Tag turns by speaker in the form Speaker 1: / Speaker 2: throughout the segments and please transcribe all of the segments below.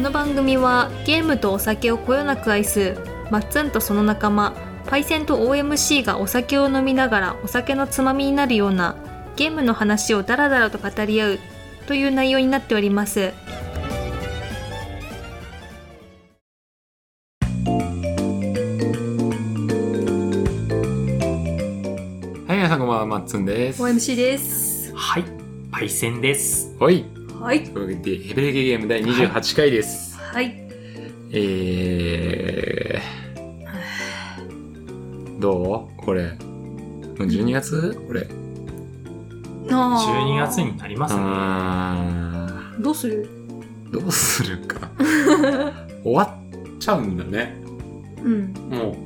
Speaker 1: の番組はゲームとお酒をこよなく愛すマッツンとその仲間パイセンと OMC がお酒を飲みながらお酒のつまみになるようなゲームの話をダラダラと語り合うという内容になっております
Speaker 2: はい、皆さんこんばんは、まっつんです。
Speaker 1: OMC です
Speaker 3: はい、パイセンです。
Speaker 2: はい。
Speaker 1: はい
Speaker 2: というわけで、ヘベレケゲーム第28回です。
Speaker 1: はい
Speaker 2: えー、どうこれ。もう12月これ。
Speaker 3: 12月になりますね。
Speaker 2: あ
Speaker 1: どうする
Speaker 2: ー、どうするか。終わっちゃうんだね。
Speaker 1: うん
Speaker 2: も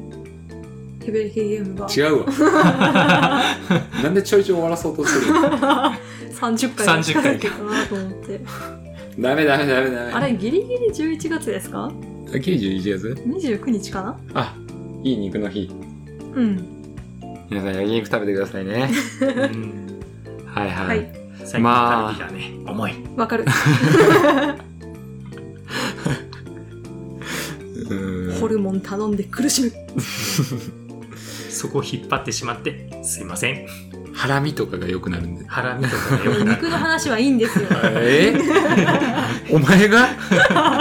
Speaker 1: ヘベレケゲームが
Speaker 2: う、違うわ。 なんでちょいちょい終わらそうとするの
Speaker 1: 30回
Speaker 3: 30回
Speaker 1: かなと思って
Speaker 2: ダメダメダメダメ。
Speaker 1: あれギリギリ11月ですか
Speaker 2: あきり11月
Speaker 1: 29日かな
Speaker 2: あ、いい肉の日。
Speaker 1: うん
Speaker 2: 皆さん焼き肉食べてくださいね。
Speaker 3: うん
Speaker 2: はいは
Speaker 1: は
Speaker 2: い。
Speaker 1: い
Speaker 3: 最近カルビがね、重い。
Speaker 1: わ かる
Speaker 2: うん
Speaker 1: ホルモン頼んで苦しむ
Speaker 3: そこを引っ張ってしまって、すいません。
Speaker 2: ハラミとかが良くなるんで。
Speaker 3: ハラミとかがよ くなる。
Speaker 1: 肉の話はいいんですよ
Speaker 2: え お前が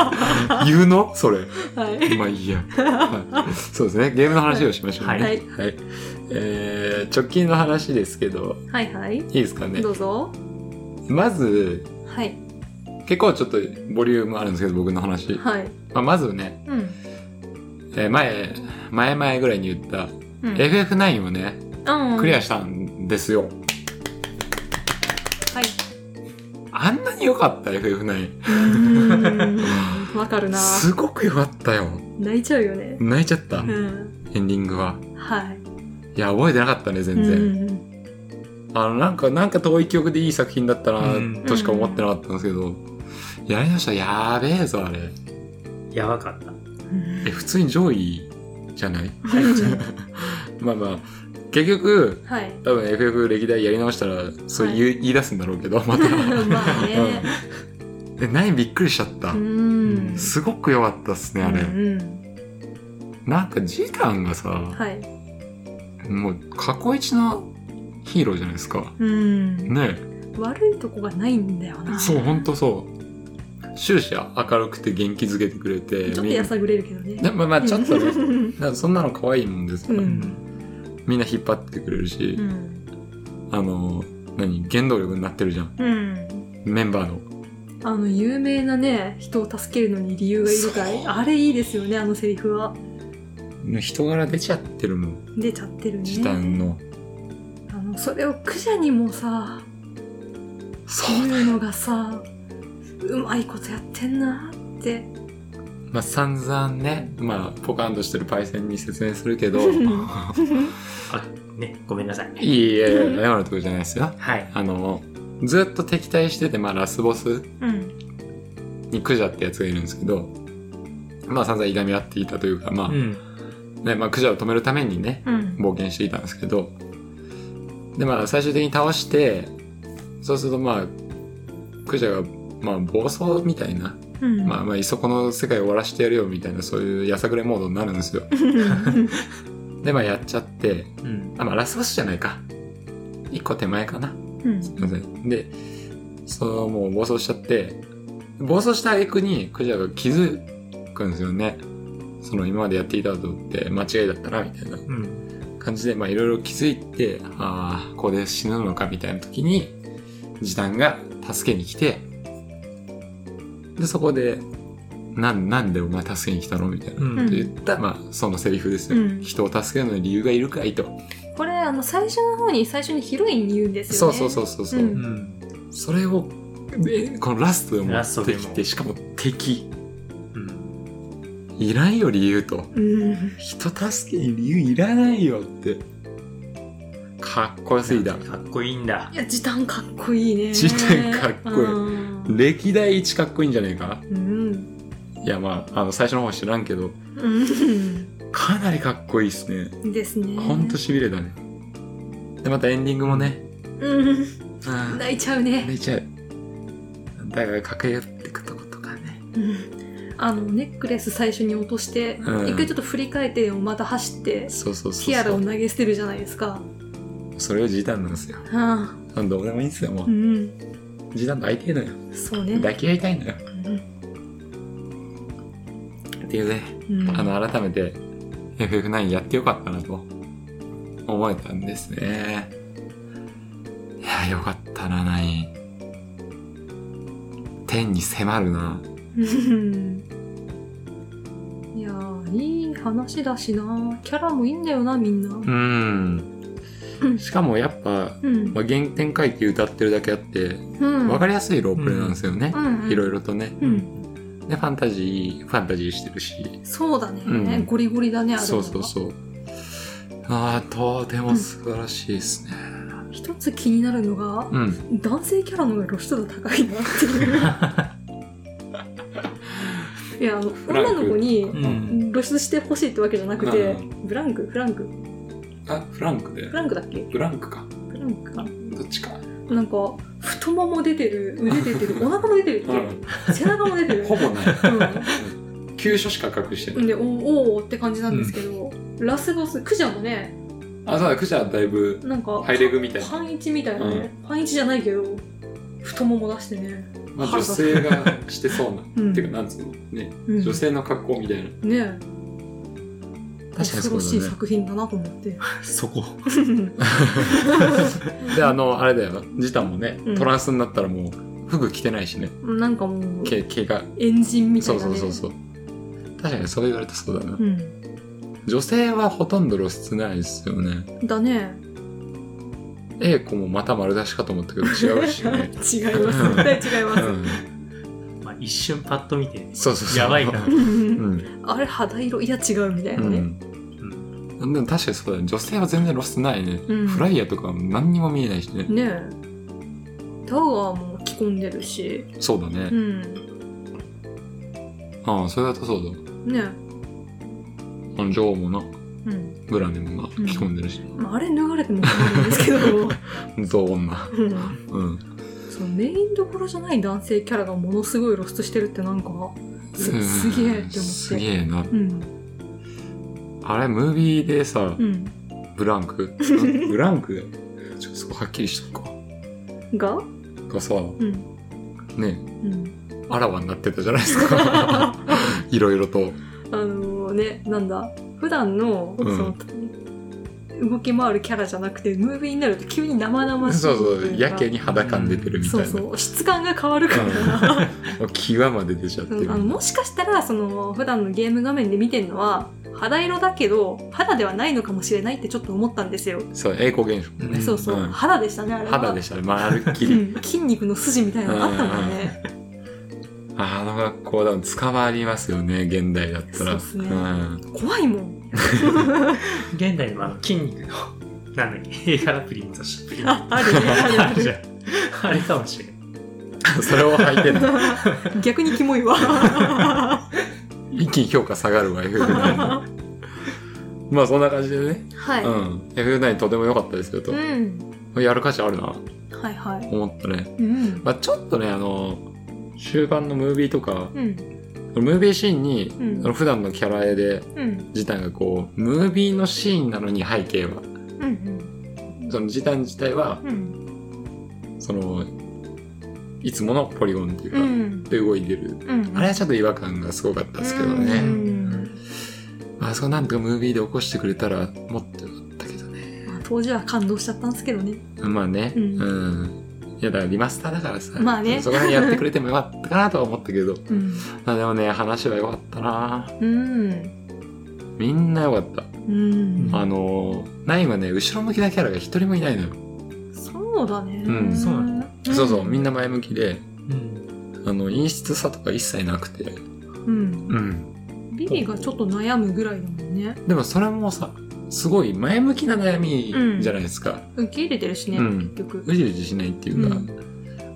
Speaker 2: 言うのそれ。
Speaker 1: はい
Speaker 2: まあいいや、 はいそうですね。ゲームの話をしましょうね。
Speaker 3: はい
Speaker 1: はい
Speaker 2: はいえー直近の話ですけど、
Speaker 1: はいはい
Speaker 2: いいですかね
Speaker 1: ど。うぞ
Speaker 2: まず、
Speaker 1: はい
Speaker 2: 結構ちょっとボリュームあるんですけど、僕の話。
Speaker 1: はい
Speaker 2: まあ、まずね、
Speaker 1: うん
Speaker 2: えー前、前々ぐらいに言った、
Speaker 1: うん
Speaker 2: FF9 をね、
Speaker 1: うん
Speaker 2: クリアしたんですよ。
Speaker 1: はい
Speaker 2: あんなに良かった FF9。
Speaker 1: うーんわかるな
Speaker 2: すごく良かったよ。
Speaker 1: 泣いちゃうよね
Speaker 2: 泣いちゃった、
Speaker 1: うん
Speaker 2: エンディングは。
Speaker 1: はい
Speaker 2: いや、覚えてなかったね、全然。
Speaker 1: 然
Speaker 2: あの、なんか、なんか遠い記憶でいい作品だったな
Speaker 3: うん、
Speaker 2: としか思ってなかったんですけど、やりました。やべえぞ、あれ。
Speaker 3: やばかった。
Speaker 2: え、普通に上位じゃないまあまあ、結局、
Speaker 1: はい
Speaker 2: 多分 FF 歴代やり直したら、そう言い,、言い出すんだろうけ ど、また。
Speaker 1: まあね
Speaker 2: え、何びっくりしちゃった。
Speaker 1: うん
Speaker 2: すごく良かったっすね、あれ。
Speaker 1: うんうん
Speaker 2: なんか時間がさ、
Speaker 1: はい
Speaker 2: もう過去一のヒーローじゃないですか。
Speaker 1: うん
Speaker 2: ね
Speaker 1: 悪いとこがないんだよな
Speaker 2: そう、ほんとそう。終始明るくて元気づけてくれて。
Speaker 1: ちょっと
Speaker 2: みん
Speaker 1: やさぐれるけどね
Speaker 2: なまあまあ、ちょっとね、
Speaker 1: うん
Speaker 2: なんかそんなの可愛いもんですから、
Speaker 1: うん
Speaker 2: みんな引っ張ってくれるし、
Speaker 1: うん
Speaker 2: あの、何、原動力になってるじゃん。
Speaker 1: うん
Speaker 2: メンバーの。
Speaker 1: あの有名なね人を助けるのに理由がいるかい
Speaker 2: そう
Speaker 1: あれいいですよねあのセリフは
Speaker 2: もう人柄出ちゃってるもん。
Speaker 1: 出ちゃってるね
Speaker 2: 時短の。
Speaker 1: あのそれをクジャにもさ
Speaker 2: そう。
Speaker 1: 言うのがさうまいことやってんなって
Speaker 2: まあ散々ね、まあ、ポカンとしてるパイセンに説明するけ ど、
Speaker 1: うん
Speaker 3: あ、ね、ごめんなさい。
Speaker 2: いいえ、謝るとこじゃないですよ。
Speaker 3: はい。
Speaker 2: あの、ずっと敵対してて、まあラスボス
Speaker 1: うん
Speaker 2: にクジャってやつがいるんですけど、まあ散々いがみ合っていたというか、まあ、
Speaker 3: うん。
Speaker 2: ね、まあクジャを止めるためにね、
Speaker 1: うん
Speaker 2: 冒険していたんですけど、で、まあ最終的に倒して、そうするとまあ、クジャが、まあ暴走みたいな、
Speaker 1: うん
Speaker 2: まあまあいそこの世界を終わらしてやるよみたいな、そういうやさぐれモードになるんですよ。で、まあやっちゃって、
Speaker 3: うん。
Speaker 2: あ、まあラスボスじゃないか。一個手前かな。
Speaker 1: うん
Speaker 2: すいません。で、そのもう暴走しちゃって、暴走した挙句にクジャが気づくんですよね。その今までやっていたことって間違いだったな、みたいな
Speaker 3: うん。
Speaker 2: 感じで、まあいろいろ気づいて、ああ、ここで死ぬのか、みたいな時に、時短が助けに来て、で、そこで、なん、なんでお前助けに来たのみたいな。
Speaker 3: うん
Speaker 2: と言った、まあ、そのセリフですよ。
Speaker 1: うん
Speaker 2: 人を助けるのに理由がいるかいと。
Speaker 1: これあの最初の方に最初にヒロインに言うんです
Speaker 2: そ
Speaker 1: よ
Speaker 2: う
Speaker 1: ね
Speaker 2: そうそうそうそう。
Speaker 1: うん
Speaker 3: うん。
Speaker 2: それをえこのラストで持
Speaker 3: ラスト
Speaker 2: っ
Speaker 3: で
Speaker 2: て
Speaker 3: も
Speaker 2: きてしかも敵
Speaker 3: うん。
Speaker 2: いらんよ理由と
Speaker 1: うん
Speaker 2: 人助けに理由いらないよってかっこよすぎだ
Speaker 3: かっこいいんだ
Speaker 1: い。や時短かっこいいね
Speaker 2: 時短かっこいい
Speaker 1: うん
Speaker 2: 歴代一かっこいいんじゃねえか
Speaker 1: うん
Speaker 2: いやまああの最初の方知らんけど
Speaker 1: うん
Speaker 2: かなりかっこいいっすね
Speaker 1: ですね
Speaker 2: ほんとしびれたねでまたエンディングもね
Speaker 1: うん
Speaker 2: あ
Speaker 1: 泣いちゃうね
Speaker 2: めちゃうだから駆け寄ってくとことかね
Speaker 1: うんあのネックレス最初に落として、
Speaker 2: うん
Speaker 1: 一回ちょっと振り返ってもまた走って
Speaker 2: そうそうそう
Speaker 1: ティアラ
Speaker 2: そ
Speaker 1: を
Speaker 2: う
Speaker 1: 投げ捨てるじゃないですか。
Speaker 2: それを時短なんですよ
Speaker 1: あ
Speaker 2: どうでもいいんですよも
Speaker 1: あ、う、
Speaker 2: うん時短と会いてえのよ
Speaker 1: そうね。
Speaker 2: 抱き合いたいのよ
Speaker 1: うん
Speaker 2: っていうね
Speaker 1: うん
Speaker 2: あの改めて FF9 やってよかったなと思えたんですねいやよかったな9天に迫るな
Speaker 1: うんいやーいい話だしなキャラもいいんだよなみんな
Speaker 2: うん
Speaker 1: うん
Speaker 2: しかもやっぱ、
Speaker 1: うん
Speaker 2: まあ、原点回帰歌ってるだけあって
Speaker 1: うん
Speaker 2: 分かりやすいロープレイなんですよね、
Speaker 1: うん
Speaker 2: いろいろとね、
Speaker 1: うん
Speaker 2: でファンタジーファンタジーしてるし
Speaker 1: そうだね、
Speaker 2: うん
Speaker 1: ゴリゴリだねあれは
Speaker 2: そうそうそうああとても素晴らしいですね
Speaker 1: 一つ気になるのが、
Speaker 2: うん
Speaker 1: 男性キャラの方が露出度高いなっていういやあの
Speaker 2: ランク
Speaker 1: 女の子に
Speaker 3: うん
Speaker 1: 露出してほしいってわけじゃなくて、
Speaker 2: う
Speaker 1: ブランクフランク
Speaker 2: あフランクで
Speaker 1: フランクだっけ
Speaker 2: ブランクか
Speaker 1: フランクかな
Speaker 2: どっちか
Speaker 1: なんか太もも出てる腕出てるお腹も出てるっけ、背中も出てる
Speaker 2: ほぼない
Speaker 1: うん
Speaker 2: 急所しか隠してない
Speaker 1: でおおーって感じなんですけど、ラスボスクジャもね
Speaker 2: あそうだクジャはだいぶ
Speaker 1: なんか
Speaker 2: ハイレグみたいな、
Speaker 1: 半一みたいなね、半一じゃないけど太もも出してね、
Speaker 2: まあ、女性がしてそうな、
Speaker 1: うん
Speaker 2: っていうかなんつうのね
Speaker 1: うん、
Speaker 2: 女性の格好みたいな
Speaker 1: ね
Speaker 2: 確かにそうだね
Speaker 1: 恐ろしい作品だなと思って
Speaker 3: そこ。
Speaker 2: であのあれだよジタもね
Speaker 1: うん
Speaker 2: トランスになったらもう服着てないしね
Speaker 1: なんかもう
Speaker 2: 毛毛が
Speaker 1: エンジンみた
Speaker 2: そ
Speaker 1: いうな、
Speaker 2: そ
Speaker 1: ね、
Speaker 2: うそうそうう確かにそう言われたらそうだな、
Speaker 1: ん、
Speaker 2: 女性はほとんど露出ないですよね
Speaker 1: だね
Speaker 2: A 子もまた丸出しかと思ったけど違うし
Speaker 1: 違いま
Speaker 2: ね、
Speaker 1: す絶対違いま
Speaker 2: う
Speaker 1: す
Speaker 2: ん、
Speaker 3: まあ、一瞬パッと見て、
Speaker 2: そうそうそう
Speaker 3: やばいかな。
Speaker 1: うん
Speaker 2: うん、
Speaker 1: あれ肌色いや違うみたいな
Speaker 2: う
Speaker 1: ね、
Speaker 2: んでも確かにそうだね女性は全然露出ないね、
Speaker 1: うん
Speaker 2: フライヤーとかも何にも見えないしね、
Speaker 1: ねえタワーも着込んでるし
Speaker 2: そうだね
Speaker 1: う、ん
Speaker 2: ああそれだとそうだ
Speaker 1: ね
Speaker 2: あの女王もな
Speaker 1: うん、
Speaker 2: グラネもな
Speaker 1: うん
Speaker 2: 着込んでるし、
Speaker 1: まあ、あれ脱がれても困るんですけど、
Speaker 2: ゾウ女
Speaker 1: うん、
Speaker 2: うん
Speaker 1: そのメインどころじゃない男性キャラがものすごい露出してるってなんかすすげえって思っ
Speaker 2: うん
Speaker 1: て
Speaker 2: すげえ
Speaker 1: う
Speaker 2: な
Speaker 1: ん
Speaker 2: あれムービーでさ、
Speaker 1: うん
Speaker 2: ブラン クブランクだよちょっとそこはっきりしとくか
Speaker 1: が
Speaker 2: がさ
Speaker 1: うん
Speaker 2: ね
Speaker 1: うん
Speaker 2: あらわになってたじゃないですか いろいろと
Speaker 1: あのねなんだ普段のそ
Speaker 2: うん
Speaker 1: の、動き回るキャラじゃなくてムービーになると急に生々しい
Speaker 2: そうそ
Speaker 1: というか
Speaker 2: やけに肌感出てるみたい
Speaker 1: そ
Speaker 2: な、
Speaker 1: うそう質感が変わるから、
Speaker 2: もう際まで出ちゃって
Speaker 1: う
Speaker 2: る
Speaker 1: ん あのもしかしたらその普段のゲーム画面で見てるのは肌色だけど肌ではないのかもしれないってちょっと思ったんですよ、
Speaker 2: そう栄光現象だね
Speaker 1: そうそう、
Speaker 2: うん
Speaker 1: 肌でしたねあれは
Speaker 2: 肌でしたねまるっき
Speaker 1: う
Speaker 2: り
Speaker 1: ん筋肉の筋みたいなのがあったんだね、
Speaker 2: あの学校だと捕まりますよね現代だったら
Speaker 1: そうっすね
Speaker 2: ん、
Speaker 1: 怖いもん
Speaker 3: 現代でもあの筋肉の、なんだっけ、映画のプリントしプリント。
Speaker 1: ああるねあ
Speaker 3: あ
Speaker 1: る
Speaker 3: る じ
Speaker 1: ね
Speaker 3: ゃんあれかもしれん。
Speaker 2: それを履いてんの
Speaker 1: 逆にキモい わは
Speaker 2: 一気に評価下がるわ F9 まあそんな感じで
Speaker 1: い、
Speaker 2: ね、うん F9 とても良かったですよと
Speaker 1: う、ん、
Speaker 2: やる価値あるな
Speaker 1: はいはい
Speaker 2: 思ったね、
Speaker 1: うん
Speaker 2: まあ、ちょっとねあの終盤のムービーとか
Speaker 1: うん
Speaker 2: ムービーシーンに、
Speaker 1: うん
Speaker 2: あの普段のキャラ絵で
Speaker 1: うん
Speaker 2: ジタンがこうムービーのシーンなのに背景は
Speaker 1: うん
Speaker 2: そのジタン自体は
Speaker 1: うんうん
Speaker 2: そのいつものポリゴンっていうか、
Speaker 1: うん
Speaker 2: で動いてる
Speaker 1: うん
Speaker 2: あれはちょっと違和感がすごかったですけどね、
Speaker 1: うん
Speaker 2: あそこなんとかムービーで起こしてくれたらもっとよかったけどね
Speaker 1: まあ当時は感動しちゃったんですけどね
Speaker 2: まあね
Speaker 1: う
Speaker 2: うんん、いやだからリマスターだからさ
Speaker 1: まあね
Speaker 2: そこら辺やってくれてもよかったかなとは思ったけど
Speaker 1: うん
Speaker 2: まあでもね話はよかったな
Speaker 1: うん
Speaker 2: みんなよかった、
Speaker 1: うん
Speaker 2: あのーナインはね後ろ向きなキャラが一人もいないのよ、
Speaker 1: そうだね、
Speaker 2: うん
Speaker 3: そうな
Speaker 2: そうそうみん
Speaker 1: な
Speaker 2: な前向きで
Speaker 3: うん。
Speaker 2: あの陰湿さとか一切なくて
Speaker 1: うん
Speaker 2: ん
Speaker 1: ビリーがちょっと悩むぐらいだもんね
Speaker 2: でもそれもさすごい前向きな悩みじゃないですか、
Speaker 1: 受け入れてるしね、
Speaker 2: うん
Speaker 1: 結局
Speaker 2: うじうじしないっていうか、
Speaker 1: うん
Speaker 2: も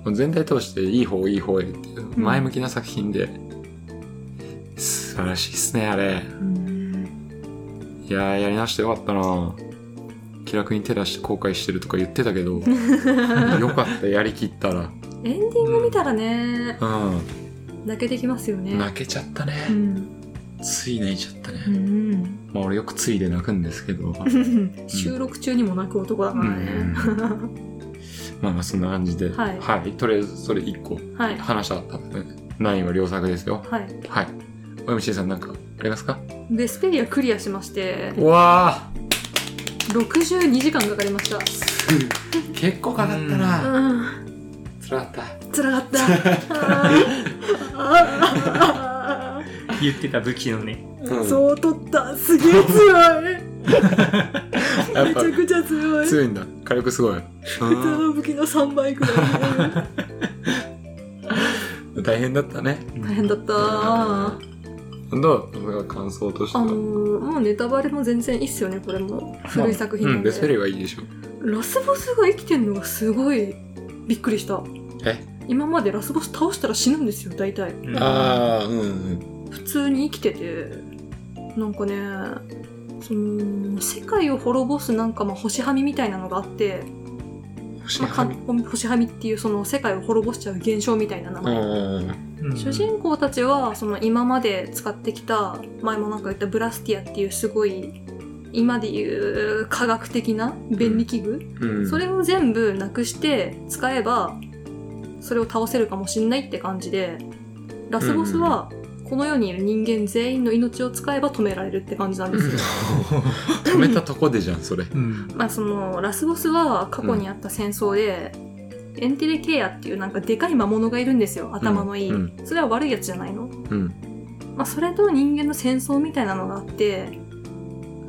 Speaker 2: う全体通していい方いい方へっていう前向きな作品で、素晴らしいっすねあれ
Speaker 1: うん
Speaker 2: いやーやり直してよかったな気楽に手出して後悔してるとか言ってた けどよかったやりきったら
Speaker 1: エンディング見たらね、
Speaker 2: うん
Speaker 1: 泣けてきますよね。
Speaker 2: 泣けちゃったね、
Speaker 1: うん。
Speaker 2: つい泣いちゃったね、
Speaker 1: うん。
Speaker 2: まあ俺よくついで泣くんですけ ど
Speaker 1: 収録中にも泣く男だからね。
Speaker 2: まあまあそんな感じでは
Speaker 1: はい
Speaker 2: とりあえずそれ1個
Speaker 1: はい。
Speaker 2: 話したかったので9位は良作ですよ
Speaker 1: はい。
Speaker 2: はい OMC さんなんかありますか
Speaker 1: ベスペリアクリアしまして、
Speaker 2: うわ
Speaker 1: 62時間かかりました。
Speaker 2: ー結構かかったな
Speaker 1: うん。
Speaker 2: つらかった
Speaker 1: 辛か った。あーあー
Speaker 3: 言ってた武器のね
Speaker 2: うん
Speaker 1: そう取った。すげえ強い。
Speaker 2: やっ
Speaker 1: め
Speaker 2: ぱ
Speaker 1: ちゃくちゃ強い。
Speaker 2: 強いんだ火力すごい
Speaker 1: 普通の武器の3倍くらい。
Speaker 2: 大変だったね
Speaker 1: 大変だった。あ
Speaker 2: どう感想として
Speaker 1: の
Speaker 2: は
Speaker 1: ー、もうネタバレも全然いいっすよね、これも。古い作品
Speaker 2: う
Speaker 1: なん
Speaker 2: ん
Speaker 1: で。
Speaker 2: ベスペリはいいでしょ
Speaker 1: ラスボスが生きてんのがすごいびっくりした。
Speaker 2: え
Speaker 1: 今までラスボス倒したら死ぬんですよ、大体。
Speaker 3: うん
Speaker 2: ああうんうん
Speaker 1: 普通に生きてて。なんかね、その、世界を滅ぼすなんかまあ星はみみたいなのがあって、
Speaker 2: 星
Speaker 1: まあ、か
Speaker 2: 神
Speaker 1: 星はみっていうその世界を滅ぼしちゃう現象みたいな名
Speaker 2: う
Speaker 1: 前。
Speaker 2: ん
Speaker 3: うん
Speaker 1: 主人公たちはその今まで使ってきた前もなんか言ったブラスティアっていうすごい今でいう科学的な便利器具、
Speaker 2: うん
Speaker 1: それを全部なくして使えばそれを倒せるかもしんないって感じでラスボスはこの世にいる人間全員の命を使えば止められるって感じなんですよ。
Speaker 2: 止めたとこでじゃんそれ
Speaker 3: うん
Speaker 1: まあそのラスボスは過去にあった戦争で、エンテレケイアっていうなんかでかい魔物がいるんですよ頭のいい、
Speaker 2: うん
Speaker 1: それは悪いやつじゃないの
Speaker 2: うん
Speaker 1: まあ、それと人間の戦争みたいなのがあって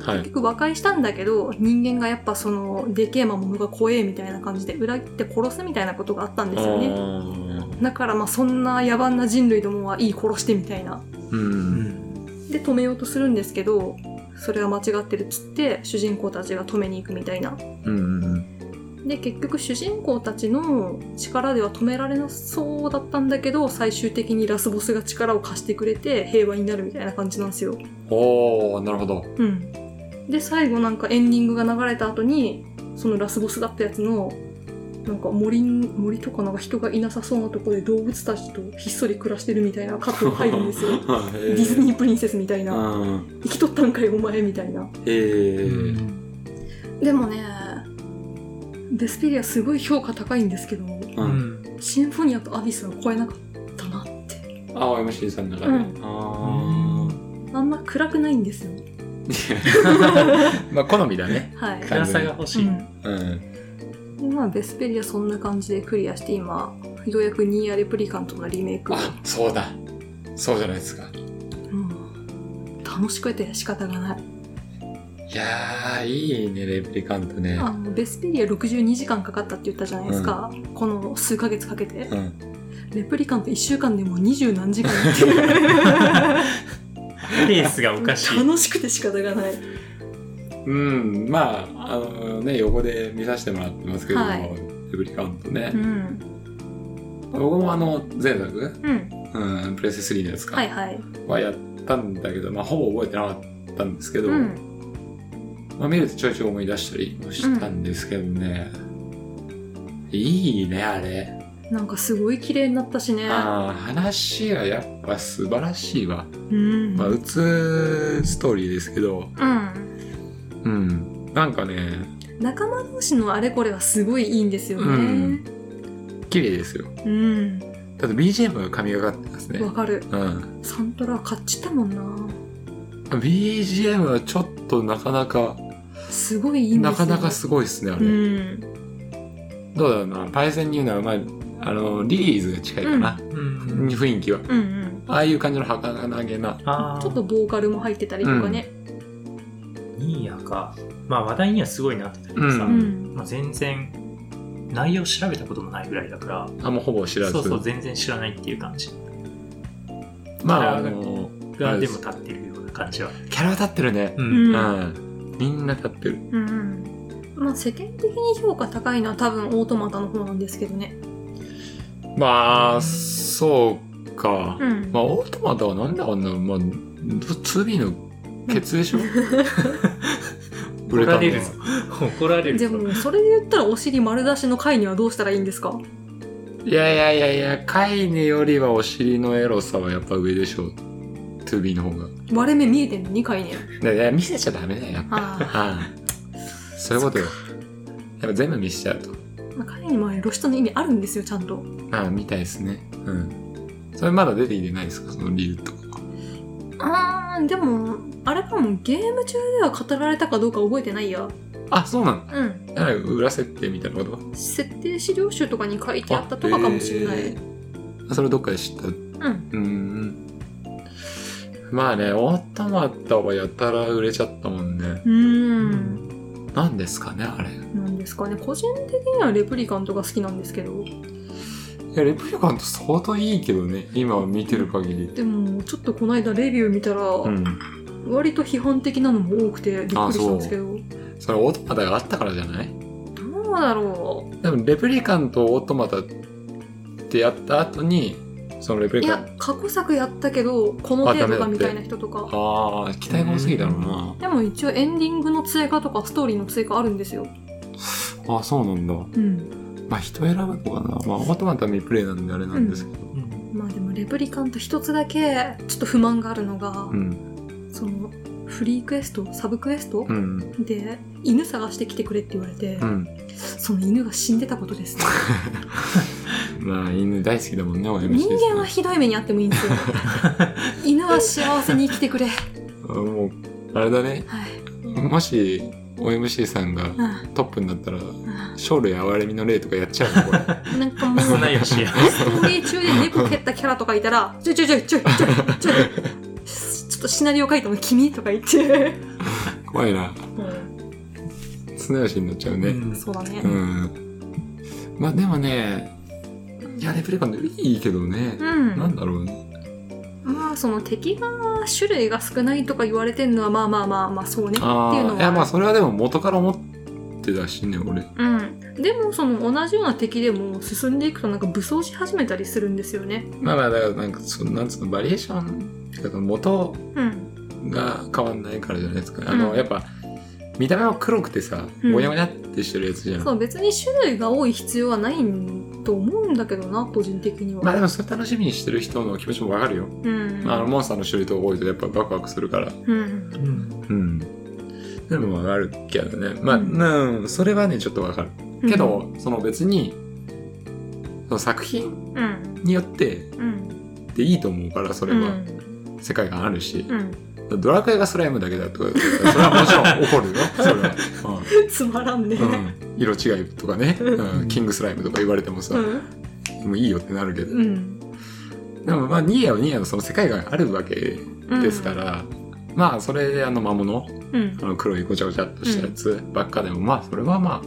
Speaker 2: は
Speaker 1: 結
Speaker 2: い
Speaker 1: 局和解したんだけど人間がやっぱそのでけえ魔物が怖えみたいな感じで裏切って殺すみたいなことがあったんですよね
Speaker 2: あ
Speaker 1: だからまあそんな野蛮な人類どもはいい殺してみたいな
Speaker 2: ーう
Speaker 3: うんん
Speaker 1: で止めようとするんですけどそれが間違ってるっつって主人公たちが止めに行くみたいな
Speaker 2: うんうん
Speaker 1: で結局主人公たちの力では止められなそうだったんだけど最終的にラスボスが力を貸してくれて平和になるみたいな感じなんですよ
Speaker 2: おおなるほど
Speaker 1: うん、で最後なんかエンディングが流れた後にそのラスボスだったやつのなんか森に森とかなんか人がいなさそうなところで動物たちとひっそり暮らしてるみたいなカップル入るんです よデ
Speaker 2: デ
Speaker 1: ィズニープリンセスみたいな
Speaker 2: うん
Speaker 1: 生きとったんかいお前みたいな
Speaker 2: ええ
Speaker 1: でもねデスペリアすごい評価高いんですけど
Speaker 3: う
Speaker 2: うん
Speaker 3: ん
Speaker 1: シンフォニアとアビスは超えなかったなって
Speaker 2: あ OMC さんの中で
Speaker 1: うん
Speaker 2: あ
Speaker 1: あんま暗くないんですよ
Speaker 2: あまあ好みだね
Speaker 1: はい、
Speaker 3: 暗さが欲しい
Speaker 1: うん
Speaker 2: うん
Speaker 1: でまあ、ベスペリアそんな感じでクリアして今ようやくニーアレプリカントのリメイクを
Speaker 2: あそうだそうじゃないですか
Speaker 1: うん楽しくて仕方がない。
Speaker 2: いやーいいねレプリカントね
Speaker 1: あの、ベスペリア62時間かかったって言ったじゃないですか。この数ヶ月かけて。
Speaker 2: うん
Speaker 1: レプリカント1週間でもう20何時間っていう。
Speaker 3: ペースがおかしい
Speaker 1: 楽しくて仕方がない。
Speaker 2: うん、まあ、あのね、横で見させてもらってますけども、
Speaker 1: はい
Speaker 2: レプリカントね
Speaker 1: う。ん。
Speaker 2: 僕もあの、前作、
Speaker 1: うん。
Speaker 2: うん、プレステ3のやつか、
Speaker 1: はいはい。
Speaker 2: はやったんだけど、まあ、ほぼ覚えてなかったんですけど、
Speaker 1: うん。
Speaker 2: まあ、見るとちょいちょい思い出したりもしたんですけどね、いいね、あれ。
Speaker 1: なんかすごい綺麗になったしね。
Speaker 2: ああ、話がやっぱ素晴らしいわ。
Speaker 1: うん。
Speaker 2: まあ、うつストーリーですけど、
Speaker 1: うん。
Speaker 2: うん、なんかね、
Speaker 1: 仲間同士のあれこれはすごいいいんですよね。
Speaker 2: 綺麗ですよ。
Speaker 1: うん。
Speaker 2: ただ BGM が神がかってますね
Speaker 1: わ、。かる。
Speaker 2: うん。
Speaker 1: サントラ買っちゃったもんな。
Speaker 2: BGM はちょっとなかなか、
Speaker 1: すごいいいんです
Speaker 2: な
Speaker 1: よ。
Speaker 2: かなかすごいっすね、あ
Speaker 1: う
Speaker 2: れ。
Speaker 1: ん。
Speaker 2: どうだろうな、パイセンに言うのは、まあ、あの、リリーズが近いかな、
Speaker 3: うん
Speaker 2: 雰囲気は。
Speaker 1: うんうん。
Speaker 2: ああいう感じの儚げな。
Speaker 3: あ
Speaker 1: ちょっと
Speaker 3: あ
Speaker 1: ボーカルも入ってたりとかね。
Speaker 3: ニーヤかまあ話題にはすごいなってたけどさ、
Speaker 2: う
Speaker 1: うんん。
Speaker 3: まあ、全然内容調べたこともないぐらいだから
Speaker 2: あんまほぼ知らず。
Speaker 3: そうそう全然知らないっていう感じ
Speaker 2: まあ、あ
Speaker 3: キャラ
Speaker 2: の、
Speaker 3: がでも立ってるような感じは
Speaker 2: キャラは立ってるね。
Speaker 3: う
Speaker 1: うん
Speaker 3: ん
Speaker 2: うん。みんな立ってる。
Speaker 1: うん。まあ世間的に評価高いのは多分オートマタの方なんですけどね。
Speaker 2: まあ、そうか。
Speaker 1: うん
Speaker 2: まあ、オートマタはなんだかんな、まあ、ど 2B のケツでしょ ブレ
Speaker 3: 怒
Speaker 2: たの
Speaker 3: ら
Speaker 2: は
Speaker 3: れるぞ怒られる
Speaker 1: で
Speaker 3: ぞ
Speaker 1: もそれで言ったらお尻丸出しの回にはどうしたらいいんですか
Speaker 2: いやいやいやいや、カイネよりはお尻のエロさはやっぱ上でしょう。トゥービーの方が。
Speaker 1: 割れ目見えてんの2回 ね
Speaker 2: だいや、見せちゃダメだよ。やっぱ
Speaker 1: あ
Speaker 2: ああそういうことよ。やっぱ全部見せちゃうと。
Speaker 1: あ、まあ、彼にもあれ露出の意味あるんですよちゃんと
Speaker 2: ああ、みたいですね。うん。それまだ出てきてないですかその理由とか。
Speaker 1: あーでもあれかもゲーム中では語られたかどうか覚えてないや
Speaker 2: あ、そうなんだ。
Speaker 1: うん
Speaker 2: だから裏設定みたいなこと
Speaker 1: 設定資料集とかに書いてあったとかかもしれない、
Speaker 2: えーそれどっかで知った
Speaker 1: うん
Speaker 2: うんうんまあね、オッタマッタはやたら売れちゃったもんね。
Speaker 1: うーん
Speaker 2: なんですかね、あれ。い
Speaker 1: なんですかね個人的にはレプリカントが好きなんですけど
Speaker 2: や、レプリカント相当いいけどね、今見てる限り。
Speaker 1: でもちょっとこの間レビュー見たら、
Speaker 2: うん。
Speaker 1: 割と批判的なのも多くてびっくりしたんですけど
Speaker 2: それオットマタがあったからじゃない
Speaker 1: どうだろ
Speaker 2: 多分、レプリカントオットマタってやった後に、そのレプ
Speaker 1: うい
Speaker 2: リカ
Speaker 1: や
Speaker 2: ン
Speaker 1: 過去作やったけどこの程度がみたいな人とか
Speaker 2: ト。ああ、期待が多すぎだろうな。
Speaker 1: でも一応エンディングの追加とかストーリーの追加あるんですよ
Speaker 2: ああ、そうなんだ。
Speaker 1: うん
Speaker 2: まあ人選ぶのかな。まあオットマタは未プレイなんであれなんですけど。
Speaker 1: まあでもレプリカント一つだけちょっと不満があるのが、
Speaker 2: うん。
Speaker 1: そのフリークエストサブクエスト
Speaker 2: う、ん。
Speaker 1: で犬探してきてくれって言われて、
Speaker 2: うん。
Speaker 1: その犬が死んでたこと ですね
Speaker 2: まあ犬大好きだもんね、OMC です
Speaker 1: 人
Speaker 2: ね。
Speaker 1: 間はひどい目にあってもいいんです よ犬は幸せに生きてくれはい
Speaker 2: あもう、あれだね。もし、OMC さんが
Speaker 1: うん
Speaker 2: トップになったら、
Speaker 1: う
Speaker 2: 生類哀れみの霊とかやっちゃうのこれ。
Speaker 1: んなんかもう
Speaker 3: そんなよし や。
Speaker 1: ストーリー中で猫蹴ったキャラとかいたら、ちょいちょいちょいちょいちょい ちょい、ちょっとシナリオ書いても君とか言って、
Speaker 2: 怖いな。綱吉になっちゃうね。
Speaker 1: そうだ
Speaker 2: う
Speaker 1: ね。
Speaker 2: ん。まあでもね、いや、レプリカントいいけどね
Speaker 1: う。。
Speaker 2: なんんだろうね。
Speaker 1: まあ、その敵が種類が少ないとか言われてんのは、まあまあまあまあ、そうね。っていう
Speaker 2: あ
Speaker 1: の
Speaker 2: あ、いやまあ
Speaker 1: は。
Speaker 2: それはでも元から思ってたしね、俺。
Speaker 1: うん。でも、その同じような敵でも進んでいくとなんか武装し始めたりするんですよね。
Speaker 2: まあまあ、だからなんか、そのなんつうの、バリエーション、てかその元
Speaker 1: うん。
Speaker 2: が変わんないからじゃないですか。あ
Speaker 1: う
Speaker 2: の、
Speaker 1: ん
Speaker 2: やっぱ、見た目も黒くてさ、
Speaker 1: うん
Speaker 2: もやもやってしてるやつじゃん。
Speaker 1: そう、別に種類が多い必要はないと思うんだけどな、個人的には。
Speaker 2: まあでもそれ楽しみにしてる人の気持ちもわかるよ、
Speaker 1: うん。
Speaker 2: あのモンスターの種類とか多いとやっぱワクワクするから
Speaker 1: うん。
Speaker 2: うんでもわかるけどねまあ、
Speaker 1: うん
Speaker 2: うん、それはねちょっとわかるけど、その別にその作品
Speaker 1: うん、うん。
Speaker 2: によって
Speaker 1: うん。
Speaker 2: でいいと思うからそれ
Speaker 1: う
Speaker 2: は、
Speaker 1: ん
Speaker 2: 世界観あるし、
Speaker 1: うん。
Speaker 2: ドラクエがスライムだけだとかそれはもちろん怒るよそれ は、
Speaker 1: つまらんね。
Speaker 2: うんうん色違いとかね、うん、キングスライムとか言われてもさ、
Speaker 1: う
Speaker 2: もういいよってなるけど、
Speaker 1: ん。
Speaker 2: でもまあニーヤはニーヤのその世界観があるわけ
Speaker 1: うん。
Speaker 2: ですか。ら、まあそれであの魔物
Speaker 1: うん
Speaker 2: あ。の黒いごちゃごちゃっとしたやつばっかでも、まあそれはま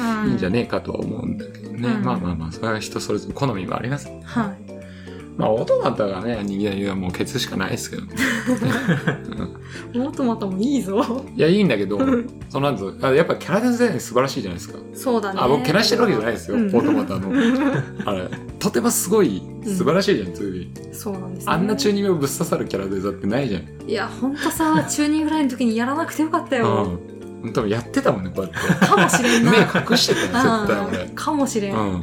Speaker 2: あいいんじゃねえかとは思うんだけどね、
Speaker 1: うん
Speaker 2: まあまあまあそれは人それぞれ好みはあります
Speaker 1: えはい。
Speaker 2: まあ音だったらね人間はもうケツしかないですけど、ねうん
Speaker 1: オートマタもいいぞ。
Speaker 2: いやいいんだけどそのなんつうあやっぱキャラデザイン素晴らしいじゃないですか、
Speaker 1: そうだね。
Speaker 2: あ僕けなしてるわけじゃないですよ、
Speaker 1: うん
Speaker 2: オートマタのあれとてもすごい素晴らしいじゃん、ツービー
Speaker 1: そうなんです、ね。
Speaker 2: あんなチューニングをぶっ刺さるキャラデザってないじゃん
Speaker 1: いや、ほんとさ、チューニングラインの時にやらなくてよかったよ。
Speaker 2: うん多分やってたもんねこうやって
Speaker 1: かもし れんな。
Speaker 2: 目隠してたよ絶対 俺
Speaker 1: うんかもしれん。
Speaker 2: うん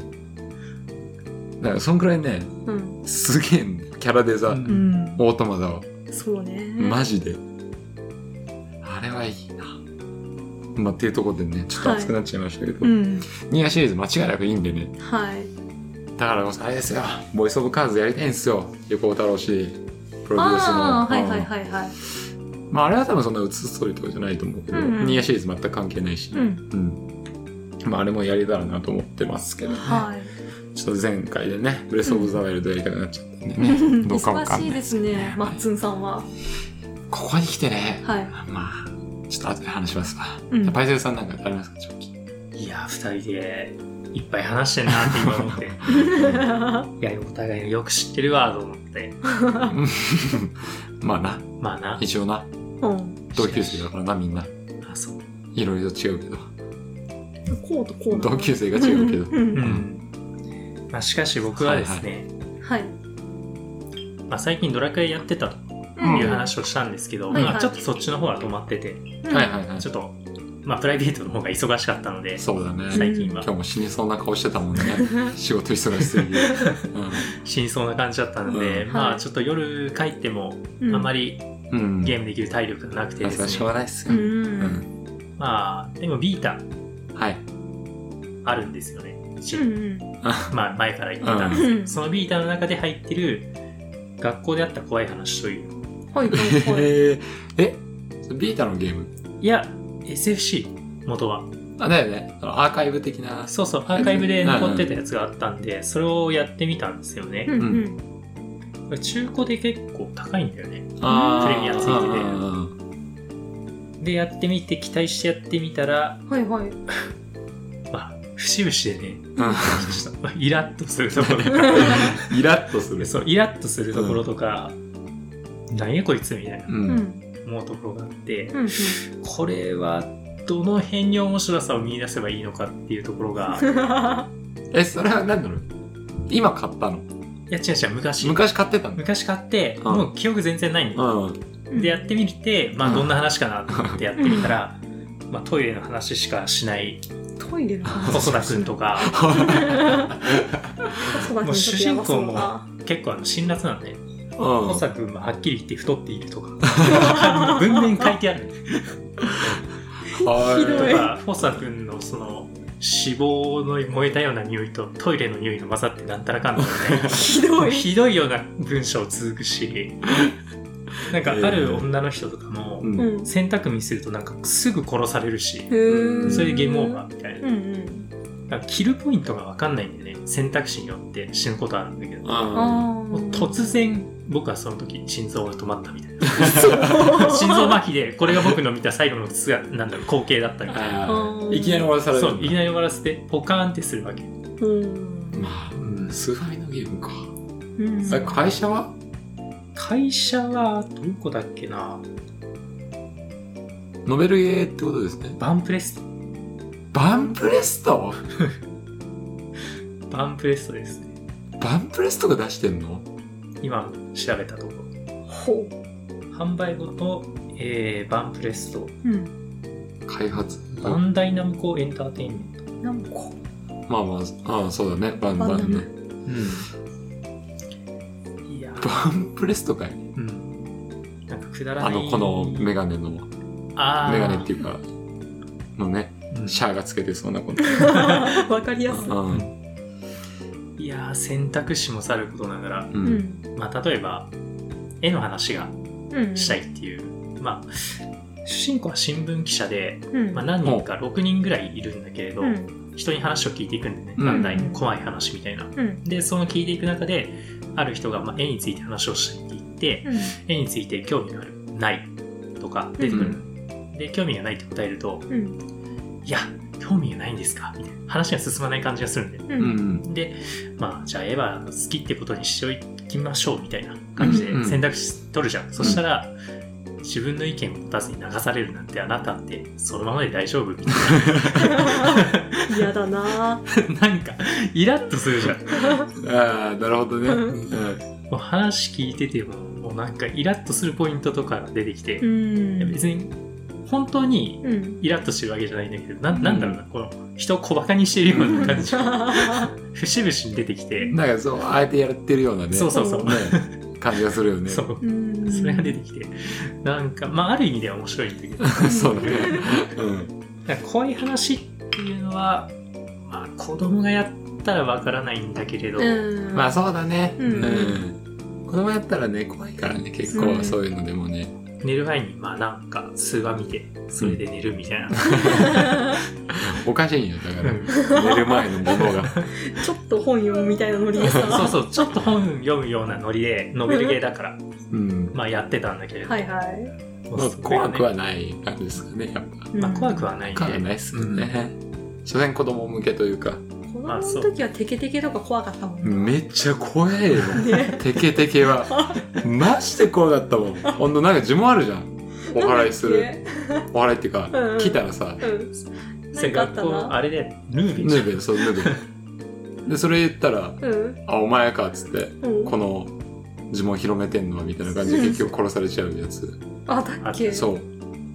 Speaker 2: だからそんくらいね
Speaker 1: うん。
Speaker 2: すげえんだよキャラデザ、
Speaker 3: うん
Speaker 1: うん。
Speaker 2: オートマだわ
Speaker 1: そうね。
Speaker 2: マジであれはいいなまあっていうところでねちょっと熱くなっちゃいましたけど、
Speaker 1: うん。
Speaker 2: ニアシリーズ間違いなくいいんでね
Speaker 1: はい。
Speaker 2: だからこそあれですよボイスオブカーズやりたいんですよ横尾太郎氏プロデュースの
Speaker 1: ああー、はいはい
Speaker 2: い
Speaker 1: はいはい。
Speaker 2: まああれは多分そんな映すストーリーとかじゃないと思うけど、
Speaker 1: うんうん
Speaker 2: ニアシリーズ全く関係ないし、
Speaker 1: うん。
Speaker 2: うん。まあ、あれもやれたらなと思ってますけどね。
Speaker 1: はい。
Speaker 2: ちょっと前回でね、ブレスオブザワイルドやりたくなっちゃったんでね。どうかわ
Speaker 1: 忙
Speaker 2: かん
Speaker 1: しい
Speaker 2: ない。
Speaker 1: ですね、マッツンさんは。
Speaker 2: ここに来てね、
Speaker 1: はい。
Speaker 2: まあ、ちょっと後で話しますわ。
Speaker 1: うん
Speaker 2: パイセルさんなんかありますか、直近。
Speaker 3: いや、二人でいっぱい話してんなって今思 って。いや、お互いのよく知ってるわと思って。
Speaker 2: まあな、
Speaker 3: まあな。
Speaker 2: 一応な、
Speaker 1: うん。
Speaker 2: 同級生だからな、みんな。
Speaker 3: あ、そう。
Speaker 2: いろいろ違うけど。
Speaker 1: こうとこうなの
Speaker 2: 同級生が違うけ
Speaker 1: んうん
Speaker 2: ど
Speaker 1: う
Speaker 3: う
Speaker 1: ん
Speaker 3: ん。まあ、しかし僕はですね、
Speaker 1: はい。
Speaker 3: まあ、最近ドラクエやってたと
Speaker 1: うん
Speaker 3: いう話をしたんですけど、
Speaker 1: はいはい
Speaker 3: まあ、ちょっとそっちの方が止まってて、
Speaker 1: うん
Speaker 2: はいはいはい。
Speaker 3: ちょっとまあ、プライベートの方が忙しかったので、
Speaker 2: そうだね。
Speaker 3: 最近は
Speaker 2: 今日も死にそうな顔して たもんね。仕事忙しすぎて。
Speaker 3: 死にそうな感じだったので、
Speaker 2: うん
Speaker 3: ま
Speaker 1: は
Speaker 3: あ、
Speaker 1: い
Speaker 3: ちょっと夜帰っても、あ
Speaker 1: うん
Speaker 3: まり
Speaker 2: うん。うん。
Speaker 3: ゲームできる体力がなくて
Speaker 2: まあ
Speaker 3: で
Speaker 2: それはし
Speaker 3: す
Speaker 2: ょうが
Speaker 3: ね、
Speaker 2: ないっす
Speaker 1: う
Speaker 2: よ。
Speaker 1: ん
Speaker 3: まあ、でもビータ
Speaker 2: はい。
Speaker 3: あるんですよね。一
Speaker 1: う
Speaker 3: 応
Speaker 1: ん
Speaker 3: まあ、前から言ってたんです
Speaker 1: う
Speaker 3: けど、
Speaker 1: ん
Speaker 3: そのビータの中で入ってる、学校であった怖い話という。
Speaker 1: はい はいはい
Speaker 2: ええ、ビータのゲーム
Speaker 3: いや、SFC、元は。
Speaker 2: あ、だよね。そのアーカイブ的な。
Speaker 3: そうそう、アーカイブで残ってたやつがあったんで、それをやってみたんですよね。
Speaker 1: うんうん
Speaker 3: 中古で結構高いんだよね。
Speaker 2: あー
Speaker 3: テレビがついてて
Speaker 2: うんうんうん
Speaker 3: で、やってみて、期待してやってみたら、
Speaker 1: はいはい
Speaker 3: まあ、節々でね、
Speaker 2: う
Speaker 3: ちょっとイラッとするところと
Speaker 2: んイラッとす
Speaker 3: か、
Speaker 2: る。
Speaker 3: そう、イラッとするところとか、何やこいつみたいな
Speaker 2: う。
Speaker 1: うんんう
Speaker 2: うん
Speaker 1: ん
Speaker 3: 思うところがあって、
Speaker 1: うん
Speaker 3: これはどの辺に面白さを見出せばいいのかっていうところ が、い
Speaker 2: え、それは何なの今買ったの
Speaker 3: や違う違う、昔、
Speaker 2: 昔買ってたの
Speaker 3: 昔買って、
Speaker 2: ん
Speaker 3: もう記憶全然ないんだよ
Speaker 2: うん。
Speaker 3: でやってみて、まあ、どんな話かなと思ってやってみたら、まあ、トイレの話しかしない
Speaker 1: トイレの話
Speaker 3: 細田君とか
Speaker 1: 細田君ちょっとやばそうだな
Speaker 3: 結構あの辛辣なんで
Speaker 2: うん
Speaker 3: 細田君ははっきり言って太っているとか文面書いてある
Speaker 2: はい
Speaker 1: ひどい
Speaker 3: とか細田君のその脂肪の燃えたような匂いとトイレの匂いの混ざってなんたらかんだみたいな
Speaker 1: ひどい
Speaker 3: ひどいような文章続くしなんかある女の人とかも
Speaker 2: う
Speaker 1: うんん
Speaker 3: 洗濯ミスするとなんかすぐ殺されるし
Speaker 1: へ
Speaker 3: それでゲームオーバーみたいな
Speaker 1: うんうん
Speaker 3: なんかキルポイントが分かんないんでね選択肢によって死ぬことあるんだけど、も
Speaker 2: あ
Speaker 1: あ
Speaker 3: う突然僕はその時心臓が止まったみたい な 心
Speaker 1: 心
Speaker 3: 臓麻痺でこれが僕の見た最後の姿なんだろう光景だったみたいな
Speaker 2: ー
Speaker 1: うん
Speaker 2: いきなり終わらされる
Speaker 3: そういきなり終わらせてポカーンってするわけ
Speaker 1: うん
Speaker 2: まあ、うん、スーファミのゲームか。
Speaker 1: うん
Speaker 2: あ会社は
Speaker 3: 会社はどこだっけな
Speaker 2: ノベルゲーってことですね。
Speaker 3: バンプレスト
Speaker 2: バンプレスト
Speaker 3: バンプレストですね
Speaker 2: バンプレストが出してんの
Speaker 3: 今調べたところ
Speaker 1: ほ
Speaker 3: 販売後と、えーバンプレスト
Speaker 1: ううん
Speaker 2: 開発。
Speaker 3: バンダイナムコエンターテインメント
Speaker 1: なん かこ
Speaker 2: まあまあ、ああそうだね。バン
Speaker 1: バン
Speaker 2: バ
Speaker 1: ダ
Speaker 2: ン
Speaker 1: ム
Speaker 2: ね。
Speaker 3: うんいやー
Speaker 2: バンプレストかい
Speaker 3: うんなんかくだらな
Speaker 2: あ
Speaker 3: い
Speaker 2: の、このメガネの、メ
Speaker 3: あー
Speaker 2: ガネっていうか、のね、
Speaker 3: うん
Speaker 2: シャアがつけてそうなこ
Speaker 1: うわかりやすい
Speaker 2: と。うん。
Speaker 3: いやー選択肢もさることながら、
Speaker 2: う。
Speaker 1: うんん
Speaker 3: まあ、例えば絵の話が
Speaker 1: うん
Speaker 3: したいっていう、まあ主人公は新聞記者で、
Speaker 1: うん
Speaker 3: まあ、何人か6人ぐらいいるんだけれど、
Speaker 1: うん
Speaker 3: 人に話を聞いていくんでね
Speaker 2: うん
Speaker 3: だんだん怖い話みたいな。
Speaker 1: うん
Speaker 3: でその聞いていく中である人がまあ絵について話をしたいって言って、
Speaker 1: うん
Speaker 3: 絵について興味があるないとか出てくる、で興味がないって答えると
Speaker 1: うん
Speaker 3: いや興味がないんですかみたいな話が進まない感じがするんで
Speaker 1: う
Speaker 2: うんん。
Speaker 3: でまあじゃあエヴァ好きってことにしておきましょうみたいな感じ
Speaker 2: う
Speaker 3: で
Speaker 2: ん
Speaker 3: 選択肢取るじゃん、そしたら自分の意見を持たずに流されるなんてあなたってそのままで大丈夫みたい
Speaker 1: 嫌だな
Speaker 3: ななんかイラッとするじゃん
Speaker 2: ああ、なるほどね。
Speaker 1: うん
Speaker 2: うん
Speaker 3: もう話聞いててももうなんかイラッとするポイントとかが出てきて、
Speaker 1: うん
Speaker 3: 別に本当に
Speaker 1: うん
Speaker 3: イラッとしてるわけじゃないんだけどななんだろうな、この人を小バカにしてるような感じ が節々に出てきて、
Speaker 2: なんかそう、あえてやってるようなね、
Speaker 3: そうそうそう、
Speaker 1: う
Speaker 2: ね感じがするよね。
Speaker 3: そう
Speaker 1: うん
Speaker 3: それが出てきて なんかまあある意味では面白いんだけ ど
Speaker 2: そうだね。うん。
Speaker 3: なんかこういう話っていうのは、まあ、子供がやったらわからないんだけれど、
Speaker 1: うん
Speaker 2: まあそうだね。
Speaker 1: うん
Speaker 2: うん。子供やったらね、怖いからね、結
Speaker 1: う
Speaker 2: 構
Speaker 1: ん
Speaker 2: そういうのでもね。
Speaker 3: 寝る前にまあなんか数話見てそれで寝るみたいな、
Speaker 2: おかしいんよ、だか
Speaker 3: う
Speaker 2: ら。
Speaker 3: ん
Speaker 2: 寝る前のものが。
Speaker 1: ちょっと本読むみたいなノリでさ
Speaker 3: そうそうちょっと本読むようなノリでノベルゲーだから、
Speaker 2: うん。
Speaker 3: まあ、やってたんだけれど、
Speaker 1: はいはい
Speaker 3: もう
Speaker 2: まあ
Speaker 3: それが
Speaker 2: 怖
Speaker 3: ね
Speaker 2: くはない感じですかね、やっぱ。
Speaker 1: うん
Speaker 3: まあ、怖くはないんで
Speaker 2: 怖くはないっすよね。所詮子供向けというか、
Speaker 1: 子供の時はテケテケとか怖かったもん
Speaker 2: めっちゃ怖えよ。
Speaker 1: ね
Speaker 2: テケテケは。マジで怖かったもん。ほんと、なんか呪文あるじゃん。お祓いする。お祓いっていうか、
Speaker 1: うん
Speaker 2: 来たらさ、
Speaker 1: うん
Speaker 3: そ
Speaker 1: な
Speaker 3: れ
Speaker 1: んかあっ
Speaker 3: 学
Speaker 1: た
Speaker 3: 校
Speaker 1: な
Speaker 3: あれでヌーベ
Speaker 2: ヌーベ、そう、ヌーベ。で、それ言ったら、
Speaker 1: うん
Speaker 2: あ、お前かっつって、
Speaker 1: うん
Speaker 2: この呪文広めてんのはみたいな感じで結局殺されちゃうやつ。
Speaker 1: あだっけ
Speaker 2: そう。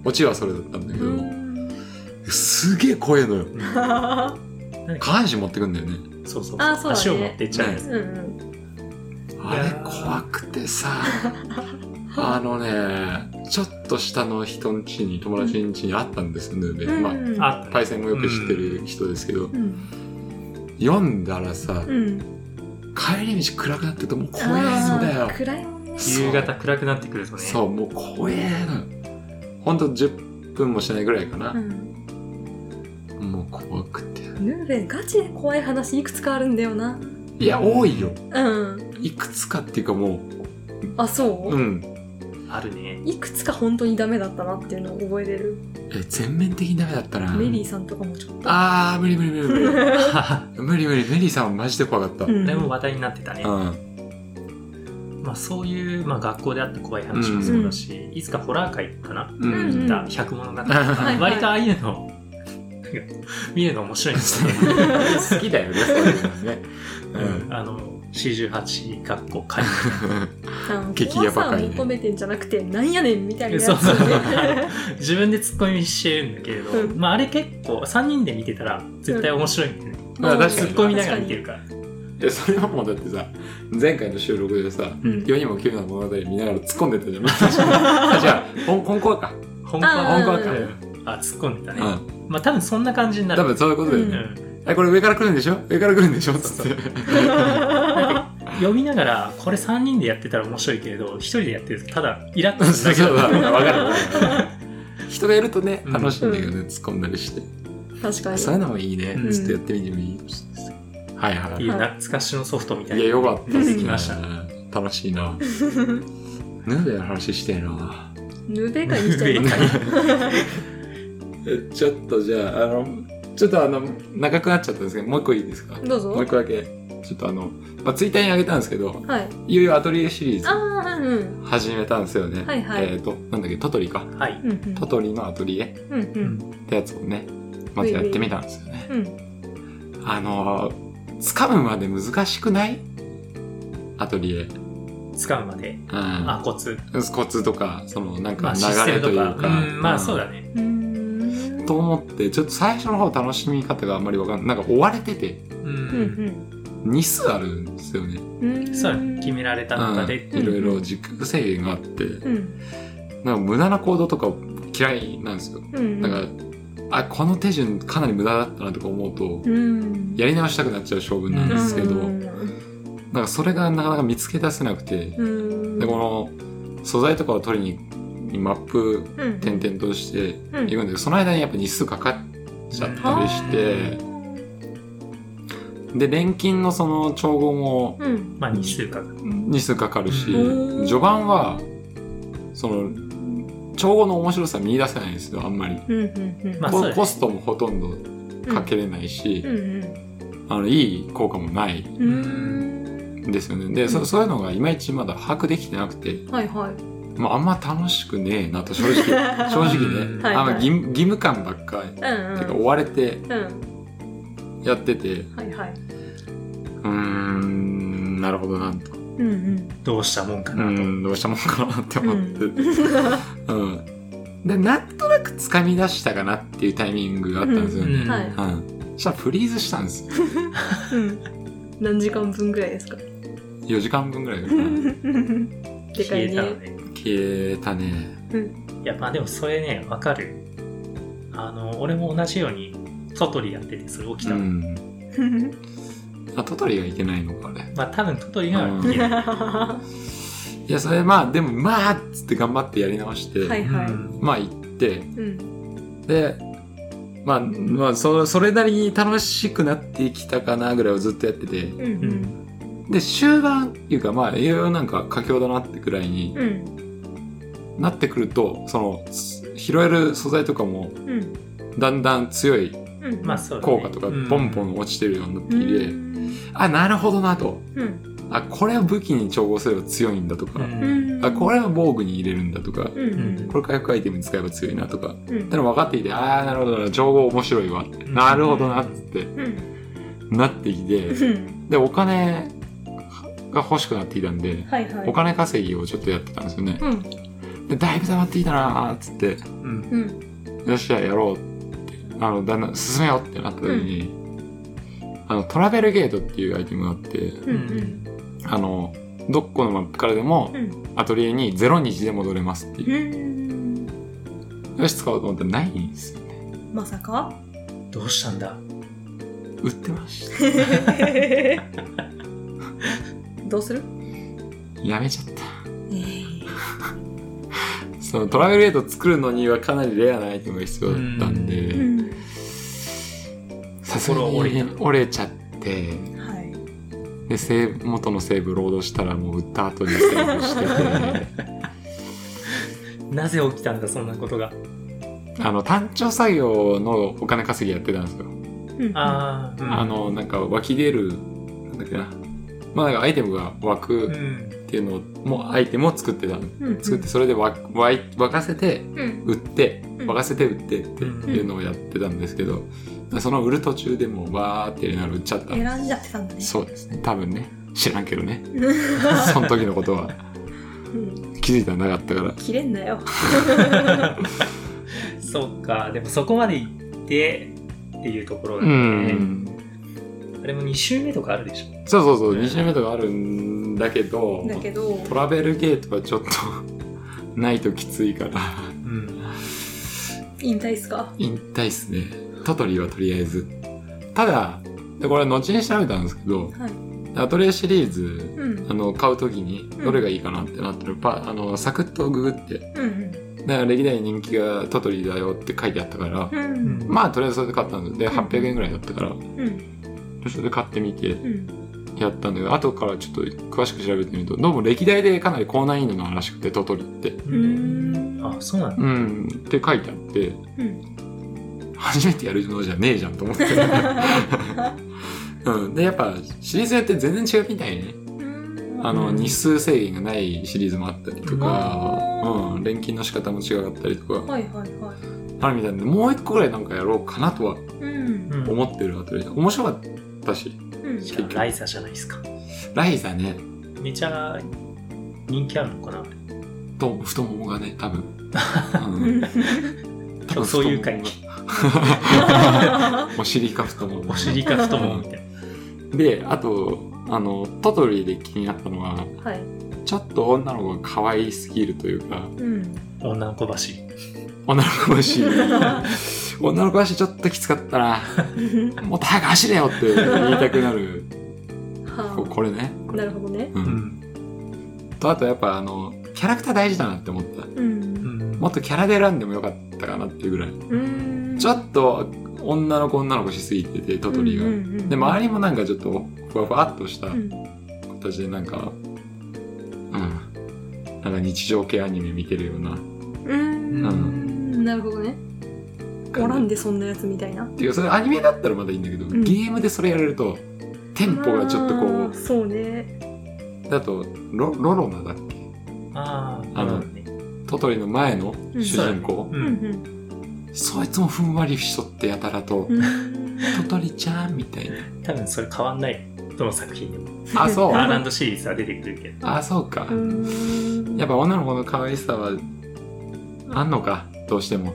Speaker 2: オチはそれだったんだけど。
Speaker 1: うん
Speaker 2: すげえ怖えのよ
Speaker 1: あ
Speaker 2: 下半身持ってくんだよね
Speaker 3: そうそう
Speaker 1: あそうだね
Speaker 3: 足を持っていっちゃうやつ、
Speaker 1: うんうん
Speaker 2: あれ怖くて さあのねちょっと下の人ん家に友達ん家にあったんですよね、
Speaker 1: うん
Speaker 2: ま
Speaker 1: うん
Speaker 3: あ
Speaker 2: あパイセンもよく知ってる人ですけ
Speaker 1: う
Speaker 2: ど、
Speaker 1: ん
Speaker 2: 読んだらさ、
Speaker 1: うん
Speaker 2: 帰り道暗くなってるともう怖え
Speaker 1: あ
Speaker 2: ん
Speaker 1: ー
Speaker 2: だよ
Speaker 1: 暗いもんね
Speaker 2: そう
Speaker 3: 夕方暗くなってくるとね
Speaker 2: そうもう怖えのよほんと10分もしないぐらいか
Speaker 1: う
Speaker 2: な、
Speaker 1: ん
Speaker 2: もう怖くて
Speaker 1: ヌーベガチで怖い話いくつかあるんだよない
Speaker 2: や多いよ
Speaker 1: うん
Speaker 2: いくつかっていうかも
Speaker 1: あそう
Speaker 2: う、うん
Speaker 3: あるね
Speaker 1: いくつか本当にダメだったなっていうのを覚えてる、
Speaker 2: え全面的にダメだったな
Speaker 1: メリーさんとかもちょっと
Speaker 2: あー無理無理無理無理
Speaker 3: あ
Speaker 2: 無理無理メリーさんはマジで怖かった、
Speaker 1: うん
Speaker 3: れも話題になってたね、
Speaker 2: うん
Speaker 3: まあ、そういう、まあ、学校であった怖い話もそうだし、いつかホラー界かな、
Speaker 1: う
Speaker 2: う
Speaker 1: んん
Speaker 3: だ百物語と
Speaker 2: はい
Speaker 3: か
Speaker 1: はい
Speaker 3: 割とああいうの なんか見るの面白いんですよね、
Speaker 2: 好きだよねそういうのね
Speaker 3: うん、あの48学校会
Speaker 2: 激
Speaker 1: 怖
Speaker 2: ヤバ
Speaker 1: さを
Speaker 2: 回ね
Speaker 1: 求めてんじゃなくてなんやねんみたいな
Speaker 3: そ
Speaker 1: や
Speaker 3: う
Speaker 1: つ、
Speaker 3: 自分で突っ込みしてるんだけれど、
Speaker 1: うん
Speaker 3: まあ、あれ結構3人で見てたら絶対面白いんだよね、
Speaker 2: まあ確か
Speaker 3: 突
Speaker 2: に
Speaker 3: っ込みながら見てるから
Speaker 2: でそれはもうだってさ前回の収録でさ
Speaker 3: うん
Speaker 2: 世にも奇妙な物語見ながら突っ込んでた じゃんあじゃあ本本校か
Speaker 3: 本格
Speaker 1: あー
Speaker 3: 本格あ突っ込んでた
Speaker 2: う
Speaker 3: ね、
Speaker 2: ん
Speaker 3: まあ多分そんな感じになる
Speaker 2: 多分そういうことだよ
Speaker 3: う
Speaker 2: ね
Speaker 3: ん
Speaker 2: えこれ上から来るんでしょ上から来るんでしょつっ
Speaker 3: そう
Speaker 2: て
Speaker 3: そう読みながらこれ3人でやってたら面白いけれど1人でやってるとただイラッとするだけ
Speaker 2: そう
Speaker 3: だ
Speaker 2: だ
Speaker 3: ね
Speaker 2: わかるわかる人がいるとね
Speaker 3: うん
Speaker 2: 楽しいんだけどね突っ込んだりして
Speaker 1: 確かに
Speaker 2: そういうのもいいね
Speaker 3: うん
Speaker 2: ちょっとやってみてもいいはいは
Speaker 3: って
Speaker 2: い
Speaker 3: いう懐かしのソフトみたい
Speaker 2: い
Speaker 3: な
Speaker 2: やよかったっす
Speaker 3: できました
Speaker 2: ね楽しいなヌーベの話してえな
Speaker 1: ヌベガにしちゃいました
Speaker 2: えちょっとじゃああのちょっとあの長くなっちゃったんですけどもう一個いいですか
Speaker 1: どうぞ
Speaker 2: もう一個だけちょっとあの、まあ、ツイッターにあげたんですけど
Speaker 1: はい
Speaker 2: いよいよアトリエシリー
Speaker 1: あ
Speaker 2: ズ
Speaker 1: あうんうん
Speaker 2: 始めたんですよね
Speaker 1: はいはい
Speaker 2: えっ、となんだっけトトリか
Speaker 3: はい、
Speaker 1: うんうん
Speaker 2: トトリのアトリエっ
Speaker 1: うんうん
Speaker 2: てやつをねまずやってみたんですよね
Speaker 1: うん
Speaker 2: あの掴むまで難しくないアトリエ
Speaker 3: 使うまで
Speaker 2: うん
Speaker 3: あコツ
Speaker 2: コツとかそのなん
Speaker 3: ま
Speaker 2: か
Speaker 3: あ
Speaker 2: 流
Speaker 3: 姿勢
Speaker 2: れとい
Speaker 3: と
Speaker 2: う
Speaker 3: か
Speaker 2: か
Speaker 3: うんまあそう
Speaker 2: だ
Speaker 3: だね
Speaker 1: うーん
Speaker 2: と思ってちょっと最初の方楽しみ方があんまりわかんないなんか追われてて
Speaker 3: うん、
Speaker 1: うん
Speaker 2: 日数あるんですよね、
Speaker 1: うんうん
Speaker 3: そうだね決められた中で、
Speaker 2: うんいろいろ時間制限があって、
Speaker 1: うん
Speaker 2: なんか無駄な行動とか嫌いなんですよ、
Speaker 1: うん
Speaker 2: だからあこの手順かなり無駄だったなとか思うと、
Speaker 1: うん
Speaker 2: やり直したくなっちゃう性分なんですけど、
Speaker 1: うん
Speaker 2: なんかそれがなかなか見つけ出せなくて、
Speaker 1: うん
Speaker 2: でこの素材とかを取りにマップ
Speaker 1: うん
Speaker 2: 点々としていく
Speaker 1: うん
Speaker 2: だけど、その間にやっぱ日数かかっちゃったりして、で錬金のその調合も
Speaker 1: うん
Speaker 3: まあ2週間
Speaker 2: 日数かかるし、
Speaker 1: うん
Speaker 2: 序盤はその調合の面白さ見出せないんですよあんまり、
Speaker 1: うんうんうん
Speaker 3: まあ
Speaker 2: コ
Speaker 3: そうだね
Speaker 2: コストもほとんどかけれないし、
Speaker 1: うん
Speaker 2: あのいい効果もない
Speaker 1: うんうん
Speaker 2: んですよねで、そそういうのがいまいちまだ把握できてなくて、
Speaker 1: はいはい
Speaker 2: まあ、あんま楽しくねえなと正直正直ね、
Speaker 1: はい
Speaker 2: あの義務義務感ばっかり、
Speaker 1: うんうん
Speaker 2: てか追われて
Speaker 1: うん
Speaker 2: やっててう
Speaker 1: はいはい
Speaker 2: ーんなるほどなと
Speaker 1: うんうん
Speaker 3: どうしたもんか
Speaker 2: う
Speaker 3: なと、
Speaker 2: ーんどうしたもんかなって思ってて、うんでなんとなく掴み出したかなっていうタイミングがあったんですよね、
Speaker 1: うんはい
Speaker 2: うん、そしたらフリーズしたんですよ
Speaker 1: うん何時間分ぐらいですか
Speaker 2: 4時間分ぐらいかな
Speaker 1: でか
Speaker 3: 消
Speaker 1: い
Speaker 3: えたの
Speaker 1: ね
Speaker 3: ね
Speaker 2: 消えたね
Speaker 3: いやまあでもそれねわかるあの俺も同じようにトトリやっててそれ起き
Speaker 2: う
Speaker 3: た、
Speaker 2: んあトトリがいけないのかあれ
Speaker 3: まあ多分トトリが
Speaker 2: うん
Speaker 3: いけない、
Speaker 2: いやそれまあでもまあっつって頑張ってやり直して、
Speaker 1: はい
Speaker 3: うん
Speaker 2: まあ行って
Speaker 1: うん
Speaker 2: でまあまあそそれなりに楽しくなってきたかなぐらいをずっとやってて
Speaker 1: うんう
Speaker 3: うんん
Speaker 2: で終盤っていうかまあ栄養なんか佳境だなってくらいに
Speaker 1: うん
Speaker 2: なってくるとそのつ拾える素材とかも
Speaker 1: うん
Speaker 2: だんだん強い
Speaker 1: うん
Speaker 3: まあそうだね
Speaker 2: 効果とかボンボン落ちてるようになって
Speaker 1: う
Speaker 2: きて、
Speaker 1: ん
Speaker 2: あなるほどなと
Speaker 1: うん
Speaker 2: あこれを武器に調合すれば強いんだとか、
Speaker 3: うん
Speaker 1: うん
Speaker 2: あこれを防具に入れるんだとか、
Speaker 1: うんうん
Speaker 2: これ回復アイテムに使えば強いなとか
Speaker 1: うん
Speaker 2: でも分かってきてああなるほどな調合面白いわ、
Speaker 3: ん
Speaker 2: なるほどなっつって
Speaker 1: うん
Speaker 2: なってきて
Speaker 1: うん
Speaker 2: でお金が欲しくなってきたんで
Speaker 1: はいはい
Speaker 2: お金稼ぎをちょっとやってたんですよね
Speaker 1: うん
Speaker 2: でだいぶ溜まってきたなーっつって
Speaker 3: うん
Speaker 1: うん
Speaker 2: よっしゃやろうってあの、だんだん進めようってなった時に、あの、トラベルゲートっていうアイテムがあって、
Speaker 1: うんうん
Speaker 2: あの、どこのマップからでも
Speaker 1: うん
Speaker 2: アトリエに0日で戻れますっていう。
Speaker 1: うん
Speaker 2: よし、使おうと思ったらないんですよ。
Speaker 1: まさか
Speaker 3: どうしたんだ
Speaker 2: 売ってまし
Speaker 1: どうする
Speaker 2: た。やめちゃった。
Speaker 1: えー
Speaker 2: そのトラベルゲート作るのにはかなりレアなアイテムが必要だったん
Speaker 1: う
Speaker 2: で、
Speaker 1: ん
Speaker 2: さすがに
Speaker 3: 心折れ
Speaker 2: 折れちゃって、
Speaker 1: はい
Speaker 2: で、セーブ元のセーブロードしたらもう売った後にセーブしてて、
Speaker 3: なぜ起きたんだそんなことが
Speaker 2: あの、単調作業のお金稼ぎやってたんですよ。
Speaker 1: うんうん
Speaker 3: ああ、うん
Speaker 2: あの、なんか湧き出る、なんだっけな。まあなんかアイテムが湧
Speaker 3: う
Speaker 2: く
Speaker 3: ん
Speaker 2: っていうのを、もうアイテムを作ってたの。
Speaker 1: うんうん
Speaker 2: 作って、それで湧湧い湧かせて、
Speaker 1: うん
Speaker 2: 売って、
Speaker 1: うん
Speaker 2: 沸かせて売ってって
Speaker 3: うん
Speaker 2: いうのをやってたんですけど、その売る途中でもうバーってなる売っちゃった。
Speaker 1: 選んじゃってたんだね
Speaker 2: そうですね。多分ね。知らんけどね。
Speaker 1: う
Speaker 2: その時のことは
Speaker 1: ん
Speaker 2: 気づいたらなかったから。
Speaker 1: 切れん なよ
Speaker 3: そっかでもそこまで行ってっていうところ
Speaker 2: う
Speaker 3: だね、
Speaker 2: ん。
Speaker 3: あれも2周目とかあるでしょ
Speaker 2: そうそうそう。2周目とかあるんだけど、
Speaker 1: だけど
Speaker 2: トラベルゲートはちょっと ないときついから。
Speaker 3: うん
Speaker 1: 引退っすか
Speaker 2: 引退っすねトトリはとりあえずただでこれ後に調べたんですけど
Speaker 1: はい
Speaker 2: アトリエシリーズ
Speaker 1: うんうん
Speaker 2: あの買う時に
Speaker 1: ん
Speaker 2: どれがいいかなってなったらパあのサクッとググって
Speaker 1: うん
Speaker 2: だから歴代人気がトトリだよって書いてあったから
Speaker 1: うん
Speaker 2: まあとりあえずそれで買ったんですで
Speaker 1: うん
Speaker 2: 800円ぐらいだったから
Speaker 1: うん
Speaker 2: それで買ってみて
Speaker 1: うん
Speaker 2: やったんだけど後からちょっと詳しく調べてみるとどうも歴代でかなり高難易度のあるらしくてトトリって
Speaker 1: うーん
Speaker 3: あそうなんだ
Speaker 2: うんって書いてあって
Speaker 1: うん
Speaker 2: 初めてやるのじゃねえじゃん と思ってうん、でやっぱシリーズやって全然違うみたいね
Speaker 1: うん
Speaker 2: あの
Speaker 3: うん
Speaker 2: 日数制限がないシリーズもあったりとか、
Speaker 1: うん
Speaker 2: うん、錬金の仕方も違かったりとか
Speaker 1: はいはいはい
Speaker 2: あるみたいなんでもう一個ぐらいなんかやろうかなとは
Speaker 1: うん
Speaker 3: うん
Speaker 2: 思ってるあたりで面白かったし
Speaker 1: うん
Speaker 3: じゃあライザじゃないですか
Speaker 2: ライザね
Speaker 3: めちゃ人気あるのかな
Speaker 2: と太ももがね多分、
Speaker 1: う
Speaker 2: う ん
Speaker 1: ん
Speaker 2: 多分
Speaker 3: そういう会
Speaker 2: 太ももがお尻か太もも
Speaker 3: お尻か太ももみたいな
Speaker 2: であとあのトトリで気になったのは
Speaker 1: はい
Speaker 2: ちょっと女の子が可愛すぎるというか
Speaker 1: うん
Speaker 3: 女の子走り
Speaker 2: 女の子ら しい女の子らしいちょっときつかったなもっと早く走れよって言いたくなるこ
Speaker 1: は
Speaker 2: これね、
Speaker 1: あなるほどね
Speaker 2: うん
Speaker 3: うん
Speaker 2: とあとやっぱあのキャラクター大事だなって思った
Speaker 1: うん
Speaker 2: もっとキャラで選んでもよかったかなっていうぐらい
Speaker 1: うん
Speaker 2: ちょっと女の子女の子しすぎててトトリが、
Speaker 1: が
Speaker 2: で周
Speaker 1: り
Speaker 2: りもなんかちょっとふわふわっとした
Speaker 1: うん
Speaker 2: 形でなんかうんなんか日常系アニメ見てるような
Speaker 1: うんうんなるほどねおらんでそんなやつみたいな
Speaker 2: っていうそれアニメだったらまだいいんだけど、
Speaker 1: ん
Speaker 2: ゲームでそれやられるとテンポがちょっとこ
Speaker 1: あ
Speaker 2: う
Speaker 1: ーそうね
Speaker 2: だとロロロナだっけ
Speaker 3: ああ
Speaker 2: あのトトリの前の主人公、
Speaker 3: う
Speaker 1: うん
Speaker 3: ん
Speaker 2: そいつもふんわりしとってやたらと、
Speaker 1: うん
Speaker 2: トトリちゃんみたい な
Speaker 3: 多分それ変わんないどの作品でも
Speaker 2: あそう
Speaker 3: アーラ
Speaker 2: あ
Speaker 3: ンドシリーズは出てくるけど
Speaker 2: そうか、
Speaker 1: うん
Speaker 2: やっぱ女の子の可愛さはあんのかどうしても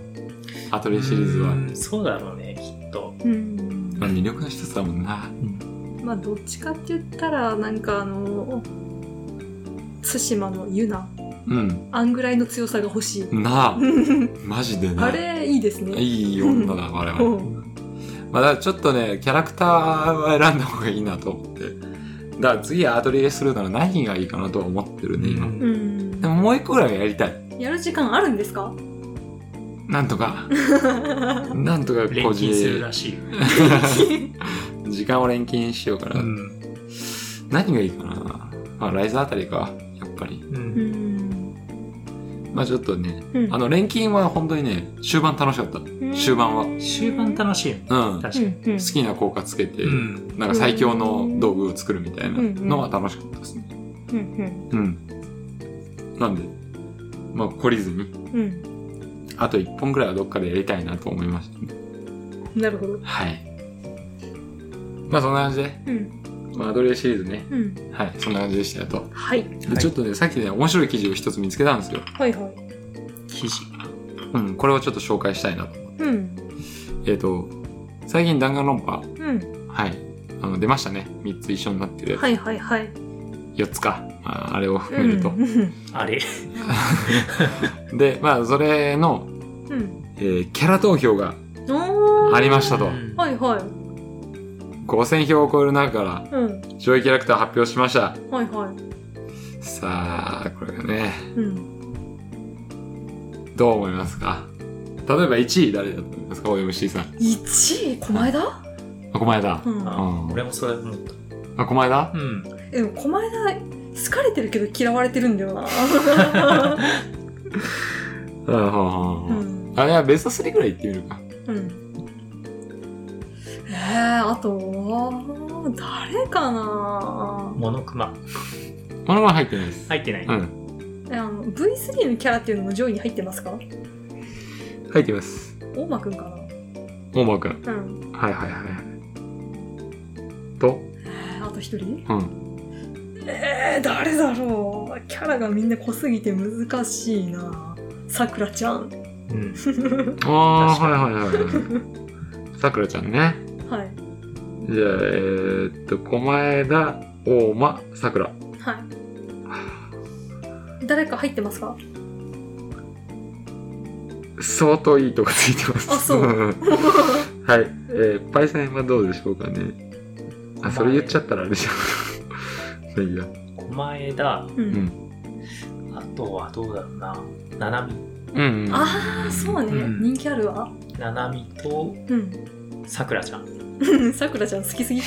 Speaker 2: アトリエシリーズは、
Speaker 3: うんそうだろうねきっと
Speaker 1: うん
Speaker 2: まあ魅力の一つだもんな
Speaker 1: まあどっちかって言ったらなんかあの対馬のユナ
Speaker 2: うん
Speaker 1: あんぐらいの強さが欲しい
Speaker 2: なあ マジでな
Speaker 1: あれいいですね
Speaker 2: いい女だ我々、
Speaker 1: うん
Speaker 2: まあ、だからちょっとねキャラクターは選んだ方がいいなと思ってだから次アトリエするなら何がいいかなとは思ってるね今、
Speaker 3: うん
Speaker 1: うん
Speaker 2: でももう一個ぐらいはやりたい
Speaker 1: やる時間あるんです か
Speaker 2: なんと かなんとか
Speaker 3: 錬
Speaker 2: こ
Speaker 3: 金
Speaker 2: じ
Speaker 3: するらしいよ、
Speaker 2: 時間を錬金しようかな、
Speaker 3: うん
Speaker 2: 何がいいかなまあライザーあたりかやっぱり
Speaker 3: う
Speaker 1: うんん
Speaker 2: まあちょっとね
Speaker 1: うん
Speaker 2: あの錬金は本当にね終盤楽しかったうん
Speaker 1: うん
Speaker 2: 終盤は
Speaker 3: 終盤楽しいよね
Speaker 2: 好
Speaker 3: 確か
Speaker 1: う
Speaker 3: に、
Speaker 1: んうん
Speaker 2: きな効果つけて、
Speaker 3: うん
Speaker 2: なんか最強の道具を作るみたいなのは楽しかったですね
Speaker 1: うん
Speaker 2: うんなんでまあ懲りずに
Speaker 1: うんうん
Speaker 2: あと1本ぐらいはどっかでやりたいなと思いましたね
Speaker 1: なるほど
Speaker 2: はいまあそんな感じで、
Speaker 1: うん
Speaker 2: まあ、アドレスシリーズね
Speaker 1: うん
Speaker 2: はいそんな感じでしたよと
Speaker 1: はい
Speaker 2: で
Speaker 3: はい
Speaker 2: ちょっとねさっきね面白い記事を一つ見つけたんですよ
Speaker 1: はいはい
Speaker 3: 記事
Speaker 2: うんこれをちょっと紹介したいなと
Speaker 1: うん
Speaker 2: えっ、と、最近弾丸論破、
Speaker 1: うん。
Speaker 2: はい、あの出ましたね。3つ一緒になってる。
Speaker 1: はいはいはい。
Speaker 2: 4つか。まあ、あれを含めると
Speaker 1: う。ん。
Speaker 3: あれ
Speaker 2: で、まあ、それの、
Speaker 1: うん。
Speaker 2: えーキャラ投票が
Speaker 1: おー
Speaker 2: ありましたと
Speaker 3: う。ん
Speaker 1: はいはい。
Speaker 2: 5000票を超える中から、
Speaker 1: うん。
Speaker 2: 上位キャラクター発表しました。
Speaker 1: はいはい。
Speaker 2: さあ、これがね、
Speaker 1: うん。
Speaker 2: どう思いますか例えば1位誰だと思いますか ?OMC さん。
Speaker 1: 1位狛江だ
Speaker 2: あ、こまえだ。
Speaker 1: うん。
Speaker 2: うん
Speaker 3: 俺もそれ思った。
Speaker 2: あ、こまえだ
Speaker 3: うん。
Speaker 1: でもこの間好かれてるけど嫌われてるんだよな、
Speaker 2: う
Speaker 1: う
Speaker 2: んうんうんうん。
Speaker 1: ん
Speaker 2: あ、いや、ベスト3ぐらい行ってみるか。
Speaker 1: うん、えー、あと誰かな
Speaker 3: モノクマ。
Speaker 2: このまま入ってないです。
Speaker 3: 入ってない。
Speaker 2: うん。
Speaker 1: えあの V3 のキャラっていうのも上位に入ってますか
Speaker 2: 入ってます。
Speaker 1: 大間くんか
Speaker 2: 大間くん。
Speaker 1: なうん
Speaker 2: はいはいはい。と、
Speaker 1: えーあと一人
Speaker 2: うん。
Speaker 1: えー、誰だろうキャラがみんな濃すぎて難しいなさくらちゃん
Speaker 3: うん。
Speaker 2: ああ、
Speaker 3: 確か
Speaker 2: はいはいはい はい。さくらちゃんね。
Speaker 1: はい
Speaker 2: じゃあ、えー、っと、狛江田、大間、さくら。
Speaker 1: はい誰か入ってますか
Speaker 2: 相当いいとこついてます。
Speaker 1: あそう
Speaker 2: はい。えー、パイセンはどうでしょうかね。あ、それ言っちゃったらあれじゃん。 まあいいや。
Speaker 3: 狛江だ。
Speaker 1: うん、
Speaker 2: うん
Speaker 3: あとはどうだろうな。ななみ。
Speaker 2: うん、うん。
Speaker 1: ああそうね、
Speaker 3: うん
Speaker 1: 人気あるわ
Speaker 3: ななみと
Speaker 1: うん
Speaker 3: さくらちゃん。
Speaker 1: うん さくらちゃん好きすぎか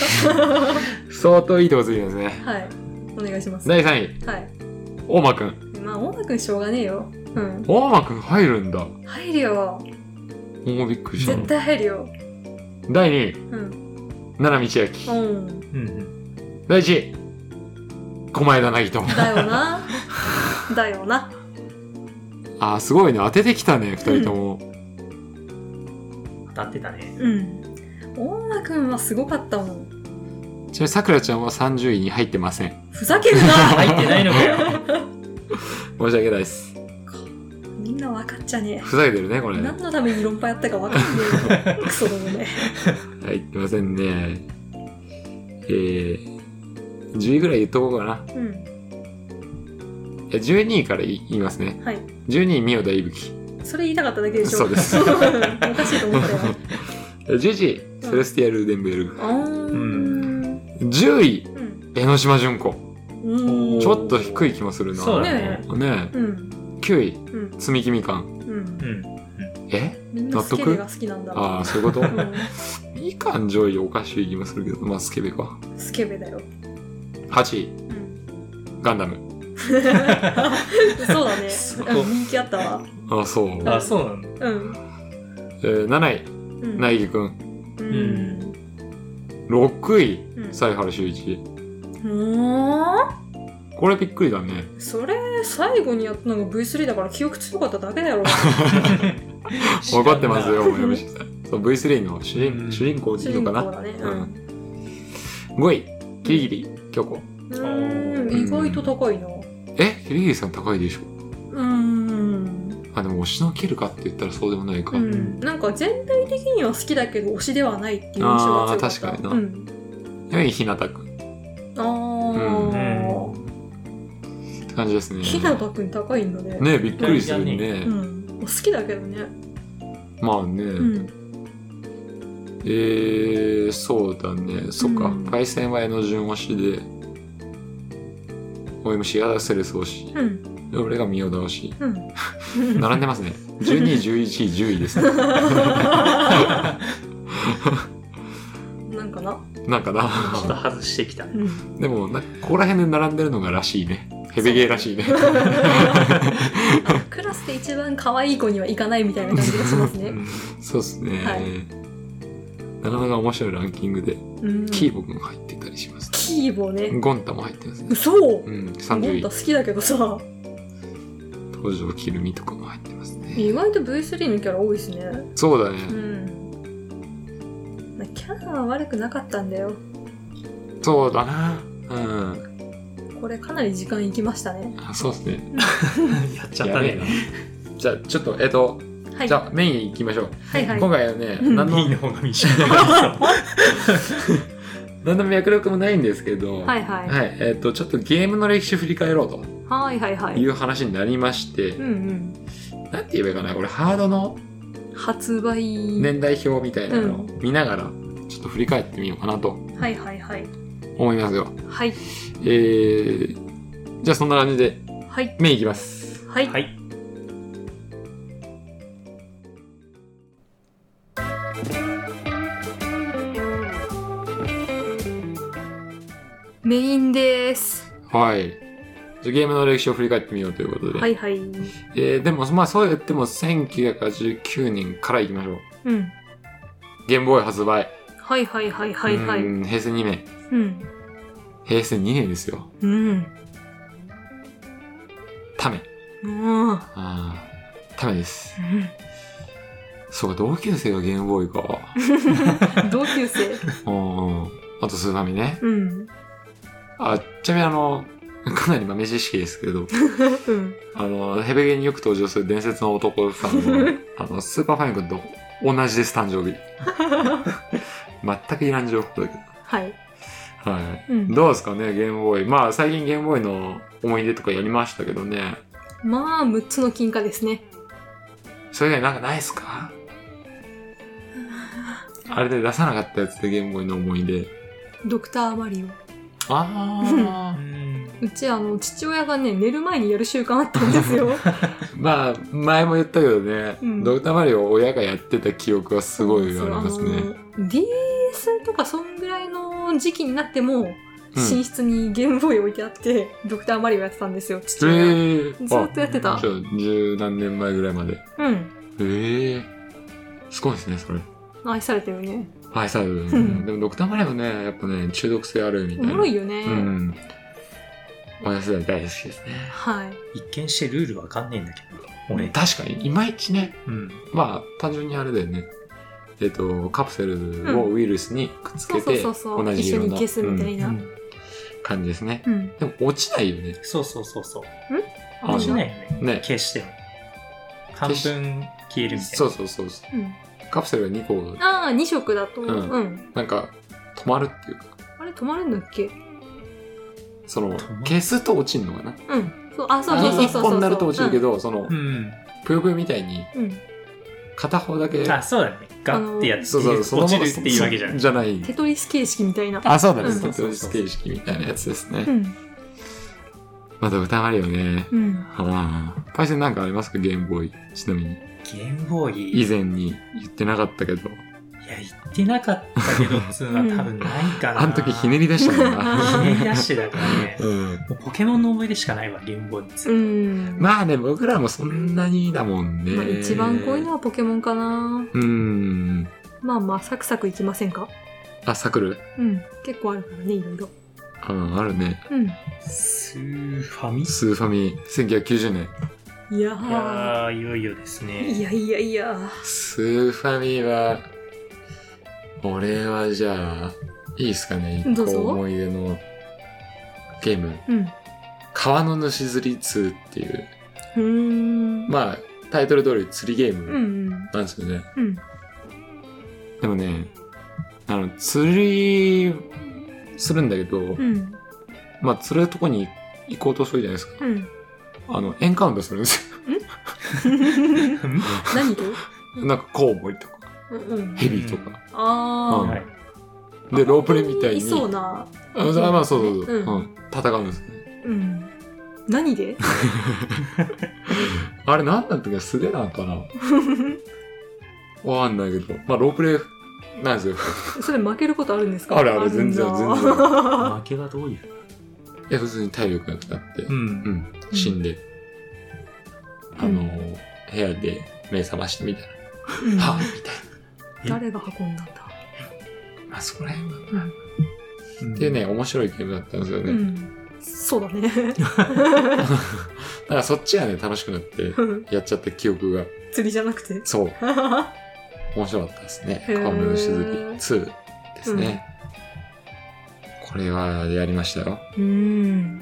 Speaker 2: 相当いいとこついてますね。
Speaker 1: はいお願いしますは
Speaker 2: 第3位、
Speaker 1: い
Speaker 2: 大間くん。
Speaker 1: まあ音楽にしょうがねえようん
Speaker 2: 大間くん入るんだ。
Speaker 1: 入るよ
Speaker 2: もうびっくりした
Speaker 1: 絶。対入るよ
Speaker 2: 第2位、
Speaker 1: うん
Speaker 2: 奈良
Speaker 1: う
Speaker 2: 道明。
Speaker 1: ん
Speaker 3: うんうん。
Speaker 2: 第1位、狛江田凪 と。
Speaker 1: だよなだよな
Speaker 2: あー、すごいね。当ててきたね、二人とも。
Speaker 3: 当たってたね。
Speaker 1: うん音楽くんはすごかったもん
Speaker 2: ちなみにさくらちゃんは30位に入ってません。
Speaker 1: ふざける
Speaker 3: 入
Speaker 1: な
Speaker 3: ってないのか よ。
Speaker 2: 申し訳ないです。
Speaker 1: みんな分かっちゃね
Speaker 2: ふざけてるね、こ
Speaker 1: え
Speaker 2: れ。
Speaker 1: 何のために論破やったか分かん ねえよクソどもね
Speaker 2: 入ってませんね。えー、10位ぐらい言っとこうかな。
Speaker 1: うん
Speaker 2: え12位からい言いますね。
Speaker 1: はい
Speaker 2: 12位、三代田いぶき。
Speaker 1: それ言いたかっただけでしょ
Speaker 2: そうで す
Speaker 1: おかしいと思ったよ
Speaker 2: え11位、セレスティアル・デンベルグ。
Speaker 1: あーうん
Speaker 2: 10位、
Speaker 1: うん
Speaker 2: 江ノ島純子。
Speaker 1: うん
Speaker 2: ちょっと低い気もするな。
Speaker 3: そうだ
Speaker 1: ね
Speaker 3: ね。
Speaker 2: ね
Speaker 1: うん
Speaker 2: え。9位、
Speaker 1: うん
Speaker 2: 積み木みかん。
Speaker 1: うん
Speaker 3: うん。
Speaker 2: え
Speaker 1: みんなスケベが好きなんだ
Speaker 2: ああ、そういうこと みかん上位おかしい気もするけど、まあスケベか。
Speaker 1: うんスケベだよ、
Speaker 2: 8位、
Speaker 1: うん、
Speaker 2: ガンダム。
Speaker 1: そうだね
Speaker 3: そう
Speaker 1: うん人気あったわ
Speaker 2: ああ、そう。え
Speaker 3: あ、そうなんだ。
Speaker 1: うん
Speaker 2: ー7
Speaker 1: うん
Speaker 2: 位、内木くん。
Speaker 1: うん
Speaker 2: 6位、
Speaker 1: うん
Speaker 2: 西原修一。
Speaker 1: も
Speaker 2: これびっくりだね。
Speaker 1: うそれ最後にやったのが V3 だから記憶強かっただけだろ
Speaker 2: 分かってますよ、
Speaker 1: 知らんな
Speaker 2: 親父さん。そう、V3 の主人,、
Speaker 3: うん
Speaker 2: 主人公って
Speaker 1: 主
Speaker 2: い
Speaker 1: 人
Speaker 2: うの
Speaker 1: 公
Speaker 2: かな。
Speaker 1: だね
Speaker 2: う
Speaker 1: うん
Speaker 2: 5位、キリギリ、京子。
Speaker 1: うん意外と高いなう
Speaker 2: えキリギリさん高いでしょ
Speaker 1: ん
Speaker 2: あ、でも押しのけるかって言ったらそうでもないか。
Speaker 1: うんなんか全体的には好きだけど推しではないっていう印象が強かった
Speaker 2: あー確かにな
Speaker 1: うん
Speaker 2: 4位、ひなたくん。っ
Speaker 1: あ
Speaker 3: うん
Speaker 1: ー
Speaker 2: て感じですね。
Speaker 1: ひなたくん高いんだね
Speaker 2: ねびっくりするね。
Speaker 1: うん好きだけどね
Speaker 2: まあね。
Speaker 1: うん
Speaker 2: えー、そうだね。そっか。
Speaker 1: うん
Speaker 2: パイセンは絵の順押しで、OMC がセレス押し、
Speaker 1: うん
Speaker 2: 俺がミオダ押し。
Speaker 1: うん
Speaker 2: 並んでます ね。12位、11位、10位ですね。
Speaker 1: なんかな。
Speaker 2: なんかな。
Speaker 3: ちょっと外してき た。
Speaker 1: うん。
Speaker 2: でも、なんかここら辺で並んでるのがらしいね。ヘビゲーらしいね。
Speaker 1: クラスで一番可愛い子にはいかないみたいな感じがしますね。
Speaker 2: そうですね、
Speaker 1: はい
Speaker 2: なかなか面白いランキングで、
Speaker 1: うん、
Speaker 2: キーボくん入ってたりします、
Speaker 1: キーボね。
Speaker 2: ゴンタも入ってますね。
Speaker 1: 嘘。
Speaker 2: うん、
Speaker 1: ゴン
Speaker 2: 30
Speaker 1: タ好。
Speaker 2: 位
Speaker 1: きだけどさ、
Speaker 2: 登場キルミとかも入ってますね。
Speaker 1: 意外と V3 のキャラ多いですね。
Speaker 2: そうだ
Speaker 1: う
Speaker 2: ね。
Speaker 1: ん。まあキャラは悪くなかったんだよ。
Speaker 2: そうだな。うん。
Speaker 1: これかなり時間いきましたね。
Speaker 2: あそうですね。
Speaker 3: やっちゃった
Speaker 2: や
Speaker 3: ね。
Speaker 2: べえなじゃあ、ちょっと、えっと、
Speaker 1: はい
Speaker 2: じゃあメイン行きましょう。
Speaker 1: はいはい
Speaker 2: 今回はね、
Speaker 1: うん
Speaker 2: 何
Speaker 3: いい
Speaker 2: の、
Speaker 3: の方が短いは
Speaker 2: 何の脈絡もないんですけど、
Speaker 1: はいはい
Speaker 2: はい、えっと、ちょっとゲームの歴史を振り返ろうと
Speaker 1: はいはいはいいう
Speaker 2: 話になりまして、
Speaker 1: うんうん
Speaker 2: なんて言えばいいかな、これハードの
Speaker 1: 発売
Speaker 2: 年代表みたいなのを
Speaker 1: う
Speaker 2: 見ながら、ちょっと振り返ってみようかなと
Speaker 1: はいはいはい
Speaker 2: 思いますよ。
Speaker 1: はい
Speaker 2: えー、じゃあそんな感じで、
Speaker 1: はい
Speaker 2: メインいきます。
Speaker 1: はい はい
Speaker 3: い
Speaker 1: メインです
Speaker 2: はい。じゃあゲームの歴史を振り返ってみようということで。
Speaker 1: はいはいうん
Speaker 2: えー、でも、まあそう言っても1989年からいきましょう。ゲームボーイ発売。
Speaker 1: はいはいはいはいはいう
Speaker 2: ーん平成2年。
Speaker 1: うん
Speaker 2: 平成2年ですよ。
Speaker 1: うん
Speaker 2: ため。
Speaker 1: うんうん
Speaker 2: あーためです。そうか、同級生がゲームボーイ か。
Speaker 1: 同級生
Speaker 2: うん。あと、スーファミね。
Speaker 1: うん
Speaker 2: あ、ちなみにあの、かなり豆知識ですけど、
Speaker 1: うん
Speaker 2: あの、ヘベゲによく登場する伝説の男さん の、あの、スーパーファミコンと同じです、誕生日。全くいらん情報だけ
Speaker 1: はい
Speaker 2: ど。はい。
Speaker 1: うん
Speaker 2: どうですかね、ゲームボーイ。まあ、最近ゲームボーイの思い出とかやりましたけどね。
Speaker 1: まあ6つの金貨ですね
Speaker 2: それ以外なんかないですかあれで出さなかったやつでゲームボーイの思い出。
Speaker 1: ドクターマリオ
Speaker 2: ああ。
Speaker 1: うちあの父親がね寝る前にやる習慣あったんですよ
Speaker 2: まあ、前も言ったけどね、
Speaker 1: うん
Speaker 2: ドクターマリオを親がやってた記憶は すごいありますね。
Speaker 1: あの DS とかそんぐらいの時期になっても
Speaker 2: うん
Speaker 1: 寝室にゲームボーイ置いてあって、ドクターマリオやってたんですよ父
Speaker 2: え
Speaker 1: 親が、
Speaker 2: ー、
Speaker 1: ずっとやってた
Speaker 2: あじゃあ十何年前ぐらいまで。
Speaker 1: うん
Speaker 2: ええすごいですね、それ。
Speaker 1: 愛されてるね
Speaker 2: は い、さあ、
Speaker 1: ん
Speaker 2: でもドクターマリオね、やっぱね、中毒性あるみた
Speaker 1: お
Speaker 2: いな。
Speaker 1: もろいよね、
Speaker 2: うん。親世代大好きですね。
Speaker 1: はい
Speaker 3: 一見してルールわかんねえんだけど俺
Speaker 2: 確かに、いまいちね、
Speaker 3: うん
Speaker 2: まあ、単純にあれだよね。えっと、カプセルをウイルスにくっつ
Speaker 1: そう
Speaker 2: け
Speaker 1: そう
Speaker 2: て、
Speaker 1: そうそう
Speaker 2: 同じ
Speaker 1: 一緒
Speaker 2: よう
Speaker 1: に
Speaker 2: な、
Speaker 1: 消すみたいな、
Speaker 2: う
Speaker 1: うんん
Speaker 2: 感じですね。でも、落ちないよね。
Speaker 3: そうそうそうそう
Speaker 2: あの
Speaker 3: 落ちないよね
Speaker 2: ね。
Speaker 3: 消しても半
Speaker 2: 消
Speaker 3: 分消えるみたいな
Speaker 2: そうそうそうそう。
Speaker 1: うん
Speaker 2: カプセルが2個、
Speaker 1: ああ2色だと、
Speaker 2: う
Speaker 1: うんん
Speaker 2: なんか、止まるっていうか、
Speaker 1: あれ止まるんだっけ
Speaker 2: その、
Speaker 3: 止まる
Speaker 2: 消すと落ちるのかな。
Speaker 1: うんそうあそうそうそうそ
Speaker 2: 1
Speaker 1: う
Speaker 2: 個
Speaker 1: そう
Speaker 2: になると落ちるけど、その
Speaker 3: う、ん
Speaker 2: ぷよぷよみたいに、
Speaker 1: うん、うん
Speaker 2: 片方だけ、
Speaker 3: あそうだねガッてやって
Speaker 2: そうそう、その
Speaker 3: 落ちるっていうわけじゃない
Speaker 2: じゃない。
Speaker 1: テトリス形式みたいな
Speaker 2: あ、そうだね。
Speaker 1: うん
Speaker 2: テトリス形式みたいなやつです
Speaker 1: う
Speaker 2: ね。
Speaker 1: ん
Speaker 2: まあ、ドクターマリオね。
Speaker 1: うん
Speaker 2: ああ。パイセンなんかありますかゲームボーイ。ちなみに。
Speaker 3: ゲームボーイ
Speaker 2: 以前に言ってなかったけど、
Speaker 3: いや、言ってなかったけど、普通は多分ないかな。
Speaker 2: あの時ひねり出したんだな。
Speaker 3: ひねり出してだから ね。
Speaker 2: うん、
Speaker 3: もうポケモンの思い出しかないわ、ゲームボーイについて
Speaker 1: うん
Speaker 2: まあね、僕らもそんなにだもんね。
Speaker 1: まあ、一番濃いのはポケモンかな
Speaker 2: うん。
Speaker 1: まあまあサクサクいきませんか
Speaker 2: あ、サクル
Speaker 1: うん結構あるからねいろいろ
Speaker 2: ああるね。
Speaker 1: うん
Speaker 3: スーファミい
Speaker 2: スーファミ、1990年。
Speaker 1: いやー
Speaker 3: やー、いよいよです
Speaker 1: い
Speaker 3: ね。
Speaker 1: やいやいや
Speaker 2: スーファミは、俺はじゃあ、いいですかね、一
Speaker 1: ど
Speaker 2: 個
Speaker 1: うぞ
Speaker 2: 思い出のゲーム。
Speaker 1: うんう
Speaker 2: 川の主釣り2っていう、
Speaker 1: ーん
Speaker 2: まあ、タイトル通り釣りゲー
Speaker 1: う
Speaker 2: ム
Speaker 1: んうん
Speaker 2: なんですよね。
Speaker 1: うん
Speaker 2: でもね、あの、釣りするんだけど、
Speaker 1: うん
Speaker 2: まあ、釣るとこに行こうとするじゃないですか。
Speaker 1: う ん
Speaker 2: あの、エンカウントするんです
Speaker 3: うん
Speaker 1: 何と
Speaker 2: よ。なんか、コウモリとか、
Speaker 1: うんうん
Speaker 2: ヘビとか。
Speaker 1: あ
Speaker 2: うん
Speaker 1: ー
Speaker 3: はい
Speaker 2: で、ロープレみたいに。
Speaker 1: いそうな
Speaker 2: あまあ、そうそうそう。
Speaker 1: うん
Speaker 2: うん戦うんですね。
Speaker 1: うん何で
Speaker 2: あれ、なんだったっけ素手なのかなわかんないけど。まあ、ロープレイなんですよ。
Speaker 1: それ負けることあるんですか
Speaker 2: あるある
Speaker 1: んだ
Speaker 2: 全然全然
Speaker 3: 負けはどういう
Speaker 2: いや、普通に体力が使って、
Speaker 3: う。
Speaker 2: うんん、死んで、
Speaker 1: ん
Speaker 2: あの、部屋で目覚ましてみた
Speaker 1: うん
Speaker 2: ら、はぁ、みたい
Speaker 1: 誰が運んだんだ
Speaker 2: な。まあ、そこら辺は。
Speaker 3: っ
Speaker 2: っていう。ね、面白いゲームだったんですよね。
Speaker 1: う
Speaker 2: だ
Speaker 1: んそうだ ね
Speaker 2: からそっちがね、楽しくなって、やっちゃった記憶が、
Speaker 1: 釣りじゃなくて
Speaker 2: そう、面白かったですね。
Speaker 1: へー
Speaker 2: 川村の鈴木2ですね。これはやりましたよ。
Speaker 1: うん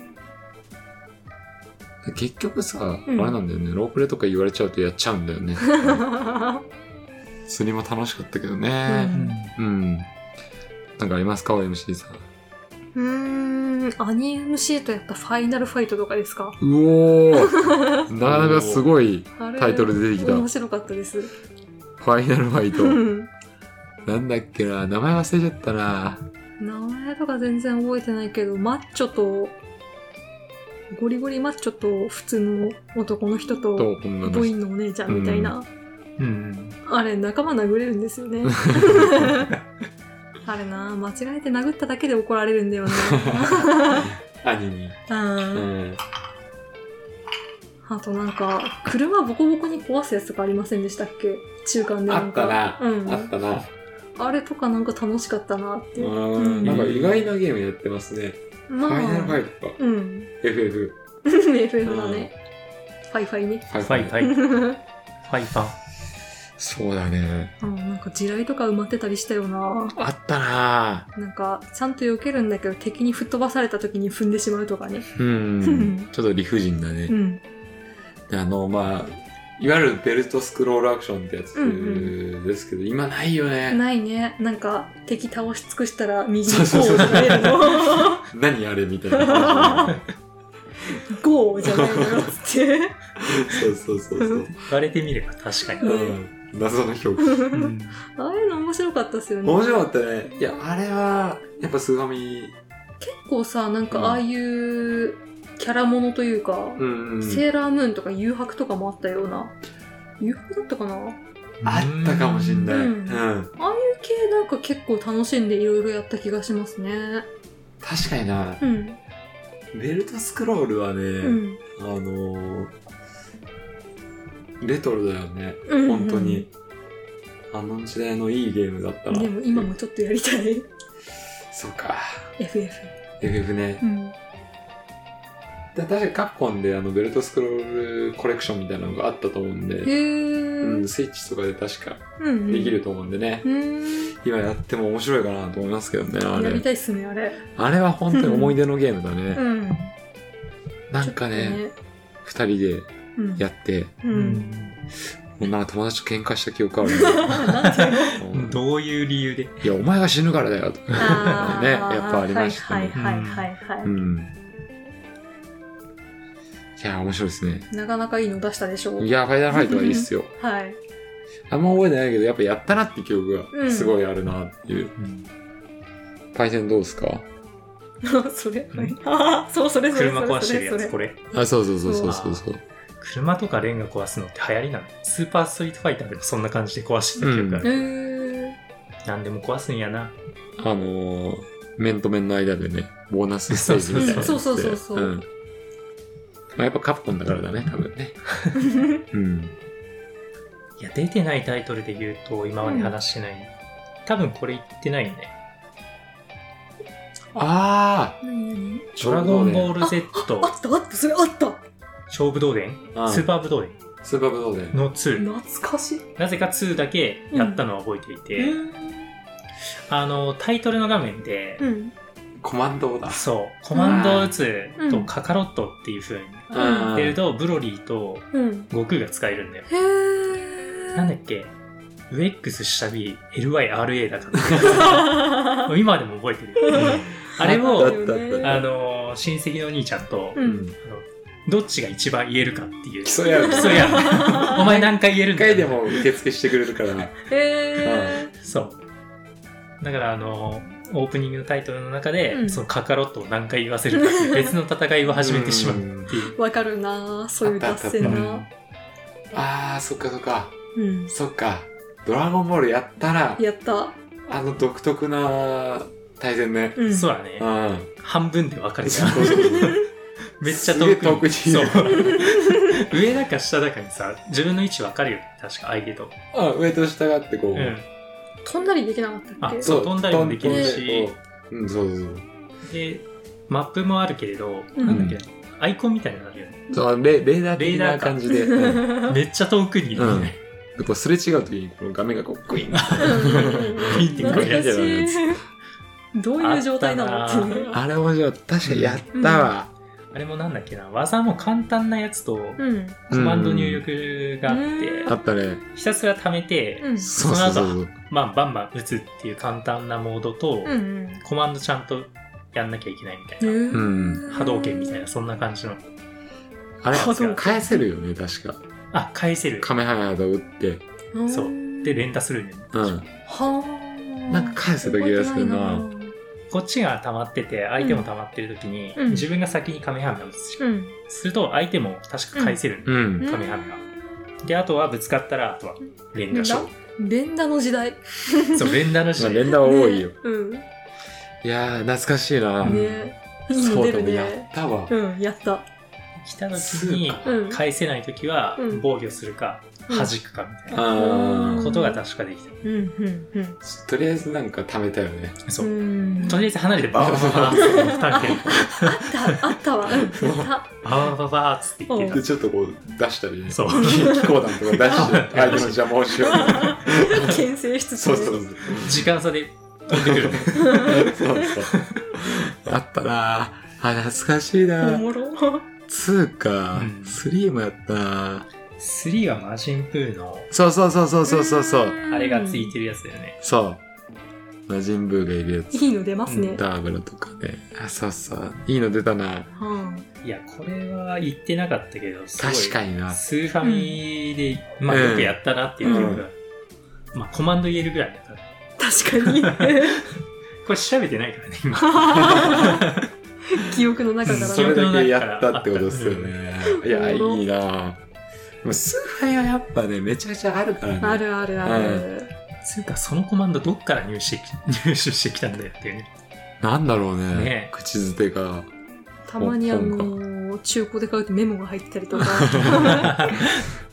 Speaker 2: 結局さ、
Speaker 1: うん
Speaker 2: あれなんだよね。ロープレとか言われちゃうとやっちゃうんだよね。釣りも楽しかったけどね。うん。なんかありますか ?OMC さん。
Speaker 1: うーん、アニムシートやったファイナルファイトとかですか
Speaker 2: うお ーなかなかすごい
Speaker 1: あれ
Speaker 2: タイトル出てきた。
Speaker 1: 面白かったです。
Speaker 2: ファイナルファイ
Speaker 1: う
Speaker 2: ト。
Speaker 1: ん
Speaker 2: なんだっけな名前忘れちゃったな。
Speaker 1: 名前とか全然覚えてないけど、マッチョと、ゴリゴリマッチョと普通の男の人と、
Speaker 2: と、女の
Speaker 1: ボイ
Speaker 2: 人。
Speaker 1: ンのお姉ちゃんみたいな。
Speaker 3: うん。
Speaker 1: あれ、仲間殴れるんです よね。あれな、間違えて殴っただけで怒られるんだよ ね。
Speaker 2: 兄に。
Speaker 1: うん
Speaker 2: うん。
Speaker 1: あとなんか、車ボコボコに壊すやつとかありませんでしたっけ中間でなんか。
Speaker 2: あった
Speaker 1: うん。
Speaker 2: あ
Speaker 1: あ
Speaker 2: ったな。
Speaker 1: れとかなんか楽しかったなって。
Speaker 2: うん。なんか意外なゲームやってますね。
Speaker 1: ま
Speaker 2: ファイナルフ
Speaker 1: あ、
Speaker 2: ァイトか。
Speaker 1: うん
Speaker 2: FF。
Speaker 1: FF だね。ファイファイね。
Speaker 2: フ
Speaker 3: ファイファイ。フ
Speaker 1: う
Speaker 3: ァイ ファイ。
Speaker 2: そうだね。
Speaker 1: んなんか地雷とか埋まってたりしたよな。
Speaker 2: あったな
Speaker 1: なんか、ちゃんと避けるんだけど敵に吹っ飛ばされた時に踏んでしまうとかね。
Speaker 2: ぁ うん。ちょっと理不尽だね
Speaker 1: う。ん。
Speaker 2: あの、まあ、いわゆるベルトスクロールアクションってや
Speaker 1: うん
Speaker 2: つですけど、今ないよね。
Speaker 1: ないね。なんか、敵倒し尽くしたら右に
Speaker 2: そうそう
Speaker 1: ゴ
Speaker 2: そう
Speaker 1: ーとか出るの。
Speaker 2: 何あれみた いな。
Speaker 1: ゴーじゃないのよつって。
Speaker 2: そうそうそうそう。
Speaker 3: 言われてみれば確かに。
Speaker 2: うん。謎の 表現。
Speaker 3: うん。
Speaker 1: ああいうの面白かったですよね。
Speaker 2: 面白かったね。いや、あれは、やっぱスガミ、
Speaker 1: 結構さなん
Speaker 2: うん
Speaker 1: かああいうキャラものというか、
Speaker 2: うんうん。
Speaker 1: セーラームーンとか誘白とかもあったような誘白だったかなああいう
Speaker 2: あったかもしんない。う
Speaker 1: うん
Speaker 2: ん。
Speaker 1: 系なんか結構楽しんでいろいろやった気がしますね
Speaker 2: 確かにな、
Speaker 1: うん
Speaker 2: ベルトスクロールはね、
Speaker 1: うん
Speaker 2: あのー、レトロだよね。
Speaker 1: うん
Speaker 2: 本当に。あの時代のいいゲームだったな。
Speaker 1: でも今もちょっとやりたい
Speaker 2: そうか。
Speaker 1: FF
Speaker 2: FF ね
Speaker 1: う。ん
Speaker 2: だ確かカプコンであのベルトスクロールコレクションみたいなのがあったと思うん
Speaker 1: へ
Speaker 2: で、
Speaker 1: え
Speaker 2: うん、スイッチとかで確か
Speaker 1: うん
Speaker 2: できると思うんでね、
Speaker 1: うん
Speaker 2: 今やっても面白いかなと思いますけどね、あ
Speaker 1: やり
Speaker 2: れ。
Speaker 1: たいっすねあれ
Speaker 2: あれは本当に思い出のゲームだ
Speaker 1: う
Speaker 2: ね。
Speaker 1: ん
Speaker 2: なんかね、二、人
Speaker 1: うん
Speaker 2: でやって、
Speaker 1: う
Speaker 3: うん ん
Speaker 2: もうなんか友達と喧嘩した記憶あるねうん
Speaker 3: どういう理由で
Speaker 2: いや、お前が死ぬからだよ。 と
Speaker 1: あー
Speaker 2: ねやっぱありましたね
Speaker 1: はいはいはいはい、はい
Speaker 2: うん。いや、面白いですね。
Speaker 1: なかなかいいの出したでしょう
Speaker 2: いや、ファイナルファイトはいいっすよ。
Speaker 1: はい。
Speaker 2: あんま覚えてないけど、やっぱやったなって記憶
Speaker 1: う
Speaker 2: が
Speaker 1: ん
Speaker 2: すごいあるなっていう。パイセンどうですか
Speaker 1: それ、はい。 そう、それそれ
Speaker 3: 車
Speaker 1: それ
Speaker 3: 壊してる
Speaker 1: そ
Speaker 3: や
Speaker 1: れ
Speaker 3: つこれ
Speaker 2: あ、そうそうそう
Speaker 1: う
Speaker 2: そう
Speaker 1: わ
Speaker 2: そうそう。
Speaker 3: 車とかレンガ壊すのって流行りなのスーパーストリートファイターでもそんな感じで壊してた記憶あ
Speaker 1: う
Speaker 3: る、
Speaker 1: ーん。
Speaker 3: 何でも壊すんやな
Speaker 2: あのー、面と面の間でね、ボーナスステージみたいなのやつ
Speaker 1: そ
Speaker 2: で。。
Speaker 1: うそうそうそうそうん
Speaker 2: まあ、やっぱカプコンだからだね、多分ね。うん。
Speaker 3: いや出てないタイトルで言うと今まで話してない、多分これ言ってないよね
Speaker 2: あ
Speaker 1: 何何
Speaker 2: あ
Speaker 3: ドラゴンボー
Speaker 2: ー
Speaker 3: ル Z
Speaker 1: あったあった、それあった
Speaker 3: 超武道伝
Speaker 2: うん
Speaker 3: スーパー武道伝
Speaker 2: スーパーブドウで。
Speaker 3: の2
Speaker 1: 懐かしい。
Speaker 3: なぜか2だけやったのは覚えていて、あのタイトルの画面で、
Speaker 1: うん。
Speaker 2: コマンドだ。
Speaker 3: そうコマンドを打つ
Speaker 1: う
Speaker 3: と
Speaker 1: ん
Speaker 3: カカロットっていう風に
Speaker 2: うん
Speaker 3: やってるとブロリーと
Speaker 1: うん。
Speaker 3: 悟空が使えるんだよ
Speaker 1: へー。
Speaker 3: なんだっけ UX 下 B LYRA だか
Speaker 1: あ
Speaker 3: ら 今でも覚えてるあれ
Speaker 2: あった
Speaker 3: を
Speaker 2: あったあった
Speaker 3: あの親戚のお兄ちゃんと、
Speaker 1: う。
Speaker 2: うんん。
Speaker 3: あのどっちが一番言えるかっていう
Speaker 2: 競い合う。
Speaker 3: そうやお前 何回言え
Speaker 2: 一
Speaker 3: るんだ
Speaker 2: 回でも受付してくれるから。
Speaker 1: へ
Speaker 3: そうだからあのオープニングのタイトルの中で、
Speaker 1: うん
Speaker 3: そのカカロットを何回言わせるかっていう別の戦いを始めてしまうっていう
Speaker 1: ー。わかるなぁそういう合戦
Speaker 2: う
Speaker 3: うん
Speaker 1: な
Speaker 2: ああ、そっかそっか。
Speaker 1: うん。
Speaker 2: そっか。ドラゴンボールやったら、
Speaker 1: やった。
Speaker 2: あの独特な対戦ね。
Speaker 1: うん。
Speaker 3: そうだね、
Speaker 2: うん。
Speaker 3: 半分で分かれち
Speaker 2: そ
Speaker 3: ゃ
Speaker 2: う
Speaker 3: う
Speaker 2: そうそう
Speaker 3: めっちゃ
Speaker 2: すげえ
Speaker 3: 遠く
Speaker 2: 遠くに
Speaker 3: そう上だか下だかにさ自分の位置分かるよ確か相手と、
Speaker 2: あ上と下があってこう。
Speaker 3: うん、
Speaker 1: 飛んだりできなかったっけ
Speaker 3: あそう飛んだりもできるし。
Speaker 2: 飛んでこううん、そうそうそう。
Speaker 3: でマップもあるけれど、
Speaker 1: うん
Speaker 3: なんだっけアイコンみたいなのあるよね
Speaker 2: そうレレーダー
Speaker 3: レ
Speaker 2: 的
Speaker 3: ーダ
Speaker 2: な
Speaker 3: ーか
Speaker 2: 感じで。うん
Speaker 3: めっちゃ遠くにいるよね、
Speaker 2: でこうすれ違う時にこの画面がこうグイ ーン
Speaker 3: ピンってこうや
Speaker 1: 懐
Speaker 3: る
Speaker 1: か
Speaker 3: や
Speaker 1: しい。
Speaker 3: つ
Speaker 1: どういう状態なの
Speaker 3: あ
Speaker 1: っ
Speaker 3: ってた
Speaker 1: い
Speaker 3: な
Speaker 1: う
Speaker 3: ぁ
Speaker 2: あれ面白い。確かやったわ。
Speaker 3: あれもなんだっけな技も簡単なやつと
Speaker 1: うん
Speaker 3: コマンド入力があって、
Speaker 1: うん
Speaker 2: あったね。
Speaker 3: ひたすら貯めて、
Speaker 1: うん
Speaker 2: そうそうそう
Speaker 3: そ
Speaker 2: そう。
Speaker 3: まあ、バンバン打つっていう簡単なモードと、
Speaker 1: うんうん
Speaker 3: コマンドちゃんとやんなきゃいけないみたいな、
Speaker 1: うん
Speaker 3: 波動拳みたいなそんな感じの
Speaker 2: あれ、返せるよね、確か。
Speaker 3: あ返せる
Speaker 2: カメハメハと打って。
Speaker 1: な
Speaker 3: そう
Speaker 1: う
Speaker 3: で連打するんだよね
Speaker 2: うん。
Speaker 1: はあ
Speaker 2: なんか返す時がするな
Speaker 1: 覚えてい
Speaker 3: こっちが溜まってて相手も溜まってる時に、
Speaker 1: うん
Speaker 3: 自分が先にカメハメハ打つし、
Speaker 1: うん
Speaker 3: すると相手も確か返せるんだよ、
Speaker 2: うん。
Speaker 3: カメハメハであとはぶつかったらあとは連打しよ
Speaker 1: 連打の時代
Speaker 3: うそう連打の時
Speaker 2: まあ、
Speaker 3: 代
Speaker 2: 連打は多いよ。
Speaker 1: うんね
Speaker 2: いやー、懐かしいな。
Speaker 1: いいの
Speaker 2: そう
Speaker 1: 出
Speaker 2: で
Speaker 1: る
Speaker 2: もやっ
Speaker 1: ね
Speaker 2: たわ。
Speaker 1: うんやった
Speaker 3: 来た時に
Speaker 1: うん
Speaker 3: 返せない時は
Speaker 1: うん
Speaker 3: 防御するか
Speaker 1: うん
Speaker 3: 弾くかみたいな
Speaker 2: あ
Speaker 3: ことが確かできた、
Speaker 1: うんうん
Speaker 2: ーとりあえずなんか貯めたよね。
Speaker 3: そううん
Speaker 1: うん
Speaker 3: とりあえず離れてバーバーバーってバーっ
Speaker 1: あっ
Speaker 3: て
Speaker 1: たあったわうんやった
Speaker 3: バーバーバーバーバーっつって言って
Speaker 2: で、ちょっとこう出したりね。
Speaker 3: そう
Speaker 2: 気候弾とか出して、相手の邪魔をしよう。
Speaker 1: 牽制しつつ
Speaker 2: そう
Speaker 1: ね
Speaker 2: そうそう。
Speaker 3: た時間差で飛んでく る
Speaker 2: そうそう。あったなーあ、懐かしい
Speaker 1: お
Speaker 2: なー
Speaker 1: もろ
Speaker 2: 2か
Speaker 3: うん、
Speaker 2: 3もやったなー
Speaker 3: 3は魔人プーの
Speaker 2: そうそうそうそうそうそうそう。
Speaker 3: あれがついてるやつだよね
Speaker 2: そう。魔人ブーがいるやつ。
Speaker 1: いいの出ますね
Speaker 2: ダーブラとかね。あ、そうそう。いいの出たな。
Speaker 1: はい
Speaker 3: やこれは言ってなかったけどすごい
Speaker 2: 確かにな。
Speaker 3: スーファミで、まあ
Speaker 2: うん
Speaker 3: よくやったなっていう記憶が、まあコマンド言えるぐらいだか
Speaker 1: 確
Speaker 3: ら
Speaker 1: かに
Speaker 3: これ調べてないからね今
Speaker 1: 記憶の中から
Speaker 2: それだけやったってことですよね。いや、
Speaker 1: おもろ
Speaker 2: いいな。でもスーファイはやっぱね、めちゃくちゃあるからね。
Speaker 1: あるあるある
Speaker 3: つうかそのコマンドどっから入手 してき入手してきたんだよっていう ね
Speaker 2: なんだろうね。
Speaker 3: ね
Speaker 2: 口づてが。
Speaker 1: たまにあ
Speaker 2: 香
Speaker 1: の中古で買うとメモが入ってたりとか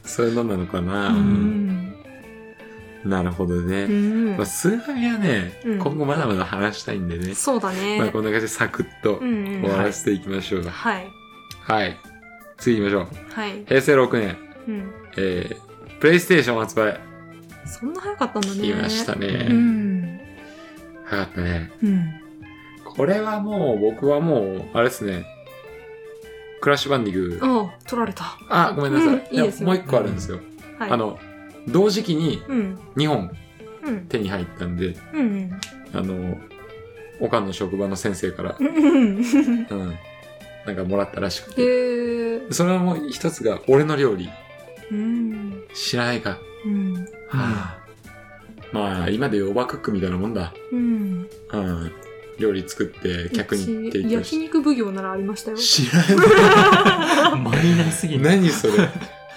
Speaker 2: そういうのなのかな。
Speaker 1: うん
Speaker 2: なるほどね。
Speaker 1: うん
Speaker 2: まあ、スーファミはね、
Speaker 1: うん
Speaker 2: 今後まだまだ話したいんでね。
Speaker 1: そうだ
Speaker 2: まあ、
Speaker 1: ね
Speaker 2: こんな感じでサクッと
Speaker 1: うんうん
Speaker 2: 終わらせていきましょう。
Speaker 1: はい
Speaker 2: はい。次行きましょう。
Speaker 1: はい
Speaker 2: 平成6年、
Speaker 1: うん
Speaker 2: えー、プレイステーション発売。
Speaker 1: そんな早かったんだね
Speaker 2: 来ましたね。
Speaker 1: うん
Speaker 2: 早かったね。
Speaker 1: うん
Speaker 2: これはもう、僕はもう、あれですね。クラッシュバンディング。
Speaker 1: あ取られたは
Speaker 2: あ、ごめんなさい。
Speaker 1: うんいいですよ
Speaker 2: やもう一個あるんですよ。
Speaker 1: い
Speaker 2: あの、同時期に
Speaker 1: うん
Speaker 2: 2本
Speaker 1: うん
Speaker 2: 手に入ったんで、
Speaker 1: うん
Speaker 2: あの、おかんの職場の先生から、
Speaker 1: うん
Speaker 2: うん、なんかもらったらしく
Speaker 1: へ
Speaker 2: て。
Speaker 1: え
Speaker 2: それも一つが、俺の料理。
Speaker 1: うん
Speaker 2: 知らないか。
Speaker 1: うん
Speaker 2: はあ、まあ、今で言うおばクックみたいなもんだ。
Speaker 1: うん
Speaker 2: うん。料理作って客に提供
Speaker 1: 焼
Speaker 2: し
Speaker 1: 肉奉行ならありましたよ
Speaker 2: 知らな
Speaker 3: マイナーすぎ
Speaker 2: い。
Speaker 3: る
Speaker 2: 何それ。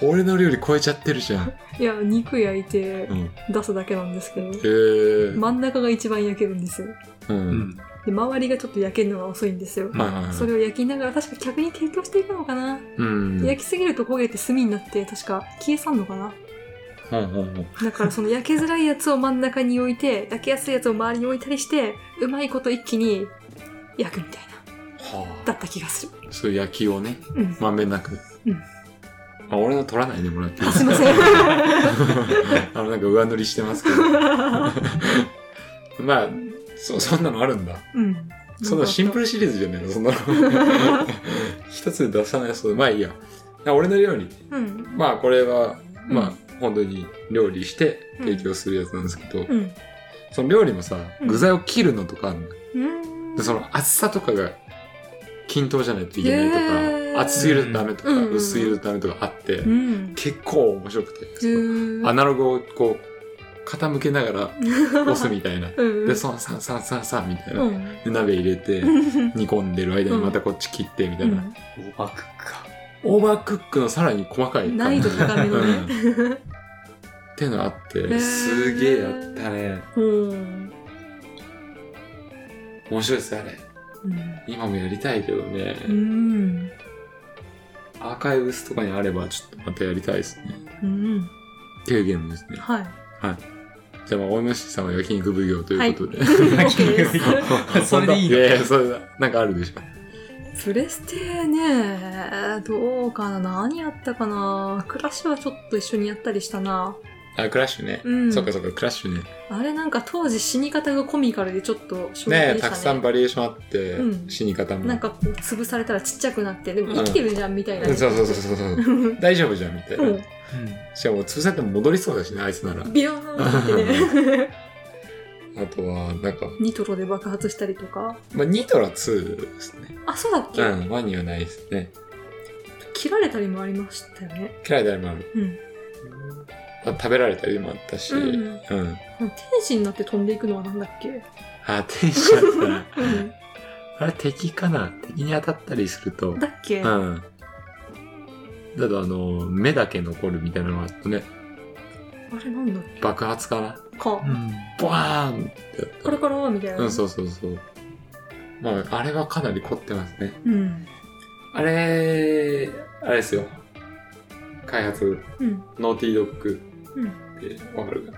Speaker 2: 俺の料理超えちゃってるじゃん。
Speaker 1: いや肉焼いて
Speaker 2: うん。
Speaker 1: 出すだけなんですけど
Speaker 2: えー。
Speaker 1: 真ん中が一番焼けるんですよ
Speaker 2: う。
Speaker 3: うんん
Speaker 1: で周りがちょっと焼けるのが遅いんですよ、
Speaker 2: はいはいはい
Speaker 1: それを焼きながら確か客に提供していくのかな、
Speaker 2: うん。
Speaker 1: 焼きすぎると焦げて炭になって確か消え去んのかな
Speaker 2: ほんほんほん。
Speaker 1: だからその焼けづらいやつを真ん中に置いて焼けやすいやつを周りに置いたりしてうまいこと一気に焼くみたいな
Speaker 2: は
Speaker 1: だった気がする
Speaker 2: あ。そういう焼きをね、
Speaker 1: うん
Speaker 2: まんべんなく。
Speaker 1: うん
Speaker 2: まあ、俺の取らないでも らっていい
Speaker 1: あすいま せん
Speaker 2: あの、なんか上塗りしてま すけど。まあ、そ、そんなのあるんだ。
Speaker 1: うん
Speaker 2: そんなシンプ
Speaker 1: ル
Speaker 2: ルシリーズじゃねえの、そん なの。一つ出さないそうまあいいや。俺の料理。
Speaker 1: うん
Speaker 2: まあこれは、
Speaker 1: うん
Speaker 2: まあ本当に料理して提供するやつなんですけ
Speaker 1: う
Speaker 2: ど、
Speaker 1: ん
Speaker 2: その料理もさ、
Speaker 1: うん
Speaker 2: 具材を切るのとかあるの
Speaker 1: うん
Speaker 2: でその厚さとかが均等じゃないといけないとか、
Speaker 1: へー
Speaker 2: 厚すぎるとダメとか、
Speaker 1: うん
Speaker 2: 薄すぎるとダメとかあって、
Speaker 1: うん
Speaker 2: 結構面白くて、
Speaker 1: ずー。
Speaker 2: アナログをこう傾けながら押すみたいな
Speaker 1: うん
Speaker 2: で、そのさんさんさんさんみたいな。
Speaker 1: うん
Speaker 2: で鍋入れて、煮込んでる間にまたこっち切ってみたいな。
Speaker 3: オバクか
Speaker 2: オーバークックのさらに細かい感じ。
Speaker 1: 難易度高めのね
Speaker 2: うんってのあって、
Speaker 1: ー
Speaker 2: すげえやったね。
Speaker 1: うん
Speaker 2: 面白いですよ、あれ。
Speaker 1: うん
Speaker 2: 今もやりたいけどね。
Speaker 1: うん
Speaker 2: アーカイブスとかにあれば、ちょっとまたやりたいですね。
Speaker 1: うん
Speaker 2: っていうゲームですね。
Speaker 1: はい
Speaker 2: じゃあ、まあ、おいむしさんは焼肉奉行ということで。
Speaker 1: OK です
Speaker 3: それでいい
Speaker 2: い
Speaker 3: の
Speaker 2: やいや、それだ。なんかあるでしょ。
Speaker 1: プレステね、どうかな何やったかなクラッシュはちょっと一緒にやったりしたな。
Speaker 2: あ、クラッシュね。
Speaker 1: うん
Speaker 2: そっかそっか、クラッシュね。
Speaker 1: あれなんか当時死に方がコミカルでちょっと衝撃でしたね
Speaker 2: ねたくさんバリエーションあって、
Speaker 1: うん
Speaker 2: 死に方も。
Speaker 1: なんかこう潰されたらちっちゃくなってでも生きてるじゃんみたいな、
Speaker 2: うんそうそうそうそうそう。 大丈夫じゃん、みたいな。
Speaker 1: うん
Speaker 2: しかも、潰されても戻りそうだしね、あいつなら。
Speaker 1: ビヨーンってね
Speaker 2: あとは、なんか、
Speaker 1: ニトロで爆発したりとか
Speaker 2: まあ、ニトラ2ですね。
Speaker 1: あそうだっけ、
Speaker 2: うん、ワンにはないですね。
Speaker 1: 切られたりもありましたよね
Speaker 2: 嫌いであれもある。
Speaker 1: うん
Speaker 2: あ食べられたりもあったし、
Speaker 1: うん
Speaker 2: うん
Speaker 1: 天使になって飛んでいくのはなんだっけ、
Speaker 2: あ、天使だったら
Speaker 1: うん
Speaker 2: あれ敵かな敵に当たったりすると、
Speaker 1: だっけ、
Speaker 2: うん。だとあの、目だけ残るみたいなのがあったね。
Speaker 1: あれなんだっ
Speaker 2: 爆発かな
Speaker 1: けか、
Speaker 2: ボワーンってやった
Speaker 1: これからみたいな、
Speaker 2: うん、そうそうそう。まあ、あれはかなり凝ってますね。
Speaker 1: うん
Speaker 2: あれ、あれですよ。開発、
Speaker 1: うん
Speaker 2: ノーティードッグ
Speaker 1: うん
Speaker 2: ってわかるかな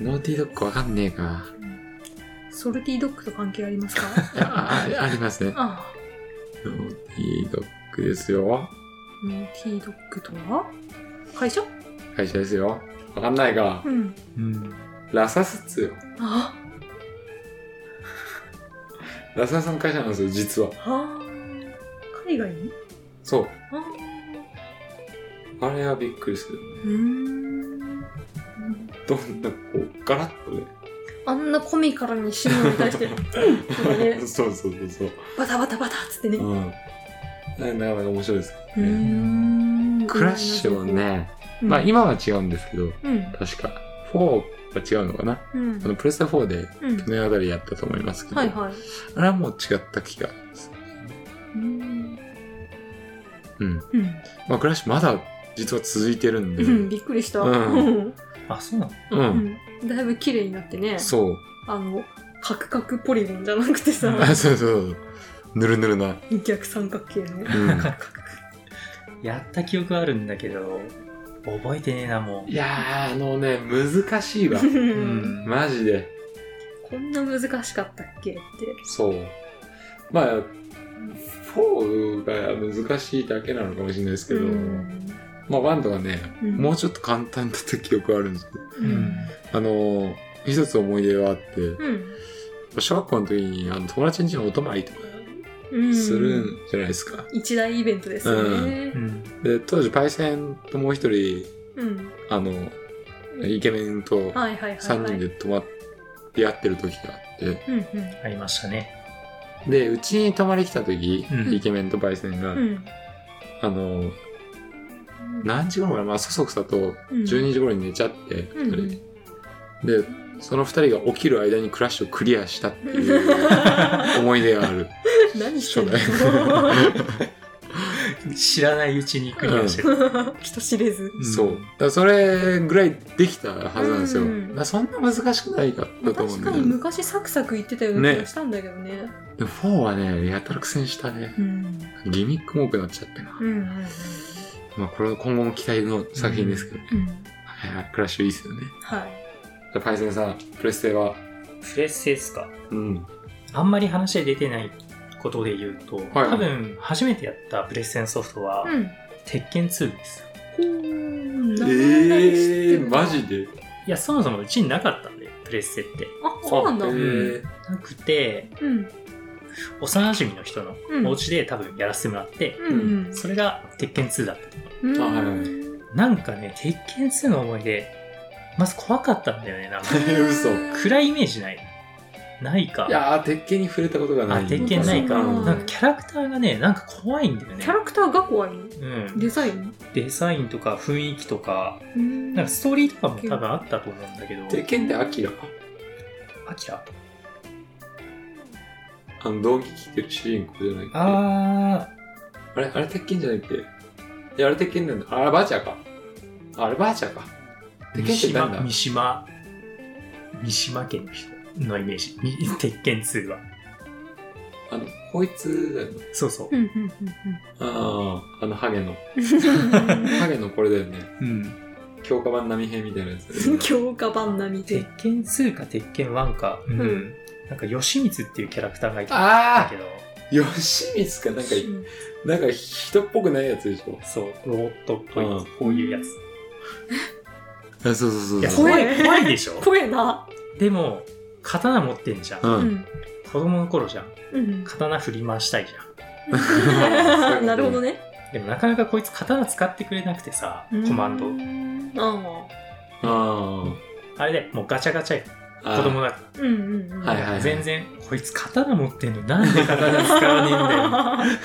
Speaker 2: ノーティードッグわかんねえか。
Speaker 1: ソルティドッグと関係ありますか
Speaker 2: いやあ、 あありますね。
Speaker 1: ああ
Speaker 2: ノーティードッグですよ。
Speaker 1: ノーティードッグとは会社
Speaker 2: 会社ですよ。わかんないか。
Speaker 1: うん
Speaker 2: ラサスっつよ。
Speaker 1: あ
Speaker 2: ラサスの会社なんですよ、実は。
Speaker 1: あ海外に
Speaker 2: そう。
Speaker 1: ああ
Speaker 2: あれはびっくりする。
Speaker 1: うーん
Speaker 2: どんな、こう、ガラッとね。
Speaker 1: あんなコミカルに死ぬのに対 して、うんなんかね、
Speaker 2: そうそうそうそう。
Speaker 1: バタバタバタっつってね。う
Speaker 2: うん。ななかなか面白いです
Speaker 1: ーん
Speaker 2: クラッシュも。ね、
Speaker 1: うん
Speaker 2: まあ、今は違うんですけど、
Speaker 1: うん。
Speaker 2: 確か、4は違うのかな。
Speaker 1: うん。
Speaker 2: あの、プレステ4で
Speaker 1: うん
Speaker 2: 去。年あたりやったと思いますけど、
Speaker 1: はいはい。
Speaker 2: あれはもう違った気がします。
Speaker 1: うん。
Speaker 2: う
Speaker 1: う
Speaker 2: ん。
Speaker 1: ん
Speaker 2: まあ、クラッシュまだ実は続いてるんで、
Speaker 1: うん、びっくりした。
Speaker 2: う
Speaker 1: うん
Speaker 2: ん。
Speaker 3: あ、そうなの
Speaker 1: う
Speaker 2: う。
Speaker 1: んんだいぶ綺麗になってね。
Speaker 2: そう。
Speaker 1: あの、カクカクポリゴンじゃなくてさ、
Speaker 2: あ、そうそう。ぬるぬるな。
Speaker 1: 逆三角形の。
Speaker 2: うん。
Speaker 3: やった記憶はあるんだけど、覚えてねえな、も
Speaker 2: いやー、あのね、難しいわ。
Speaker 3: う。う ん。
Speaker 2: マジで。
Speaker 1: こんな難しかったっけって。
Speaker 2: そう。まあ、4が難しいだけなのかもしれないですけど、
Speaker 1: うん
Speaker 2: まあ、1とかね、
Speaker 1: うん
Speaker 2: もうちょっと簡単だった記憶はあるんですけど、
Speaker 1: うん。
Speaker 2: あのー、一つ思い出はあって、
Speaker 1: うん
Speaker 2: 小学校の時にあの友達ん家のお泊まりとか
Speaker 1: うん。
Speaker 2: するんじゃないですか。
Speaker 1: 一大イベントですよね
Speaker 3: う。ん。
Speaker 2: で、当時、パイセンともう一人、
Speaker 1: うん。
Speaker 2: あの、イケメンと
Speaker 1: はいはいはいはい。
Speaker 2: 3人で泊まってやってる時があって、
Speaker 1: うんうん。
Speaker 3: ありましたね。
Speaker 2: で、うちに泊まり来た時、
Speaker 3: うん
Speaker 2: イケメンとパイセンが、
Speaker 1: うん。
Speaker 2: あの、何時頃かな、まあ、そそくさと12時頃に寝ちゃって、
Speaker 1: うん
Speaker 2: 二人
Speaker 1: うん
Speaker 2: で、その二人が起きる間にクラッシュをクリアしたっていう 思い出がある。
Speaker 1: 何してんの
Speaker 2: 初
Speaker 3: 知らないうちにクリアしてる。
Speaker 1: 人知れず。
Speaker 2: そう。だからそれぐらいできたはずなんですよ。
Speaker 1: うん
Speaker 2: だからそんな難しくないか
Speaker 1: まあ、
Speaker 2: ったと思うん
Speaker 1: 確
Speaker 2: だ
Speaker 1: か
Speaker 2: け
Speaker 1: に
Speaker 2: ど。で
Speaker 1: 昔サクサク言ってたような気がしたんだけどね。
Speaker 2: 4はね、やたら苦戦したね。
Speaker 1: うん。
Speaker 2: ギミックも多くなっちゃってな。
Speaker 1: うんうんうん。
Speaker 2: まあこれは今後も期待の作品ですけどね。
Speaker 1: うん。
Speaker 2: はいはい、クラッシュいいっすよね。
Speaker 1: はい。
Speaker 2: じゃあパイセンさん、プレステは。
Speaker 3: プレステですか。
Speaker 2: うん。
Speaker 3: あんまり話で出てないことで言うと、
Speaker 2: はい
Speaker 3: 多分初めてやったプレステンソフトは、
Speaker 1: うん。
Speaker 3: 鉄拳2です。
Speaker 1: ほー、名前だけ
Speaker 2: え
Speaker 1: 知
Speaker 2: え
Speaker 1: ってる
Speaker 2: ー、
Speaker 1: な
Speaker 2: マジで
Speaker 3: いや、そもそもうちになかったんで、プレステって。
Speaker 1: あ、そうなんだ。
Speaker 2: あえ
Speaker 1: う
Speaker 2: ー
Speaker 3: なくて、
Speaker 1: ん。
Speaker 3: 幼馴染の人の
Speaker 1: うん
Speaker 3: お家で多分やらせてもらって、
Speaker 1: うん。
Speaker 3: それが鉄拳2だった。
Speaker 1: うん。
Speaker 2: あはいはい
Speaker 3: なんかね、鉄拳2の思い出、まず怖かったんだよね、なんか。
Speaker 2: えー嘘
Speaker 3: 暗いイメージないないか。
Speaker 2: いやー、鉄拳に触れたことがない。
Speaker 3: あ、鉄拳ないか。
Speaker 1: うん
Speaker 3: なんかキャラクターがね、なんか怖いんだよね
Speaker 1: キャ。ラクターが怖いの
Speaker 3: うん。
Speaker 1: デザイン
Speaker 3: デザインとか雰囲気とか、
Speaker 1: うん
Speaker 3: なんかストーリーとかも多分あったと思うんだけど、
Speaker 2: 鉄拳ってアキラ
Speaker 3: アキラ
Speaker 2: あの、道着着てる主人公じゃないっけあ
Speaker 3: あ
Speaker 2: れあれ鉄拳じゃないっけいや、あれ鉄拳なんだ。あれバーチャーか。あれバーチャーか。
Speaker 3: ー、
Speaker 2: 鉄拳
Speaker 3: 三
Speaker 2: ってなんだ
Speaker 3: 島、三島、三島県の人のイメージ。み鉄拳2は。
Speaker 2: あの、こいつだよね。
Speaker 3: そうそう
Speaker 1: う。んうん
Speaker 2: ああ、あの、ハゲの。
Speaker 1: うん
Speaker 2: ハゲのこれだよね。
Speaker 3: うん。
Speaker 2: 強化版波平みたいなやつだ
Speaker 1: う
Speaker 2: よ
Speaker 1: ん。
Speaker 2: ね。
Speaker 1: 強化版並み
Speaker 3: 鉄
Speaker 1: で。
Speaker 3: 拳2か鉄拳1か、うん
Speaker 1: うん
Speaker 3: なんか吉光っていうキャラクターがいたんだ
Speaker 2: あ
Speaker 3: けど、
Speaker 2: あ吉光か、なんか、なんか人っぽくないやつでしょ。
Speaker 3: そう、ロボットっぽい、
Speaker 2: うん
Speaker 3: こういうやつ。
Speaker 2: そうそうそうそ
Speaker 3: いや
Speaker 2: う。
Speaker 3: 怖い怖いでしょ
Speaker 1: 怖えな。
Speaker 3: でも刀持ってんじゃん、
Speaker 2: うん
Speaker 1: う。ん。
Speaker 3: 子供の頃じゃん
Speaker 1: うん。
Speaker 3: 刀振り回したいじゃ
Speaker 2: うん
Speaker 1: なるほどね。
Speaker 3: んでもなかなかこいつ刀使ってくれなくてさコマンド
Speaker 1: ド。あ
Speaker 2: あ
Speaker 3: あれでもうガチャガチャよ
Speaker 2: あ。
Speaker 3: 子供だか
Speaker 1: あ。うんうんうん。
Speaker 2: はいはい
Speaker 3: ら全然こいつ刀持ってんのなんで刀使わ ねえん だよ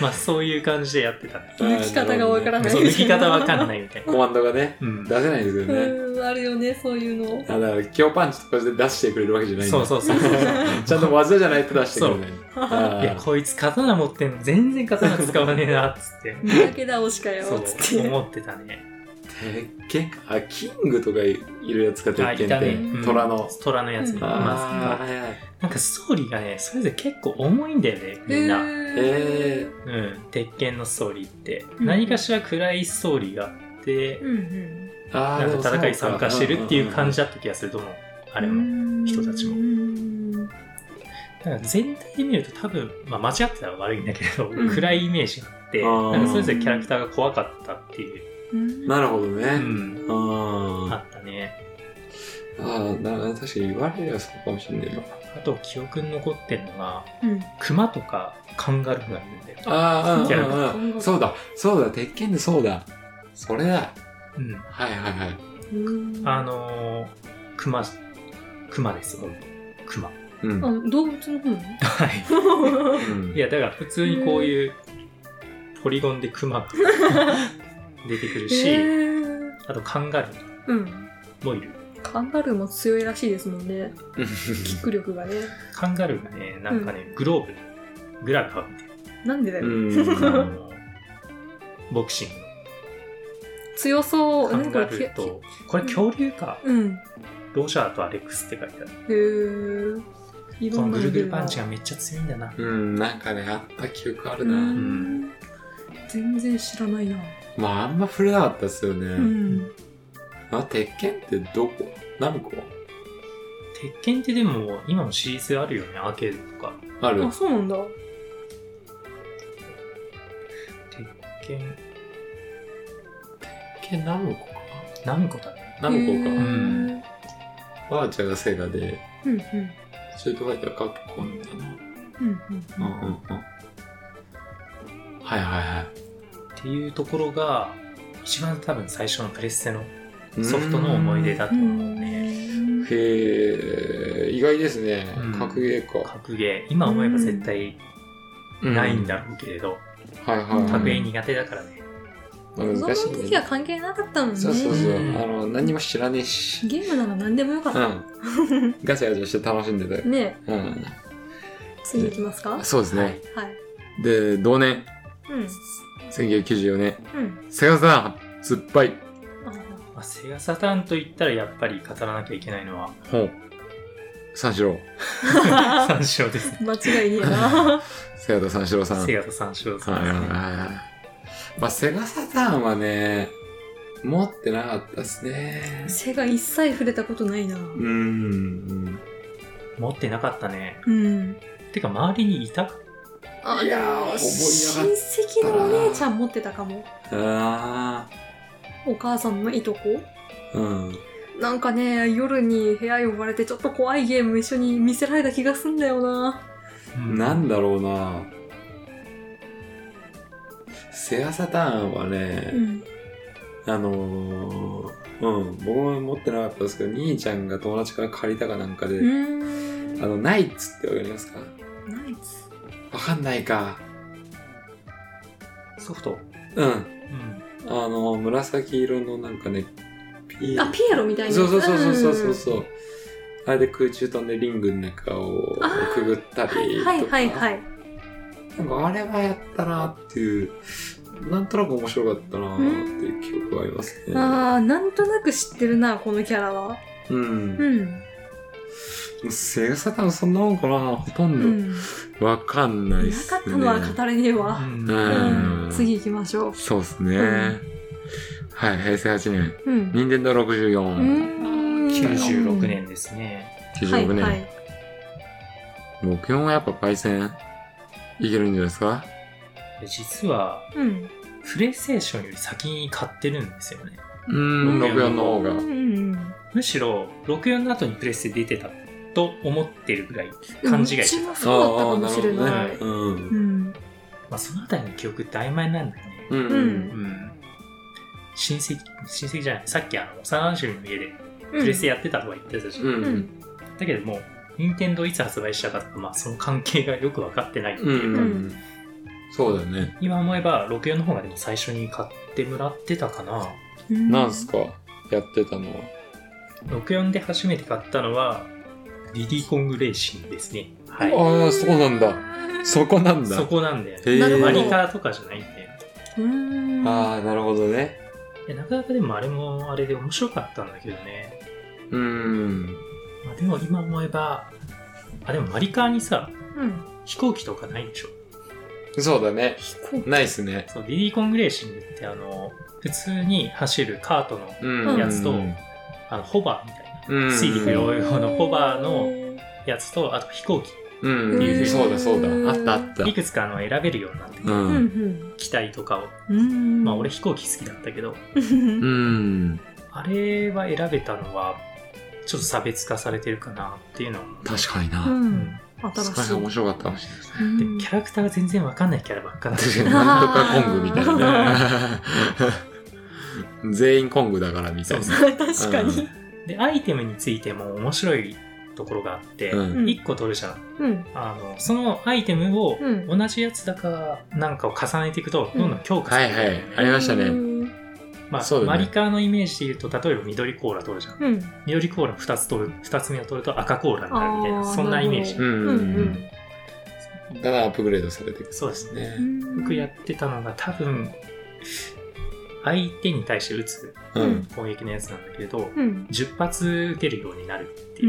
Speaker 3: まあそういう感じでやってた
Speaker 2: あー
Speaker 1: 抜き方がわからない
Speaker 3: そう抜き方わかんないみたいな
Speaker 2: コマンドがね、
Speaker 3: うん
Speaker 2: 出せないですよね。
Speaker 1: うん、あるよね、そういうの。
Speaker 2: あだから、強パンチとかで出してくれるわけじゃないんだ
Speaker 3: そうそうそうそう
Speaker 2: ちゃんと技じゃないと出してくれない。あ
Speaker 3: いや
Speaker 2: ー
Speaker 3: こいつ刀持ってんの全然刀使わねえなっつ って
Speaker 1: 見かけ倒しかよ、つ
Speaker 3: そ
Speaker 1: っ
Speaker 3: う
Speaker 1: て。
Speaker 3: 思ってたね
Speaker 2: 鉄拳か。あ、キングとかいるやつか、鉄
Speaker 3: あい
Speaker 2: 拳った
Speaker 3: ね
Speaker 2: て。
Speaker 3: うん
Speaker 2: 虎の。
Speaker 3: 虎のやつにい
Speaker 2: あ
Speaker 3: ま
Speaker 2: あ、はいはい。
Speaker 3: すなんかストーリーがねそれぞれ結構重いんだよねみんな、
Speaker 1: へー
Speaker 3: うん鉄拳のストーリーって
Speaker 1: うん
Speaker 3: 何かしら暗いストーリーがあって、
Speaker 1: うんうん。
Speaker 2: あー
Speaker 3: な
Speaker 2: で
Speaker 3: ん
Speaker 2: も
Speaker 3: か
Speaker 2: そう
Speaker 3: 戦い参加してるっていう感じだった気がすると思うあれも人たちも
Speaker 1: も。
Speaker 3: だから全体で見ると多分、まあ、間違ってたら悪いんだけど、
Speaker 1: うん
Speaker 3: 暗いイメージがあって
Speaker 2: あー
Speaker 3: なんかそれぞれキャラクターが怖かったっていう、
Speaker 1: うん
Speaker 2: なるほどね。
Speaker 3: うん、
Speaker 2: うん
Speaker 3: あ
Speaker 2: あ
Speaker 3: ったね
Speaker 2: あ、な確かに言われればそうかもしれないな。
Speaker 3: あと記憶に残ってるのが
Speaker 1: うん
Speaker 3: クマとかカンガルーがいるんだよ、
Speaker 2: あ
Speaker 3: キャラクタ
Speaker 2: あ、うんうんそうだ、そうだ、鉄拳でそうだ。それだ。
Speaker 3: うん、
Speaker 2: はいはいはい。
Speaker 1: うん
Speaker 3: あのー、クマクマです本当クマ
Speaker 2: うん。
Speaker 1: あ動物の方 ね
Speaker 3: はい
Speaker 2: うん
Speaker 3: いやだから普通にこういうポリゴンでクマが出てくるし、
Speaker 1: へー
Speaker 3: あとカンガルー
Speaker 1: うん
Speaker 3: もいる
Speaker 1: カンガルーも強いらしいですもんねキック力がね
Speaker 3: カンガルーがねなんかね、グローブグラブ買うみたい
Speaker 1: なんでだよ、
Speaker 2: うん
Speaker 3: なあの ボクシング
Speaker 1: 強そう
Speaker 3: カ
Speaker 1: なん
Speaker 3: ン
Speaker 1: か
Speaker 3: ガ
Speaker 1: き
Speaker 3: ル
Speaker 1: き
Speaker 3: ーとこれ恐竜か、
Speaker 1: うんへ
Speaker 3: ロジャーとアレックスって書いてある
Speaker 1: ーい
Speaker 3: こ
Speaker 1: ろ
Speaker 3: の
Speaker 1: んなの
Speaker 3: ぐるぐ
Speaker 1: 出る
Speaker 3: る
Speaker 1: な
Speaker 3: パンチがめっちゃ強いんだな
Speaker 2: うん、なんかね、あった記憶ある
Speaker 1: う
Speaker 2: な。
Speaker 1: ん全然知らないな
Speaker 2: まあ、あんま触れなかったですよ
Speaker 1: う
Speaker 2: ね。
Speaker 1: ん
Speaker 2: あ、鉄拳ってどこナムコ
Speaker 3: 鉄拳ってでも今もシリーズあるよねアーケードとか
Speaker 2: ある
Speaker 1: あそうなんだ
Speaker 3: 鉄拳
Speaker 2: 鉄拳ナムコか
Speaker 3: ナムコだね
Speaker 2: なナムコ
Speaker 1: へ
Speaker 2: か。
Speaker 3: ん
Speaker 2: ばあちゃんがセガで、
Speaker 1: うんうん
Speaker 2: シュートファイターカプコンだな。
Speaker 1: うんうん
Speaker 2: うんうんうん。はいはいは
Speaker 3: っていうところが一番多分最初のプレステの
Speaker 2: い。
Speaker 3: ソフトの思い出だと
Speaker 1: う
Speaker 3: 思
Speaker 1: ん
Speaker 3: うね
Speaker 2: へえ、意外ですね
Speaker 3: うん。
Speaker 2: 格ゲーか。
Speaker 3: 格ゲー今思えば絶対ないんだろうけれど、
Speaker 2: はいはいはい。
Speaker 3: 格ゲー苦手だからね
Speaker 2: まあ
Speaker 1: 子供
Speaker 2: 難しい
Speaker 1: の時は
Speaker 2: ね。
Speaker 1: 関係なかったもんね
Speaker 2: そうそうそう。
Speaker 3: うん
Speaker 2: あの、何も知らねえし。
Speaker 1: ゲームなら何でもよかっ
Speaker 2: う
Speaker 1: た、
Speaker 2: ん。ガチャガチャして楽しんでたよ。
Speaker 1: ね
Speaker 2: うん。
Speaker 1: 次いきますか
Speaker 2: そうです
Speaker 3: はい
Speaker 2: ね。
Speaker 1: はい
Speaker 2: で、同年、
Speaker 1: うん
Speaker 2: 1994年、
Speaker 1: うん
Speaker 2: セガさん、酸っぱい。
Speaker 1: あ
Speaker 3: まあ、セガサターンといったらやっぱり語らなきゃいけないの は
Speaker 2: ほう。三四郎。
Speaker 1: ー
Speaker 3: 三四郎ですね
Speaker 1: 間違いねえ な
Speaker 2: セガと三四郎さん。
Speaker 3: セガと三四郎さ
Speaker 2: はいはいはい
Speaker 3: ん
Speaker 2: まあ、セガサターンはね、持ってなかったですね。
Speaker 1: 背が一切触れたことないな
Speaker 2: うーん。
Speaker 3: 持ってなかったね
Speaker 1: うん
Speaker 3: てか周りにいた
Speaker 1: あ
Speaker 2: いやー覚
Speaker 1: 親
Speaker 2: え
Speaker 1: 戚
Speaker 2: なかったな
Speaker 1: のお姉ちゃん持ってたかも
Speaker 2: あ
Speaker 1: お母さんのいとこ
Speaker 2: あ。うん。
Speaker 1: なんかね夜に部屋呼ばれてちょっと怖いゲーム一緒に見せられた気がすんだよな
Speaker 2: なんだろうな。セガサターンはね、
Speaker 1: うん
Speaker 2: あのー、うん、僕も持ってなかったですけど、兄ちゃんが友達から借りたかなんかで、
Speaker 1: うーん
Speaker 2: あの、ナイツってわかりますか
Speaker 1: ナイツ
Speaker 2: わかんないか。
Speaker 3: ソフト、
Speaker 2: うん。
Speaker 3: うん、
Speaker 2: あの、紫色のなんかね、ピ
Speaker 1: あピエロみたいな
Speaker 2: そうそうそうそうそうそう、あれで空中飛んでリングの中を
Speaker 1: あー
Speaker 2: くぐったりとか、
Speaker 1: うんはいはいはいはい
Speaker 2: なんかあれはやったなっていうなんとなく面白かったなっていう記憶がありますね
Speaker 1: あーなんとなく知ってるなこのキャラは
Speaker 2: うん、
Speaker 1: うん
Speaker 2: セガサターンそんなもんかなほと
Speaker 1: うんん
Speaker 2: どわかんないっ
Speaker 1: な
Speaker 2: す
Speaker 1: か
Speaker 2: ね
Speaker 1: ったのは語れねえわ、
Speaker 2: うん
Speaker 1: うん次行きましょう
Speaker 2: そうっすね、
Speaker 1: うん
Speaker 2: はい平成8年
Speaker 1: うん
Speaker 2: 任天堂64、
Speaker 3: 96年ですね
Speaker 2: 96年、
Speaker 1: はいはい
Speaker 2: 64はやっぱパイセンいけるんじゃないですか
Speaker 3: 実は
Speaker 1: うん
Speaker 3: プレイステーションより先に買ってるんですよねうん
Speaker 2: 64の方が
Speaker 1: うんうん
Speaker 3: むしろ64の後にプレステ出てたと思ってるぐらい勘違いし
Speaker 1: う
Speaker 3: て
Speaker 1: ち
Speaker 3: た
Speaker 1: も、そうだったかもしれ
Speaker 2: あ
Speaker 1: な
Speaker 2: あ
Speaker 1: い、
Speaker 2: るほどね
Speaker 1: うん
Speaker 3: まあ、そのあたりの記憶って曖昧なんだよね
Speaker 2: うん
Speaker 1: う
Speaker 2: うん
Speaker 1: ん
Speaker 3: うん親戚親戚じゃないさっきあの幼馴染の家でプレステやってたとか言ってたじゃん、
Speaker 2: うん
Speaker 3: だけどもう任天堂いつ発売したかとか、まあ、その関係がよく分かってないって
Speaker 2: うんう
Speaker 3: いうか、
Speaker 2: んそうだね
Speaker 3: 今思えば64の方がでも最初に買ってもらってたかな
Speaker 1: うん
Speaker 2: なんすかやってたのは
Speaker 3: 64で初めて買ったのはリディコングレーシングですねはい
Speaker 2: ああそうなんだそこなんだ
Speaker 3: そこなんだよね
Speaker 2: へえ
Speaker 1: なるほ
Speaker 3: マ
Speaker 1: ど
Speaker 3: ニカーとかじゃないんだよ
Speaker 1: うん
Speaker 2: ああなるほどね
Speaker 3: いやなかなかでもあれもあれで面白かったんだけどね、
Speaker 2: うん
Speaker 3: まあ、でも今思えばあでもマリカーにさ
Speaker 1: うん
Speaker 3: 飛行機とかないでしょ
Speaker 2: そうだね
Speaker 1: 飛行機
Speaker 2: ないっすね
Speaker 3: そうリディコングレーシングってあの普通に走るカートの
Speaker 2: うん
Speaker 3: やつとあのホバーみたいな
Speaker 2: うん
Speaker 3: 水陸両用のホバーの
Speaker 1: へ
Speaker 3: やつとあと飛行機
Speaker 2: うん、
Speaker 3: っていうふうに
Speaker 2: そうだそうだあったあった
Speaker 3: いくつかあの選べるようになってて、
Speaker 2: う
Speaker 1: うんん
Speaker 3: 機体とかを
Speaker 1: うん
Speaker 3: まあ俺飛行機好きだったけど
Speaker 1: うん
Speaker 2: うん
Speaker 3: あれは選べたのはちょっと差別化されてるかなっていうのは
Speaker 2: 確かに
Speaker 1: う
Speaker 2: な、
Speaker 1: ん新
Speaker 2: すごい
Speaker 1: しい
Speaker 2: 面白かったかもしれないですね
Speaker 3: でキャラクターが全然わかんないキャラばっかなんで
Speaker 2: 確か
Speaker 3: す
Speaker 2: に
Speaker 3: よ
Speaker 2: なんとかコングみたいな全員コングだからみたいな
Speaker 3: そ
Speaker 1: うん確かに
Speaker 3: でアイテムについても面白いところがあって、
Speaker 2: うん
Speaker 1: うん
Speaker 3: 1個取るじゃん
Speaker 1: うん
Speaker 3: あのそのアイテムを
Speaker 1: うん
Speaker 3: 同じやつだかなんかを重ねていくとどんどん強化さ
Speaker 2: は
Speaker 3: れ
Speaker 2: い
Speaker 3: て
Speaker 2: は
Speaker 3: くる
Speaker 2: い
Speaker 3: よね、
Speaker 2: ありました
Speaker 1: う
Speaker 2: ね
Speaker 1: ん
Speaker 3: まあ
Speaker 2: そうだね
Speaker 3: マリカーのイメージで言うと例えば緑コーラ取るじゃん
Speaker 1: うん
Speaker 3: 緑コーラ2つ取る2つ目を取ると赤コーラになるみたい
Speaker 1: あ
Speaker 3: な
Speaker 1: ー
Speaker 3: そんなイメージ
Speaker 1: な
Speaker 2: う
Speaker 1: る
Speaker 2: ん、
Speaker 1: う
Speaker 2: うんんただアップグレードされていく
Speaker 3: そうですね
Speaker 2: ね
Speaker 3: 僕やってたのが多分相手に対して撃つ
Speaker 2: うん、
Speaker 1: うん
Speaker 3: 攻撃のやつなんだけど、
Speaker 1: うん
Speaker 3: 10発撃てるようになるってい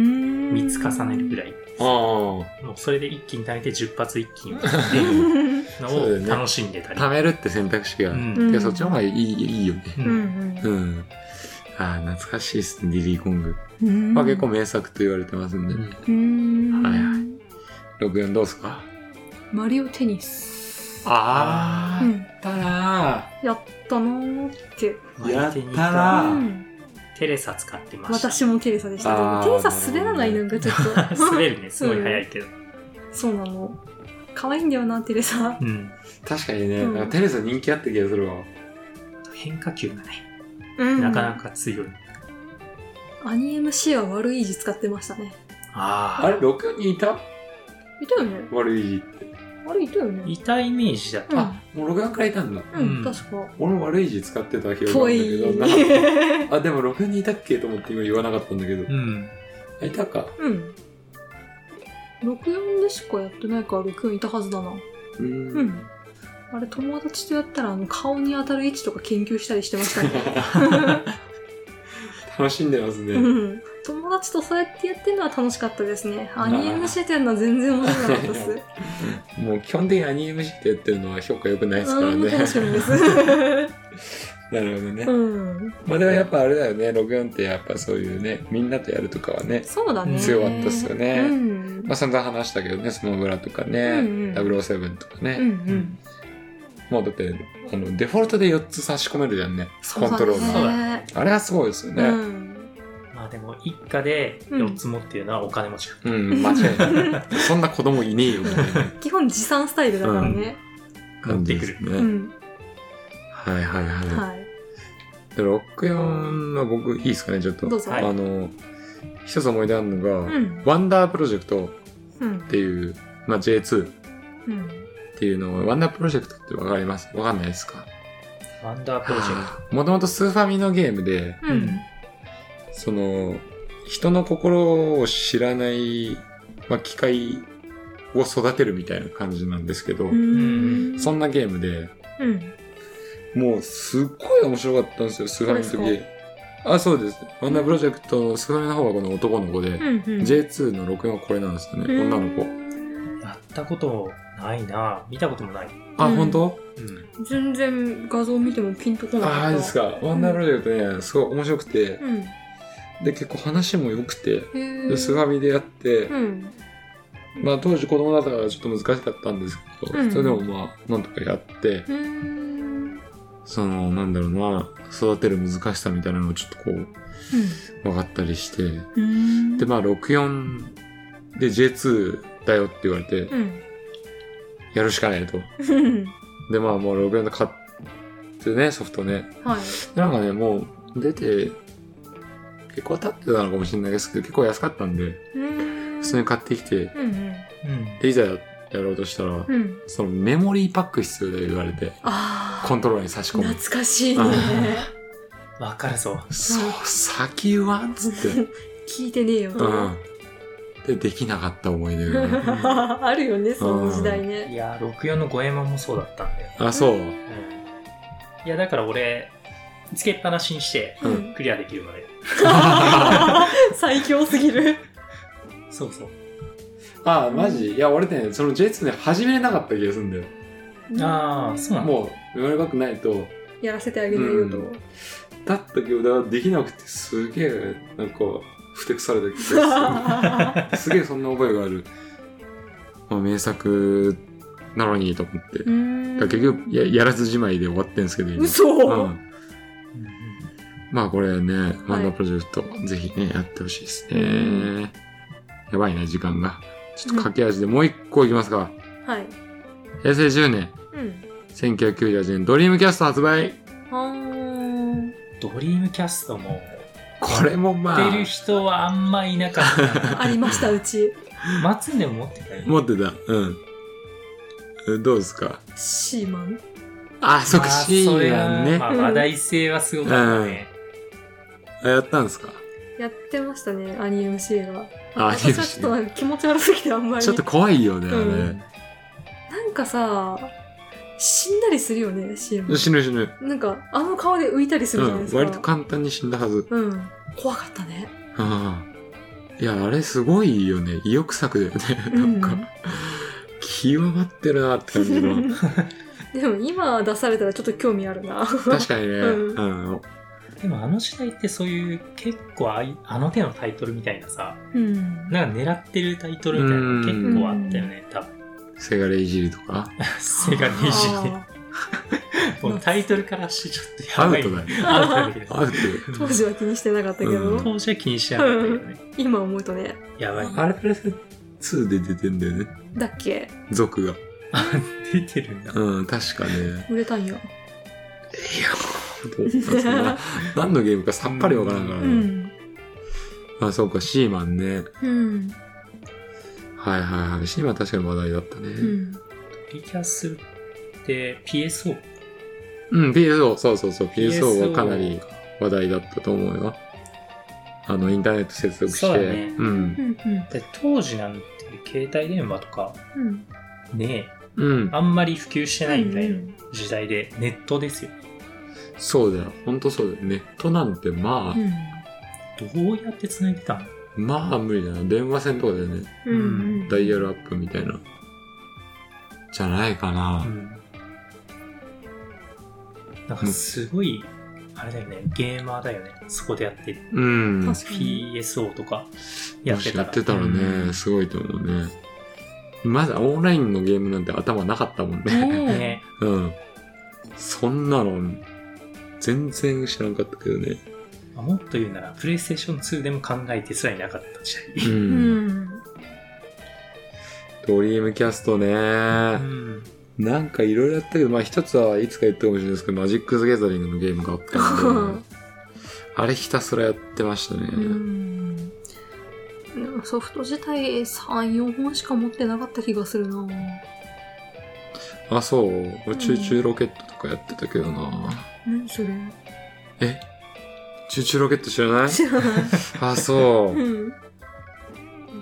Speaker 1: 3
Speaker 3: う、3つ重ねるぐ
Speaker 1: い
Speaker 3: らい
Speaker 2: ああ
Speaker 3: もうそれで一気に貯めて10発一気に撃つって
Speaker 1: う
Speaker 3: いう ん
Speaker 2: そうだよ
Speaker 3: のを
Speaker 2: ね
Speaker 3: 楽しんでたり、
Speaker 2: 貯めるって選択肢が、
Speaker 3: う
Speaker 2: うんん、
Speaker 1: うん
Speaker 2: そっちの方がいいいいよね
Speaker 3: う
Speaker 1: うんん
Speaker 2: うんああ懐かしいっすねリリーコング、
Speaker 1: うん
Speaker 2: まあ、結構名作と言われてますんで、
Speaker 3: う
Speaker 1: う
Speaker 3: ん
Speaker 1: ん
Speaker 2: はいは64どうっすか
Speaker 1: マリオテニス
Speaker 2: あ
Speaker 1: う
Speaker 2: ー
Speaker 1: ん
Speaker 2: たら
Speaker 1: やったなーって
Speaker 2: やったな
Speaker 3: 相手に行
Speaker 2: あ
Speaker 1: う
Speaker 3: く
Speaker 1: ん
Speaker 3: テレサ使ってました
Speaker 1: 私もテレサでしたけ
Speaker 2: あ
Speaker 1: ど
Speaker 2: ー
Speaker 1: テレサ滑らないのがちょっと
Speaker 3: 滑るねすごい速いけど、
Speaker 1: そうなの可愛いんだよなテレサ
Speaker 3: うん、
Speaker 2: 確かにね、
Speaker 1: うん
Speaker 2: なんかテレサ人気あった気がするわ
Speaker 3: 変化球がね
Speaker 1: な
Speaker 3: なかなか強い、
Speaker 1: アニ MC は悪い字使ってましたね
Speaker 3: あー
Speaker 2: あれ64にいた
Speaker 1: いたよね
Speaker 2: 悪い字って、
Speaker 1: あれいたよね
Speaker 3: いたイメージだった、
Speaker 2: あもう64からいたんだ
Speaker 1: うん、
Speaker 3: うん
Speaker 1: 確か
Speaker 2: 俺も悪い字使ってた記憶
Speaker 1: ぽ
Speaker 2: がある
Speaker 1: い
Speaker 2: んだけどな あでも64にいたっけと思って今言わなかったんだけど、
Speaker 3: うん
Speaker 2: あいたか
Speaker 1: うん64でしかやってないから64いたはずだな
Speaker 2: う
Speaker 1: うんんあれ友達とやったらあの顔に当たる位置とか研究したりしてましたね
Speaker 2: 楽しんでますね、
Speaker 1: うん友達とそうやってやってるのは楽しかったですねアニ MC ってやるのは全然面白くなかったです
Speaker 2: もう基本的にアニメってやってるのは評価良くないですから
Speaker 1: うん
Speaker 2: ね
Speaker 1: 楽しみです
Speaker 2: なるほどね、
Speaker 1: うん
Speaker 2: まあでもやっぱあれだよね64ってやっぱそういうねみんなとやるとかはね
Speaker 1: そうだね
Speaker 2: 強かったっすよね
Speaker 1: うん
Speaker 2: まあ散々話したけどねスマブラとかね、
Speaker 1: うんうん
Speaker 2: 007とかね、
Speaker 1: うんうん
Speaker 2: もうだってあのデフォルトで4つ差し込めるじゃんね
Speaker 1: そう
Speaker 2: コ
Speaker 1: だ
Speaker 2: ントロール
Speaker 3: そう
Speaker 2: が
Speaker 3: だ
Speaker 1: ね
Speaker 2: あれはすごいですよね、
Speaker 1: うん
Speaker 3: まあでも一家で4つ持ってるのはお金持ちだった、
Speaker 2: うん、間違い ない。そんな子供いねえよ、みたいな
Speaker 1: 基本持参スタイルだからね。
Speaker 2: 感じです
Speaker 1: う
Speaker 2: ね。
Speaker 1: ん。
Speaker 2: はいはいは
Speaker 1: はい。
Speaker 2: い。で、64は僕、いいですかね、ちょっと
Speaker 1: どう。ぞ。
Speaker 3: はい
Speaker 2: あの、一つ思い出あるの
Speaker 1: う
Speaker 2: が、
Speaker 1: ん。
Speaker 2: ワンダープロジェクト
Speaker 1: うん
Speaker 2: っ。ていう、まあ J2 っ
Speaker 1: うん。
Speaker 2: ていうのを、ワンダープロジェクトってわかりますわかんないですか
Speaker 3: ワンダープロジェク
Speaker 2: もともとスーファミのゲームで、
Speaker 1: う
Speaker 3: うん
Speaker 1: ん。
Speaker 2: その、人の心を知らない、まあ機械を育てるみたいな感じなんですけど
Speaker 1: う、ん。
Speaker 2: そんなゲームで、
Speaker 1: うん。
Speaker 2: もうすっごい面白かったんですよ、スーファミ
Speaker 1: そうで
Speaker 2: の時。あ、そうです。ワンダープロジェクトのスーファミの方はこの男の子で、
Speaker 1: うん。うん。
Speaker 2: J2 の64はこれなんですよね、
Speaker 1: うん
Speaker 2: 女の子。
Speaker 3: トやったことないな見たこともない、
Speaker 2: あ、
Speaker 1: うん
Speaker 2: 本当？
Speaker 3: うん、
Speaker 1: 全然画像見てもピンとこなかった。
Speaker 2: ああ、です
Speaker 1: か。
Speaker 2: か。ワンダープロジェクトね、すごい面白くて、
Speaker 1: うん。へ
Speaker 2: で、結構話も良くて、
Speaker 1: え。
Speaker 2: でスーファミでやって、
Speaker 1: うん。
Speaker 2: まあ当時子供だったからちょっと難しかったんですけど、
Speaker 1: うん
Speaker 2: それでもまあ、なんとかやって、
Speaker 1: うん。
Speaker 2: その、なんだろうな、育てる難しさみたいなのをちょっとこう、分かったりして。
Speaker 1: うんうん
Speaker 2: で、まあ、64で J2 だよって言われて、
Speaker 1: うん
Speaker 2: やるしかないと。
Speaker 1: うん
Speaker 2: で、まあ、もう64で買ってね、ソフトね。
Speaker 1: はい
Speaker 2: でなんかね、もう出て、結構経ってたのかもしれないですけど、結構安かったんで、
Speaker 1: うん
Speaker 2: 普通に買ってきて、
Speaker 1: うんうん
Speaker 3: うん
Speaker 2: で、いざやろうとしたら、
Speaker 1: うん
Speaker 2: そのメモリーパック必要だよ言われて、
Speaker 1: あ
Speaker 2: コ
Speaker 1: あ
Speaker 2: ントローラーに差し込
Speaker 1: 懐
Speaker 2: む。
Speaker 1: かしいね
Speaker 2: あ
Speaker 3: わかるぞ
Speaker 2: そう、先はっつって。
Speaker 1: 聞いてねえよ、
Speaker 2: うん。で、できなかった思い出がね。
Speaker 1: あるよねその時代ね
Speaker 3: いやー64の五右衛門もそうだったんで、
Speaker 2: あ、そう。
Speaker 3: うんいやだから俺つけっぱなしにして
Speaker 2: うん
Speaker 1: うん
Speaker 3: クリアできるまで
Speaker 1: 最強すぎる
Speaker 3: そうそう
Speaker 2: あ、マジいや、俺ね、その J2 ね、始めれなかった気がするんだよ。
Speaker 3: ああそうなんだ
Speaker 2: もう、メモリーパックないと、
Speaker 1: やらせてあげないよと、
Speaker 2: うんだったけど、だからできなくて、すげえ、なんか、ふてくされた気がする。すげえ、そんな覚えがある。まあ、名作なのにと思って。だから結局や、やらずじまいで終わってんすけど、今。
Speaker 1: 嘘、
Speaker 2: うんまあこれね、漫画プロジェクト、ぜひね、やってほしいですね。
Speaker 1: うん
Speaker 2: やばいな、時間が。ちょっと駆け足でもう一個いきますか。
Speaker 1: はい
Speaker 2: 平成10年、
Speaker 1: うん
Speaker 2: 1998年、ドリームキャスト発売。
Speaker 1: あ
Speaker 3: ドリームキャストも
Speaker 2: これもま
Speaker 3: 持っ
Speaker 2: あ
Speaker 3: て、る人はあんまいなかった
Speaker 1: あありましたうち
Speaker 3: な松でも持ってたよね
Speaker 2: 持ってた。うんえ。どうですか
Speaker 1: シーマン
Speaker 2: あ、そっか、
Speaker 3: まあ
Speaker 2: シ
Speaker 3: それ
Speaker 2: ー
Speaker 3: は
Speaker 2: ランね。
Speaker 3: まあ、話題性はすごかったね、
Speaker 2: あやったんですか
Speaker 1: やってましたねアニ MC が
Speaker 2: あ
Speaker 1: 私はちょっとなんか気持ち悪すぎてあんまり
Speaker 2: ちょっと怖いよね、
Speaker 1: うん
Speaker 2: あ
Speaker 1: なんかさ死んだりするよねシーマ
Speaker 2: れ。
Speaker 1: ン
Speaker 2: 死ぬ死ぬ。
Speaker 1: なんかあの顔で浮いたりす
Speaker 2: う
Speaker 1: るじゃないで
Speaker 2: ん。
Speaker 1: すか、
Speaker 2: 割と簡単に死んだはず。
Speaker 1: うん怖かったね
Speaker 2: うん。いや、あれすごいよね。意欲作だよね。なんか、極まってるなって感じの。
Speaker 1: でも今出されたらちょっと興味あるな
Speaker 2: 確かにね。
Speaker 1: う
Speaker 2: うん。
Speaker 3: でもあの時代ってそういう結構あいあの手のタイトルみたいなさ
Speaker 1: うん
Speaker 3: なんか狙ってるタイトルみたいなの結構あったよね多分
Speaker 2: せがれいじりとか。
Speaker 3: セガネジもうタイトルからしてちょっと
Speaker 2: ア
Speaker 3: やば
Speaker 2: ウ
Speaker 3: い
Speaker 2: トだよ。
Speaker 3: アウトだけど
Speaker 2: アウト
Speaker 1: 当時は気にしてなかったけど、
Speaker 2: うん
Speaker 3: 当時は気にしなかったけどね
Speaker 1: 今思うとね
Speaker 3: やばい
Speaker 2: あれプレス2で出てんだよね。
Speaker 1: だっけ
Speaker 2: 族が。
Speaker 3: 出てるんだ
Speaker 2: うん、確 かね。
Speaker 1: 売れたんや
Speaker 2: いや、どうなんすかね何のゲームかさっぱりわからんから
Speaker 1: う
Speaker 2: ね。
Speaker 1: ん
Speaker 2: あ、そうか、シーマンね。
Speaker 1: うん
Speaker 2: はいはいはい。シーマン確かに話題だった
Speaker 1: う
Speaker 2: ね。うん、
Speaker 1: ん
Speaker 3: リキャスって PSO
Speaker 2: PSO、そうそうそう、PSO
Speaker 3: PSO
Speaker 2: はかなり話題だったと思うよ。あの、インターネット接続して。
Speaker 3: そうだね
Speaker 2: ん。
Speaker 1: うん
Speaker 3: で当時なんて携帯電話とか
Speaker 1: うん
Speaker 3: ね
Speaker 2: うん。
Speaker 3: あんまり普及してないみたいな
Speaker 1: うん
Speaker 3: 時代でネットですよ
Speaker 2: そうだよ。ほんとそうだよ。ネットなんてまあ、
Speaker 1: うん
Speaker 3: どうやって繋いでたの
Speaker 2: まあ無理だな。電話線とかだよね。
Speaker 1: うん
Speaker 2: ダイヤルアップみたいな。じゃないかな。
Speaker 3: なんかすごい、あれだよね、ゲーマーだよね。そこでやって、
Speaker 2: うん。
Speaker 1: 確かに
Speaker 3: PSO とかやってたら。
Speaker 2: やってたら
Speaker 3: うん
Speaker 2: ね、すごいと思うね。まだオンラインのゲームなんて頭なかったもんね。
Speaker 3: ね、
Speaker 2: うん。そんなの、全然知らんかったけどね。
Speaker 3: まあもっと言うなら、プレイステーション2でも考えてすらいなかった時代。
Speaker 2: う。
Speaker 1: うんん
Speaker 2: ドリームキャストね。
Speaker 3: うん
Speaker 2: なんかいろいろやったけど、まあ一つはいつか言ったかもしれないですけど、マジック・ザ・ギャザリングのゲームがあったんで、あれひたすらやってましたね。
Speaker 1: うんでもソフト自体34本しか持ってなかった気がするな
Speaker 2: あ、そう。俺、チューチューロケットとかやってたけどな。
Speaker 1: 何それ
Speaker 2: えチューチューロケット知らない
Speaker 1: 知らない
Speaker 2: あ、そう。
Speaker 1: うん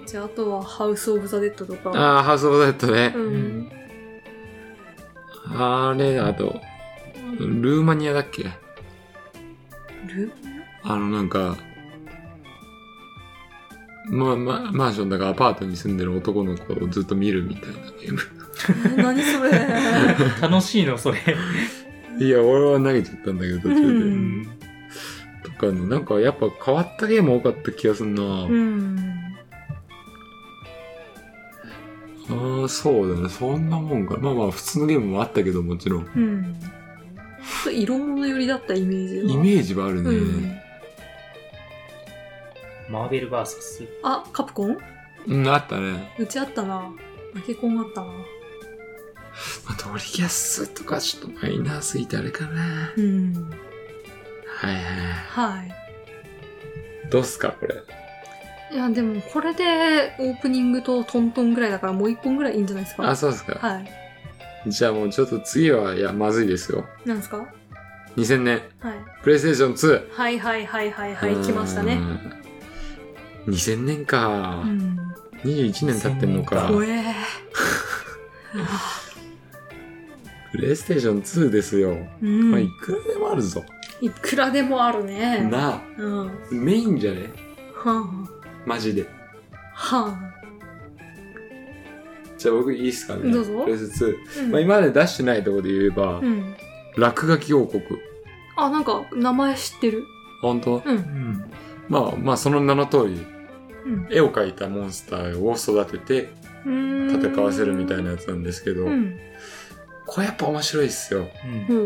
Speaker 1: じゃああとはハウス・オブ・ザ・デッドとか
Speaker 2: ああ、ハウス・オブ・ザ・ヘッドね
Speaker 1: う。ん
Speaker 2: あれ、あと、ルーマニアだっけ
Speaker 1: ル
Speaker 2: あの、なんか、ま、ま、マンションだからアパートに住んでる男の子をずっと見るみたいなゲーム。
Speaker 1: 何それ
Speaker 3: 楽しいの、それ。
Speaker 2: いや、俺は投げちゃったんだけど、途中で。
Speaker 1: う
Speaker 3: うんん
Speaker 2: とかね、なんかやっぱ変わったゲーム多かった気がするな、
Speaker 1: うん
Speaker 2: ああ、そうだね。そんなもんか。まあまあ、普通のゲームもあったけど、もちろん。
Speaker 1: うんと色物寄りだったイメージは
Speaker 2: イメージはあるね、
Speaker 1: うん、
Speaker 3: マーベル VS
Speaker 1: あカプコン
Speaker 2: うん、あったね。
Speaker 1: うちあったな負けコンあったな
Speaker 2: まあ、ドリキャスとかちょっとマイナーすぎてあれかな。
Speaker 1: うん
Speaker 2: はいは
Speaker 1: はい
Speaker 2: い。どうっすか、これ。
Speaker 1: いやでもこれでオープニングとトントンぐらいだからもう一本ぐらいいいんじゃないですか
Speaker 2: あ、そうですか。
Speaker 1: はい
Speaker 2: じゃあもうちょっと次は、いや、まずいですよ。
Speaker 1: なんですか
Speaker 2: 2000年、
Speaker 1: はい
Speaker 2: プレイステーション2。
Speaker 1: はいはいはいはいは
Speaker 2: うー
Speaker 1: い
Speaker 2: ん
Speaker 1: 来ましたね。
Speaker 2: 2000年
Speaker 1: う
Speaker 2: か。
Speaker 1: ん
Speaker 2: 21年経ってんのか。
Speaker 1: 怖え
Speaker 2: プレイステーション2ですよ。
Speaker 1: うん、
Speaker 2: まあ、いくらでもあるぞ。
Speaker 1: いくらでもあるね
Speaker 2: なあ、
Speaker 1: うんは
Speaker 2: メインじゃね
Speaker 1: あ
Speaker 2: マジで。
Speaker 1: は
Speaker 2: じゃあ僕いいっすかね。
Speaker 1: どうぞ
Speaker 2: プレステ
Speaker 1: あ、
Speaker 2: 2。
Speaker 1: うん
Speaker 2: まあ、今まで出してないところで言えば、
Speaker 1: うん
Speaker 2: 落書き王国。
Speaker 1: あなんか名前知ってる
Speaker 2: 本当
Speaker 1: う
Speaker 3: うんん
Speaker 2: まあまあその名の通り
Speaker 1: うん
Speaker 2: 絵を描いたモンスターを育てて
Speaker 1: うーん
Speaker 2: 戦わせるみたいなやつなんですけど、
Speaker 1: うん
Speaker 2: これやっぱ面白いっすよ。
Speaker 3: うん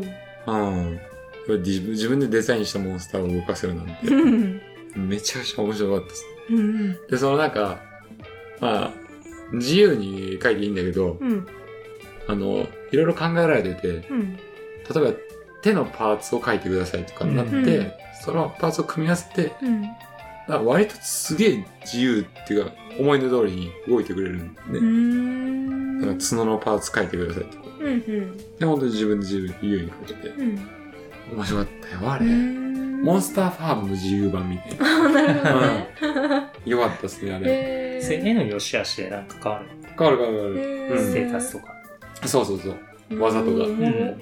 Speaker 1: うん
Speaker 2: うん。これ自分自分でデザインしたモンスターを動かせるなん
Speaker 1: う
Speaker 2: て
Speaker 1: ん
Speaker 2: めちゃくちゃ面白かったです。
Speaker 1: うん
Speaker 2: で、そのなんか、まあ自由に描いていいんだけど、
Speaker 1: うん
Speaker 2: あの、いろいろ考えられてて、
Speaker 1: うん
Speaker 2: 例えば手のパーツを描いてくださいとかになって、
Speaker 1: うん
Speaker 2: そのパーツを組み合わせて、
Speaker 1: うん
Speaker 2: なんか割とすげえ自由っていうか思いの通りに動いてくれるんで、ね。
Speaker 1: うーん
Speaker 2: なんか角のパーツ描いてくださいとか。
Speaker 1: うんうん
Speaker 2: で、本当に自分で自由に自由に描けて。
Speaker 1: うん
Speaker 2: 面白かったよ、あ
Speaker 1: うー
Speaker 2: れ。
Speaker 1: ん
Speaker 2: モンスターファームの自由版みたいな。
Speaker 1: あなるほどね
Speaker 2: よかったっすね、あれ。
Speaker 1: へ
Speaker 3: それ
Speaker 1: ー
Speaker 3: 絵の良し悪しでなんか変わる、
Speaker 2: 変わる変わる変わ
Speaker 1: へ
Speaker 2: うん
Speaker 1: ー
Speaker 3: ステータスとか、
Speaker 2: る。そうそうそう。技とか
Speaker 1: う
Speaker 3: うんん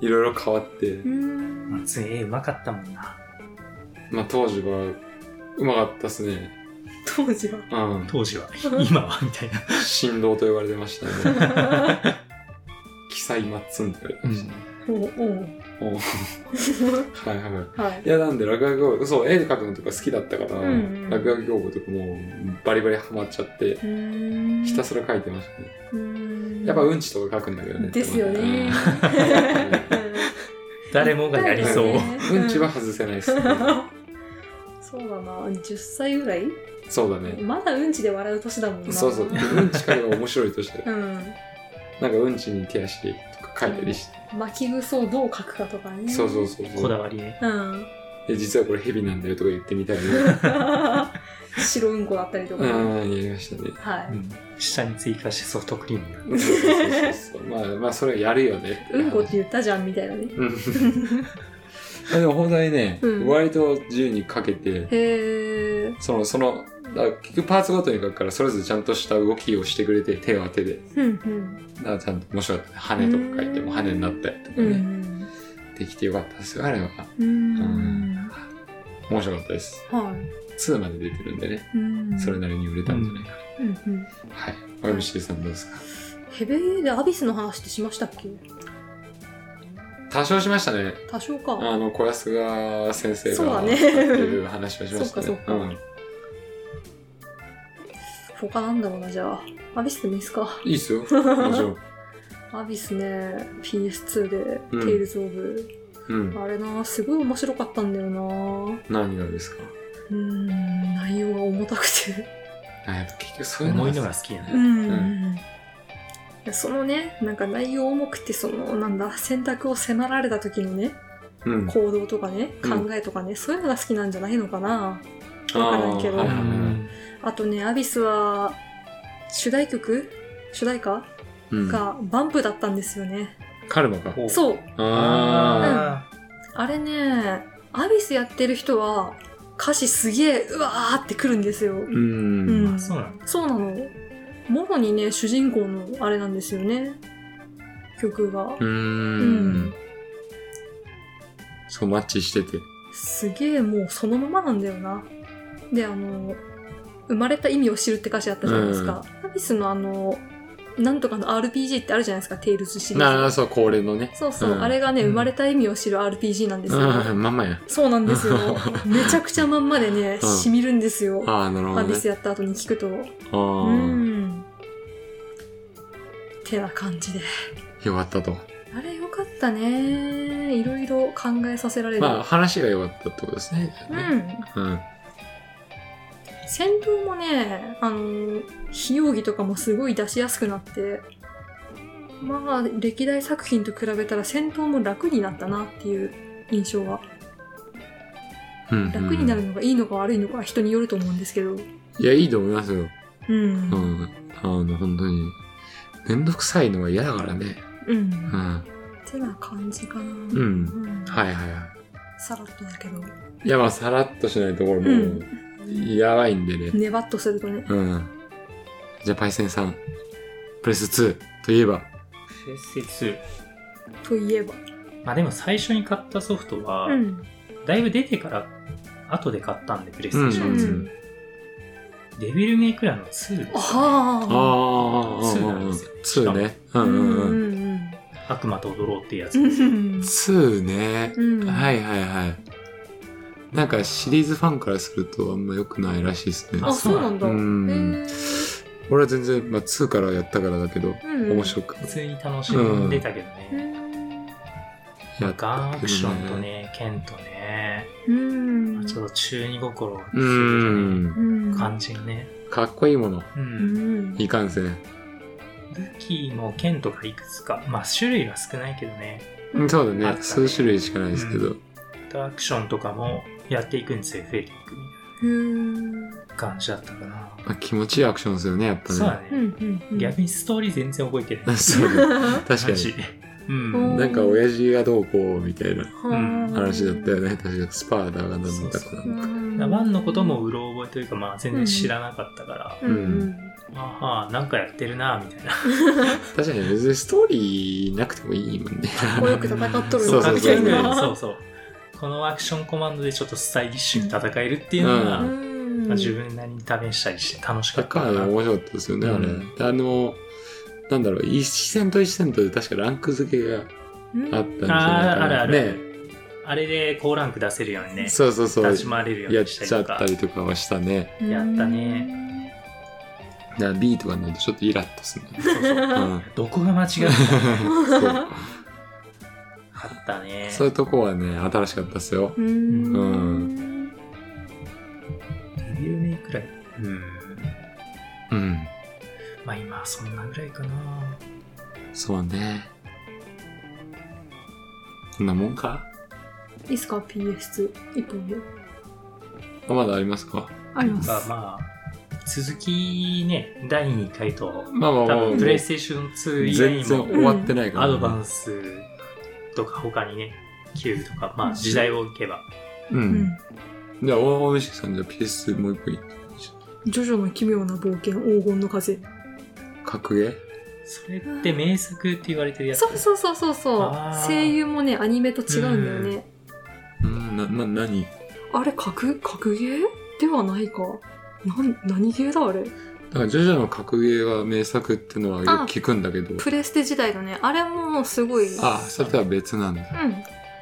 Speaker 2: いろいろ変わって
Speaker 1: う。ん
Speaker 3: 松井絵うまかったもんな
Speaker 2: まあ当時は、うまかったっすね。
Speaker 1: 当時は
Speaker 2: うん。
Speaker 3: 当時は今はみたいな
Speaker 2: 振動と呼ばれてましたね。 記載マッツンって言われてましたね。
Speaker 1: おうおう
Speaker 2: おう はいはいはい。
Speaker 1: はい
Speaker 2: いや、なんで落書きを、そう、絵描くのとか好きだったから、
Speaker 1: うんうん
Speaker 2: 落書き用語とかもうバリバリハマっちゃって、
Speaker 1: うーん
Speaker 2: ひたすら描いてましたね。
Speaker 1: うーん
Speaker 2: やっぱうんちとか書くんだけどね。
Speaker 1: ですよね
Speaker 3: 誰もがやりそう、
Speaker 1: だよね
Speaker 2: うんうんちは外せないですね。
Speaker 1: そうだな10歳ぐらい
Speaker 2: そうだね。
Speaker 1: まだうんちで笑う年だもんな
Speaker 2: そうそう。うんち書けば面白いとして、
Speaker 1: うん
Speaker 2: なんかうんちに手足とか書いたりして。
Speaker 1: 巻き草をどう描くかとかね
Speaker 2: そうそうそうそう。
Speaker 3: こだわりね
Speaker 1: うん
Speaker 2: で実はこれヘビなんだよとか言ってみたり、
Speaker 1: 白うんこだったりとか、
Speaker 2: うん、やりましたね。
Speaker 1: は
Speaker 3: う
Speaker 1: い
Speaker 3: ん下に追加してソフトクリーム
Speaker 2: そうそうそうそう。まあ、まあ、それはやるよね。
Speaker 1: うんこって言ったじゃんみたいなね
Speaker 2: うんあでも本当にね、
Speaker 1: うん
Speaker 2: 割と自由にかけて
Speaker 1: へえ
Speaker 2: そのそのだから結局パーツごとに書くからそれぞれちゃんとした動きをしてくれて手は手で
Speaker 1: ふんふん
Speaker 2: だからちゃんと面白かったね羽とか書いても羽になったりとか
Speaker 1: う
Speaker 2: ね、
Speaker 1: ん
Speaker 2: できてよかったですよあれは
Speaker 1: うん
Speaker 2: ん面白かったです
Speaker 1: はい
Speaker 2: 2まで出てるんでね
Speaker 1: うん
Speaker 2: それなりに売れたんじゃないか
Speaker 1: うんうん
Speaker 2: な、はい OMC さんどうですか
Speaker 1: ヘベでアビスの話ってしましたっけ
Speaker 2: 多少しましたね
Speaker 1: 多少か
Speaker 2: あの小安が先生
Speaker 1: そう
Speaker 2: が
Speaker 1: だ
Speaker 2: って
Speaker 1: ね
Speaker 2: いう話をしましたね
Speaker 1: そうかそうか他なんだろうなじゃあアビスでもいいっすか
Speaker 2: うん、いいっすよもちろん、
Speaker 1: アビスね PS2 で「
Speaker 2: うん
Speaker 1: テイルズ・オブ
Speaker 2: うん」、
Speaker 1: あれなすごい面白かったんだよなう
Speaker 2: 何がですか
Speaker 1: ーん内容が重たくて
Speaker 2: あやっぱ結局そういうの
Speaker 3: 重いの
Speaker 2: が
Speaker 3: が好きや
Speaker 1: う
Speaker 3: な、
Speaker 1: ん、そのねなんか内容重くてそのなんだ選択を迫られた時のね
Speaker 2: うん
Speaker 1: 行動とかね
Speaker 2: うん
Speaker 1: 考えとかね、そういうのが好きなんじゃないのかな
Speaker 2: あー
Speaker 1: わからんけど
Speaker 2: は
Speaker 1: う
Speaker 2: いはいはい
Speaker 1: あとねアビスは主題曲主題歌
Speaker 2: うん
Speaker 1: がバンプだったんですよね、
Speaker 2: カルマか
Speaker 3: お
Speaker 1: そう
Speaker 2: あ
Speaker 1: あれね、アビスやってる人は歌詞すげえうわーってくるんですよ。
Speaker 2: ーうん
Speaker 1: うん
Speaker 3: あそうなんだ
Speaker 1: そうなの。もろにね、主人公のあれなんですよね。曲が。
Speaker 2: うーんそうマッチしてて
Speaker 1: すげえもうそのままなんだよな。で、あの、生まれた意味を知るって歌詞あったじゃないですか。アビスのあの、なんとかの RPG ってあるじゃないですか、テイルズシリ
Speaker 2: な
Speaker 1: ー
Speaker 2: あ
Speaker 1: ズ。
Speaker 2: そう恒例のね
Speaker 1: そうそう、
Speaker 2: うん
Speaker 1: あれがね、
Speaker 3: うん
Speaker 1: 生まれた意味を知る RPG なんですよ。
Speaker 2: うんまんまや
Speaker 1: そうなんです よ。めちゃくちゃまんまでね、
Speaker 2: うん
Speaker 1: 染みるんですよ。
Speaker 2: ああなるほ
Speaker 1: ア
Speaker 2: ど
Speaker 1: ビ
Speaker 2: ね
Speaker 1: スやった後に聞くと、
Speaker 2: あ
Speaker 1: う
Speaker 2: ー
Speaker 1: ん。てな感じで。
Speaker 2: よかったと
Speaker 1: あれよかったね。ねいろいろ考えさせられる、
Speaker 2: まあ話が良かったってことですね。
Speaker 1: うん
Speaker 2: うん。
Speaker 1: 戦闘もねあの費用儀とかもすごい出しやすくなってまあ歴代作品と比べたら戦闘も楽になったなっていう印象は
Speaker 2: うん、
Speaker 1: 楽になるのがいいのか悪いのかは人によると思うんですけど
Speaker 2: いや、いいと思いますよ。
Speaker 1: うん
Speaker 2: う、ん。あの、本当に。めんどくさいのは嫌だからね。
Speaker 1: うん、
Speaker 2: う
Speaker 1: っ
Speaker 2: ん。
Speaker 1: てな感じかな、
Speaker 2: う。
Speaker 1: うんん
Speaker 2: はいはいは
Speaker 1: さらっとだけど
Speaker 2: い。いや、まあ、さらっとしないとこれもう、やばいんでね。
Speaker 1: ねばっとするとね
Speaker 2: うん。じゃあ、パイセンさん、プレス2といえば、
Speaker 3: プレステ
Speaker 1: といえば
Speaker 3: 2まあでも最初に買ったソフトは、
Speaker 1: うん
Speaker 3: だいぶ出てから後で買ったんでプレイステーション
Speaker 2: う
Speaker 3: 2、
Speaker 2: ん
Speaker 3: デビルメイクラーの2ですね
Speaker 1: ああ
Speaker 2: ああ、
Speaker 3: 2なんですよ
Speaker 2: 2ね。うん
Speaker 1: う
Speaker 2: うん
Speaker 1: ん
Speaker 2: うん。
Speaker 1: うん
Speaker 3: 悪魔と踊ろうっていうやつ
Speaker 1: う
Speaker 3: です、
Speaker 1: ん
Speaker 2: 2ね。
Speaker 1: うん
Speaker 2: はいはいはい。なんかシリーズファンからするとあんま良くないらしいですね。
Speaker 1: あそうなんだ
Speaker 2: うん
Speaker 1: へえ
Speaker 2: 俺は全然、まあ、2からやったからだけど、
Speaker 1: うん
Speaker 2: 面白く
Speaker 3: 普通に楽しんでたけど
Speaker 1: う
Speaker 3: ね、
Speaker 1: ん
Speaker 2: やっ
Speaker 3: ガ
Speaker 2: た
Speaker 3: ンア
Speaker 2: け
Speaker 3: ク
Speaker 2: ど
Speaker 3: ションと。ね剣とね、
Speaker 1: うん
Speaker 3: ちょっと中二心をす
Speaker 2: う
Speaker 3: る
Speaker 2: ん。
Speaker 1: うん
Speaker 3: 感じのね、
Speaker 2: かっこいいもの。
Speaker 3: うん
Speaker 1: うん
Speaker 2: いかんせん。
Speaker 3: 武器も剣とかいくつかまあ種類は少ないけどね
Speaker 1: うん
Speaker 2: そうだ
Speaker 3: あっ
Speaker 2: ね。
Speaker 3: たね
Speaker 2: 数種類しかないですけど。
Speaker 3: アクションとかもやっていくにつれ増えていくみ
Speaker 1: へえうん
Speaker 3: たいな感じだったかな、
Speaker 2: まあ、気持ちいいアクションですよね、やっぱね。
Speaker 3: そうだね、
Speaker 1: うんうん
Speaker 3: 逆にストーリー全然覚えてない
Speaker 2: そうね確か
Speaker 3: マジ
Speaker 2: に。
Speaker 3: でうん、
Speaker 1: うん
Speaker 2: なんか親父がどうこうみたいな
Speaker 1: はあ
Speaker 2: 話だったよね。確かスパーだがなんだか
Speaker 1: う
Speaker 2: なん
Speaker 3: ワンのこともうろ覚えというか、まあ、全然知らなかったから、
Speaker 1: うんうん
Speaker 3: ああはあ、なんかやってるなみたいな
Speaker 2: 確かに別にストーリーなくてもいいもんね。
Speaker 1: かっこよく戦っとる
Speaker 2: そうそうそう
Speaker 3: 格闘技
Speaker 1: うん
Speaker 3: そうそうこのアクションコマンドでちょっとスタイリッシュに戦えるっていうのが、
Speaker 2: う
Speaker 1: うん
Speaker 3: まあ自分なりに試したりして楽しか
Speaker 2: だ
Speaker 3: った
Speaker 2: か
Speaker 3: からな
Speaker 2: 面白かったですよね、あれ。
Speaker 3: うん
Speaker 2: であの、なんだろう、一戦と一戦とで確かランク付けがあったんじゃないかな。
Speaker 3: あーあるある
Speaker 2: ね
Speaker 3: あれで高ランク出せるようにね
Speaker 2: そうそうそう。
Speaker 3: 立ち回れるよう
Speaker 2: やっ
Speaker 3: にしたり
Speaker 2: ちゃ
Speaker 3: と
Speaker 2: っ
Speaker 3: か
Speaker 2: たりとかはしたね。
Speaker 1: うん
Speaker 3: やったね
Speaker 2: だから B とかになるとちょっとイラッとするね。
Speaker 3: そうそう
Speaker 2: うん、
Speaker 3: どこが間違ったの
Speaker 2: そう
Speaker 3: あっ たね
Speaker 2: そういうとこはね、新しかったですよ。
Speaker 1: うん
Speaker 2: うん
Speaker 3: デビューメイくらい
Speaker 2: う
Speaker 3: うん
Speaker 2: ん。
Speaker 3: まあ今はそんなぐらいかな
Speaker 2: そうね。こんなもんか
Speaker 1: いいっすか PS2 一本で
Speaker 2: あまだありますか
Speaker 1: ありま
Speaker 3: まあ
Speaker 1: す
Speaker 3: まあ続きね第2回と
Speaker 2: まあまあ
Speaker 3: 多
Speaker 2: まあ、
Speaker 3: 分プレイステーション2以
Speaker 2: 全
Speaker 3: 外
Speaker 2: 然
Speaker 3: にも
Speaker 2: 終わってないから、
Speaker 3: アドバンスとか他にねキューブとかまあ時代を置けば
Speaker 2: う。
Speaker 1: うんん
Speaker 2: じゃあ、大大石さん、じゃあ PS もう一個いい
Speaker 1: ジョジョの奇妙な冒険黄金の風
Speaker 2: 格ゲー
Speaker 3: それって名作って言われてるやつ
Speaker 1: そうそうそうそうそう
Speaker 3: あー
Speaker 1: 声優もねアニメと違うんだよね
Speaker 2: うん、な、な、何
Speaker 1: あれ格格ゲーではないかなん何ゲーだあれ
Speaker 2: だから、ジョジョの格ゲーは名作ってのはよく聞くんだけど、
Speaker 1: プレステ時代だねあれももうすごい
Speaker 2: あそれとは別なんだ。
Speaker 1: うん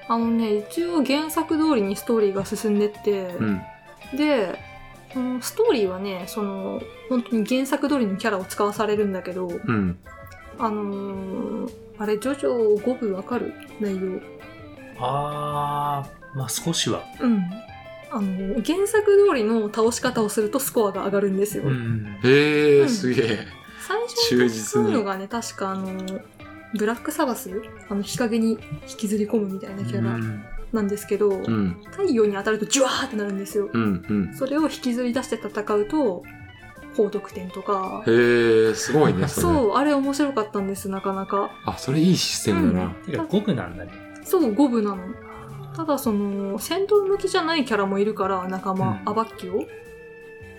Speaker 1: あのね一応原作通りにストーリーが進んでって、
Speaker 2: うん。
Speaker 1: でそのストーリーはねその本当に原作通りのキャラを使わされるんだけど
Speaker 2: うん。
Speaker 1: あのーあれジョジョ5部わかる内容
Speaker 3: ああまあ少しは
Speaker 1: うんあの原作通りの倒し方をするとスコアが上がるんですよ、
Speaker 3: ん
Speaker 2: へえ、
Speaker 1: うん
Speaker 2: すげえ。
Speaker 1: 最初
Speaker 2: 忠
Speaker 1: に
Speaker 2: 実
Speaker 1: 使
Speaker 2: に
Speaker 1: うのがね確かあのブラックサバスあの日陰に引きずり込むみたいなキャ
Speaker 3: う
Speaker 1: ラ
Speaker 3: ん
Speaker 1: なんですけど、
Speaker 2: うん、
Speaker 1: 太陽に当たるとジュワーってなるんですよ、
Speaker 2: うん、うん。
Speaker 1: それを引きずり出して戦うと高得点とか
Speaker 2: へえ、すごいね、それ。
Speaker 1: そうあれ面白かったんですなかなか
Speaker 2: あ、それいいシステムだな。
Speaker 3: てか五分なんだね
Speaker 1: そう五部なのただその戦闘向きじゃないキャラもいるから仲間、
Speaker 3: うん
Speaker 1: アバッキを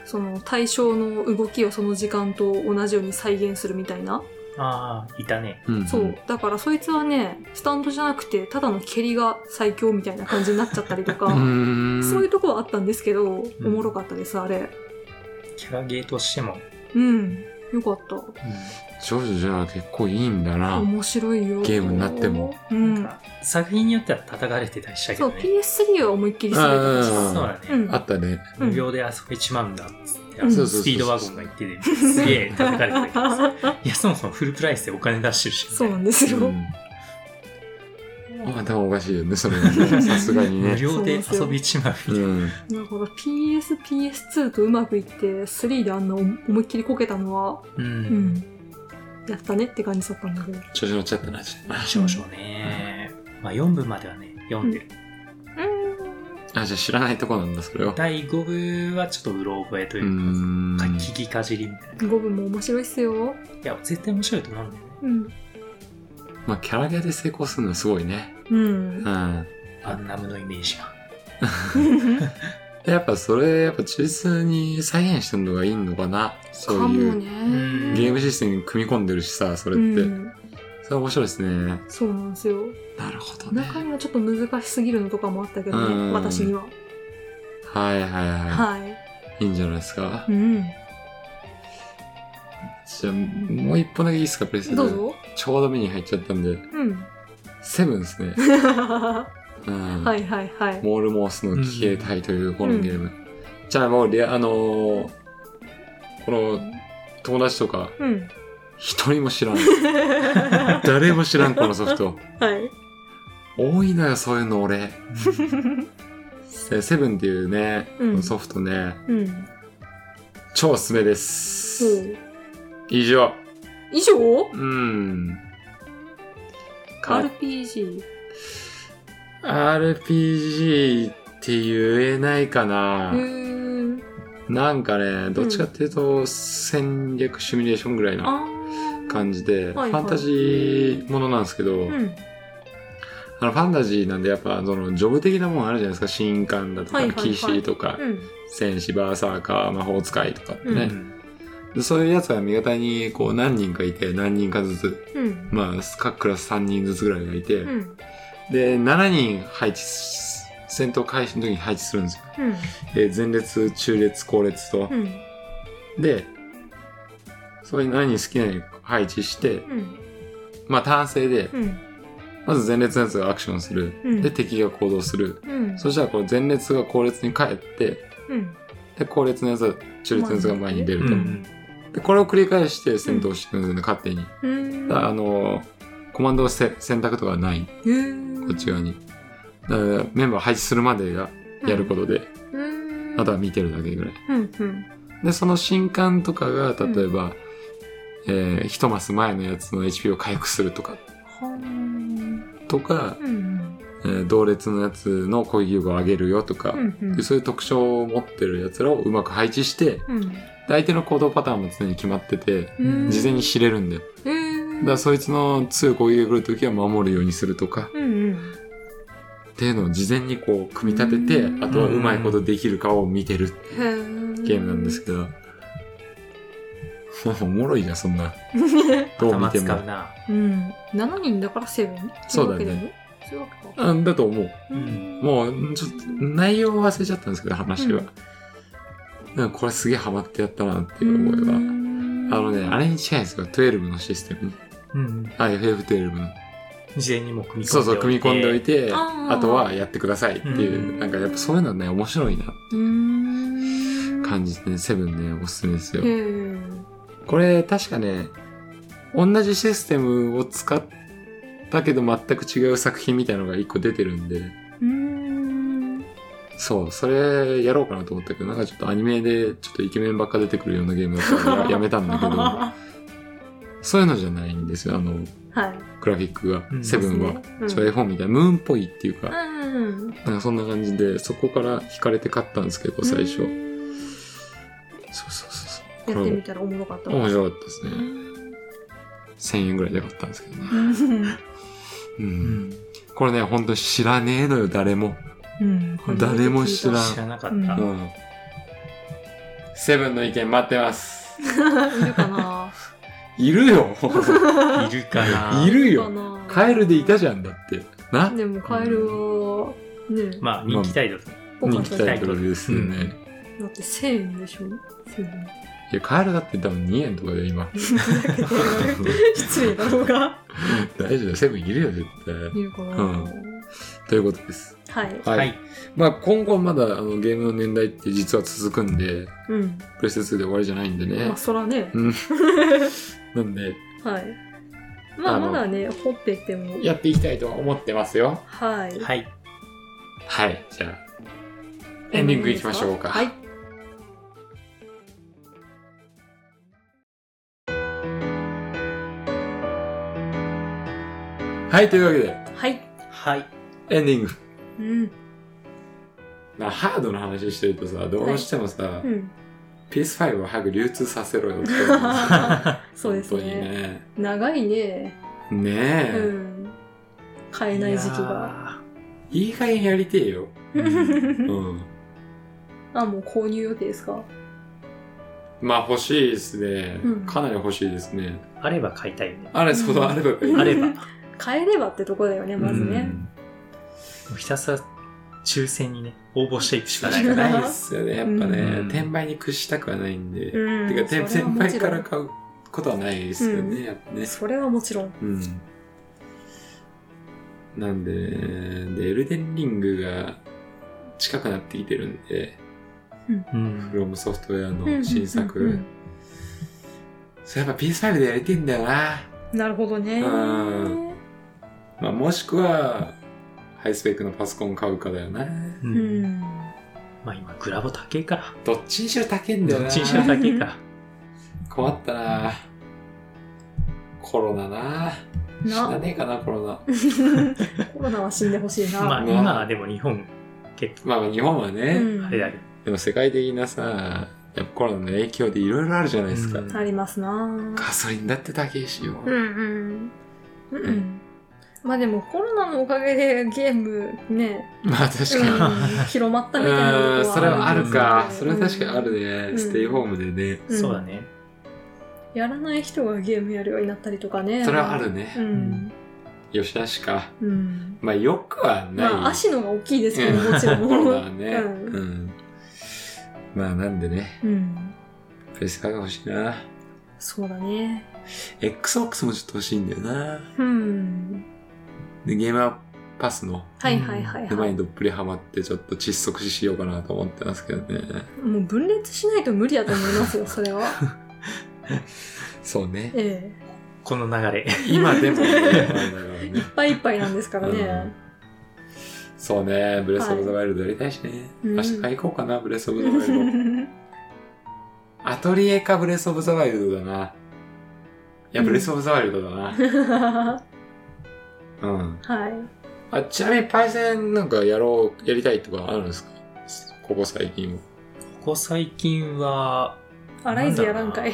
Speaker 1: その対象の動きをその時間と同じように再現するみたいな、
Speaker 3: ああいたね
Speaker 2: うん。
Speaker 1: そう。だからそいつはねスタンドじゃなくてただの蹴りが最強みたいな感じになっちゃったりと
Speaker 2: う
Speaker 1: か
Speaker 2: ーん。
Speaker 1: そういうとこはあったんですけど、おもろかったですあれ
Speaker 3: キャラゲーとしても、
Speaker 1: うんよかった
Speaker 2: ジョジョじゃあ結構いいんだな。
Speaker 1: 面白いよ
Speaker 2: ゲームになっても。
Speaker 1: う
Speaker 3: なんんか作品によっては叩かれてたりしたけ
Speaker 1: そ
Speaker 3: ど
Speaker 1: う
Speaker 3: ね
Speaker 1: PS3 は思いっきり滑ったし
Speaker 2: うん
Speaker 3: そうだね、
Speaker 1: うん
Speaker 2: あったね。
Speaker 1: うん
Speaker 3: 無料で遊べちまうんだっつって、
Speaker 1: うん
Speaker 2: そうそうそうそう
Speaker 3: スピードワゴンが言ってて、すげえ叩かれてたけどさいやそもそもフルプライスでお金出してるしみた
Speaker 1: そ
Speaker 3: いうな
Speaker 1: なんですよ、
Speaker 2: うんまあ、でもおかしいよね、それは。さすがに
Speaker 3: 無
Speaker 2: ね。
Speaker 3: 料で遊びちまうみたいな
Speaker 2: うん。
Speaker 1: なんか PS、PS2 とうまくいって、3であんな思いっきりこけたのは、う
Speaker 3: う
Speaker 1: んん、やったねって感じだったんだけど。
Speaker 2: 調子乗っちゃったな、ちょっと。あ、
Speaker 3: 少々ね、まあ、4部まではね読んで、
Speaker 2: あじゃあ知らないとこなんだ、それは。
Speaker 3: 第5部はちょっとうろ覚えと
Speaker 2: う
Speaker 3: い
Speaker 2: ー。
Speaker 3: うんか、聞きかじりみたいな
Speaker 1: うん。5分も面白いっすよ。
Speaker 3: いや絶対面白いと思うんだよね
Speaker 1: うん。
Speaker 2: まあ、キャラゲーで成功するのはすごいね。
Speaker 1: うん
Speaker 2: う。ん。
Speaker 3: アンナムのイメー ジが
Speaker 2: やっぱそれ、やっぱ忠実に再現してるのがいいのかな。
Speaker 1: か
Speaker 2: そう
Speaker 1: も
Speaker 2: いう。
Speaker 1: ね。
Speaker 2: ゲームシステムに組み込んでるしさ、それ
Speaker 1: う
Speaker 2: って。
Speaker 1: ん。
Speaker 2: それ面白いですね。
Speaker 1: そうなんですよ。
Speaker 2: なるほどね。
Speaker 1: 中にはちょっと難しすぎるのとかもあったけど
Speaker 2: う
Speaker 1: ね、
Speaker 2: ん
Speaker 1: 私には。
Speaker 2: はいはいは。
Speaker 1: はい
Speaker 2: いいんじゃないですか
Speaker 1: い。う。ん。
Speaker 2: じゃあ、もう一本だけいいですか、プレイステ
Speaker 1: どうぞ。
Speaker 2: ちょうど目に入っちゃったんで。
Speaker 1: うん。
Speaker 2: セブンですね。
Speaker 1: は
Speaker 2: うん。
Speaker 1: いはいはい。
Speaker 2: モールモースの騎兵隊というこのゲーム。じゃあもうレア、あのーこの、友達とか、
Speaker 1: うん。
Speaker 2: 一人も知らん。誰も知らん、このソフト。
Speaker 1: はい。
Speaker 2: 多いのよ、そういうの俺。でセブンっていうね、
Speaker 1: うん
Speaker 2: ソフトね、
Speaker 1: うん。
Speaker 2: 超おすすめで
Speaker 1: ほ
Speaker 2: す。
Speaker 1: う
Speaker 2: 以上。
Speaker 1: 以上
Speaker 2: うん。か
Speaker 1: ?RPG。
Speaker 2: RPG って言えないか
Speaker 1: う
Speaker 2: な。
Speaker 1: ーん。
Speaker 2: なんかね、どっちかっていうと、戦略シミュレーションぐらいな
Speaker 1: あー。
Speaker 2: 感じで、
Speaker 1: はいはい
Speaker 2: ファンタジーものなんですけど、
Speaker 1: うん。
Speaker 2: あのファンタジーなんでやっぱそのジョブ的なものあるじゃないですか神官だとか、
Speaker 1: はいはいはい
Speaker 2: 騎士とか、
Speaker 1: うん。
Speaker 2: 戦士バーサーカー魔法使いとかって
Speaker 3: う
Speaker 2: ね、
Speaker 3: ん
Speaker 2: でそういうやつが味方にこう何人かいて何人かずつ
Speaker 1: うん。
Speaker 2: まあ各クラス3人ずつぐらいがいて、
Speaker 1: うん。
Speaker 2: で7人配置し戦闘開始の時に配置するんですよ
Speaker 1: うん。
Speaker 2: で前列中列後列と
Speaker 1: う、ん。
Speaker 2: でそれに何人好きなように配置して
Speaker 1: うん。
Speaker 2: まあ単制で
Speaker 1: うん。
Speaker 2: まず前列のやつがアクションする
Speaker 1: うん。
Speaker 2: で敵が行動する
Speaker 1: うん。
Speaker 2: そしたらこう前列が後列に帰って
Speaker 1: うん。
Speaker 2: で後列のやつは中列のやつが前に出る
Speaker 3: う
Speaker 2: と、
Speaker 3: ん
Speaker 2: でこれを繰り返して戦闘していくんですよね、勝手に、
Speaker 1: う
Speaker 2: た
Speaker 1: ん。
Speaker 2: だあのコマンドせ選択とかはないこっち側にだからメンバー配置するまでがやることで、
Speaker 1: うん。
Speaker 2: あとは見てるだけぐらい
Speaker 1: うん。うん。
Speaker 2: でその新刊とかが例えば、えー一マス前のやつの HP を回復するとか
Speaker 1: はん。
Speaker 2: とか、
Speaker 1: うん。
Speaker 2: えー同列のやつの攻撃力を上げるよとか、
Speaker 1: うん
Speaker 2: で。そういう特徴を持ってるやつらをうまく配置して
Speaker 1: うん。
Speaker 2: で相手の行動パターンも常に決まってて、
Speaker 1: うん
Speaker 2: 事前に知れるんだよ。
Speaker 1: う
Speaker 2: だ
Speaker 1: ん。
Speaker 2: からそいつの強い攻撃が来るときは守るようにするとか、
Speaker 1: うん。うん。
Speaker 2: っていうのを事前にこう組み立て
Speaker 1: うん
Speaker 2: て、あとはうまいことできるかを見てる
Speaker 1: へー
Speaker 2: ゲームなんですけど。 おもろいじゃん、そんな。どう見
Speaker 3: 頭
Speaker 2: て
Speaker 3: 使う
Speaker 2: も。
Speaker 3: な
Speaker 1: うん。7人だからセブン
Speaker 2: そうだね。
Speaker 1: そういうわけか。
Speaker 2: うんだと思う。
Speaker 3: うん
Speaker 2: もう、ちょっと内容忘れちゃったんですけど、話は。なんかこれすげえハマってやったなっていう思いは。あのね、あれに近いんですよ。12のシステム。
Speaker 3: うん
Speaker 2: あ、FF12 の。
Speaker 3: 事前にもう組み込んでおいて
Speaker 2: そうそう、組み込んでおいて、
Speaker 1: あー
Speaker 2: あとはやってくださいっていう
Speaker 1: ん
Speaker 2: う、なんかやっぱそういうのはね、面白いな
Speaker 1: うーん。
Speaker 2: 感じでね、セブンね、おすすめですよ
Speaker 1: へ。ー
Speaker 2: これ、確かね、同じシステムを使ったけど全く違う作品みたいのが一個出てるんで、
Speaker 1: うーん。
Speaker 2: そう、それやろうかなと思ったけど、なんかちょっとアニメでちょっとイケメンばっか出てくるようなゲームだったからややめたんだけど、
Speaker 1: は
Speaker 2: そういうのじゃないんですよ、あの、
Speaker 1: い。
Speaker 2: グラフィックが
Speaker 3: う、ん
Speaker 2: セブンは。
Speaker 1: うん。
Speaker 2: ちょ、絵本みたいな、ムーンっぽいっていうか、
Speaker 1: うん。
Speaker 2: なんかそんな感じで、そこから惹かれて買ったんですけど、最初。そうそうそうそう。
Speaker 1: や
Speaker 2: こ
Speaker 1: ってみ
Speaker 2: れ
Speaker 1: たらおもろかった
Speaker 2: 面白かったですね
Speaker 1: う。ん
Speaker 2: 1000円ぐらいで買ったんですけどね。う。
Speaker 3: うんん
Speaker 2: これね、ほんと知らねえのよ、誰も。
Speaker 1: うん
Speaker 2: 誰も知らん
Speaker 3: 知らなかっ
Speaker 1: うん
Speaker 3: た、
Speaker 2: うん。セブンの意見待ってます。
Speaker 1: いるかない
Speaker 2: るよ
Speaker 3: いる かない
Speaker 2: る
Speaker 1: か
Speaker 2: よ
Speaker 1: な
Speaker 2: カエルでいたじゃんだって。な
Speaker 1: でもカエルはね
Speaker 3: まあ人気タイトル、
Speaker 1: 僕
Speaker 2: 人
Speaker 1: は
Speaker 2: 気
Speaker 1: だ
Speaker 2: タイトルですよね。
Speaker 1: って1000円でしょ1000円
Speaker 2: いや、カエルだって多分2円とかで今。
Speaker 1: だけど 失礼だろうが
Speaker 2: 大丈夫だよ、セブンいるよ、絶対。
Speaker 1: いるかな、
Speaker 2: うんということです。
Speaker 1: はい
Speaker 3: はい、
Speaker 2: まあ今後まだあのゲームの年代って実は続くんで、
Speaker 1: うん
Speaker 2: プレステ2で終わりじゃないんで
Speaker 1: ま
Speaker 2: ね
Speaker 1: あ。そらね
Speaker 2: うん。なんで、
Speaker 1: はいまあ
Speaker 2: あの
Speaker 1: まだねほっぺっても
Speaker 2: やっていきたいとは思ってますよ。
Speaker 1: はい
Speaker 3: はい。
Speaker 2: はい、じゃあ、エンディングいきましょうか。
Speaker 1: はい
Speaker 2: はい、というわけで、
Speaker 1: はい
Speaker 3: はい。
Speaker 2: エンディング。
Speaker 1: うん
Speaker 2: なハードの話してるとさ、どうしてもさ、
Speaker 1: うん
Speaker 2: PS5 を早く流通させろよって思う
Speaker 1: そうですね
Speaker 2: 本
Speaker 1: 長いね
Speaker 2: 当にね。ね
Speaker 1: う
Speaker 2: え、
Speaker 1: ん買えない時期が
Speaker 2: いい加減やりてえよ。
Speaker 3: いやー。うん
Speaker 2: うん。
Speaker 1: あもう購入予定ですか
Speaker 2: まあ欲しいですね、
Speaker 1: うん
Speaker 2: かなり欲しいですね。
Speaker 3: あれば買いたいよね。
Speaker 2: あれ、そう
Speaker 1: うん
Speaker 2: だ、あれば いい。
Speaker 3: あれば。も
Speaker 1: 買えればってとこだよねまずね、
Speaker 3: うひたすら抽選にね、応募していくしかない
Speaker 2: うん。
Speaker 3: か
Speaker 2: な
Speaker 3: ら。
Speaker 2: いっすよね。やっぱね、
Speaker 3: うん
Speaker 2: 転売に屈したくはないんで。
Speaker 1: うん
Speaker 2: てか、
Speaker 1: それ
Speaker 2: 転
Speaker 1: は
Speaker 2: 転
Speaker 1: もちろ
Speaker 2: 売か
Speaker 1: ん
Speaker 2: ら買うことはないですよね、やっぱね。
Speaker 1: それはもちろん
Speaker 2: うん。なんで、で、エルデンリングが近くなってきてるんで、
Speaker 3: うん
Speaker 2: フ。ロムソフトウェアの新作。そうやっぱ PS5 でやりてんだよな。
Speaker 1: なるほどね
Speaker 2: うんまあ、もしくは、ハイスペックのパソコン買うかだよな。
Speaker 3: う。
Speaker 1: うんん
Speaker 3: まあ今、グラボ高えから。
Speaker 2: どっちにしろ高いんだよ
Speaker 3: ど
Speaker 2: な。
Speaker 3: っちにしろ高えから。
Speaker 2: 困ったな。コロナな。死なねえかな、コロナ。
Speaker 1: コロナは死んでほ しいな、
Speaker 3: まあ
Speaker 2: うん
Speaker 3: 今はでも日本、
Speaker 2: まあ、日本は
Speaker 1: う
Speaker 2: ね、
Speaker 1: ん
Speaker 3: あれだけ
Speaker 2: でも世界的なさ、やっぱコロナの影響でいろいろあるじゃないですか。
Speaker 3: うん
Speaker 1: ありますな
Speaker 2: ガソリンだって高いしよ。
Speaker 4: うん
Speaker 1: うんうんまあでもコロナのおかげでゲームね、
Speaker 2: まあ確
Speaker 1: う
Speaker 2: かに。
Speaker 1: ん広まった
Speaker 2: う
Speaker 1: みたいなとこ
Speaker 2: ん、それはあるか。
Speaker 1: うん
Speaker 2: それは確かにある
Speaker 1: う
Speaker 2: ね。
Speaker 1: ん
Speaker 2: ステイホームでね。
Speaker 1: ん
Speaker 3: そうだね。
Speaker 1: やらない人がゲームやるようになったりとかね
Speaker 2: それはある
Speaker 1: う
Speaker 2: ね。
Speaker 1: ん、
Speaker 2: 吉田しか。
Speaker 1: うん、
Speaker 2: まあよくはない。
Speaker 1: まあ足のが大きいですけど
Speaker 2: うん
Speaker 1: もちろん
Speaker 2: コロナはね。
Speaker 1: うん
Speaker 2: うん。まあなんでね、
Speaker 1: うん、
Speaker 2: プレスカが欲しいな。
Speaker 1: そうだね
Speaker 2: XBOX もちょっと欲しいんだよな。
Speaker 1: うん
Speaker 2: で、ゲームはパスの
Speaker 1: はいはいはいは
Speaker 2: 沼
Speaker 1: い
Speaker 2: にどっぷりハマってちょっと窒息死しようかなと思ってますけどね。
Speaker 1: もう分裂しないと無理だと思います よそれは
Speaker 2: そうね。
Speaker 1: ええ
Speaker 3: この流れ。
Speaker 2: 今でも ね、なんだろう
Speaker 1: いっ
Speaker 2: ね。
Speaker 1: ぱいいっぱいなんですからね、
Speaker 2: そうね、ブレスオブザワイルドやりたいしね。
Speaker 1: うん
Speaker 2: 明日買い行こうかな、ブレスオブザワイルド。アトリエかブレスオブザワイルドだな。いや、
Speaker 1: うん
Speaker 2: ブレスオブザワイルドだな。うん。
Speaker 1: はい
Speaker 2: あ、ちなみにパイセンなんかやろう、やりたいとかあるんですかここ最近も。
Speaker 3: ここ最近は、
Speaker 1: アライズやらんかい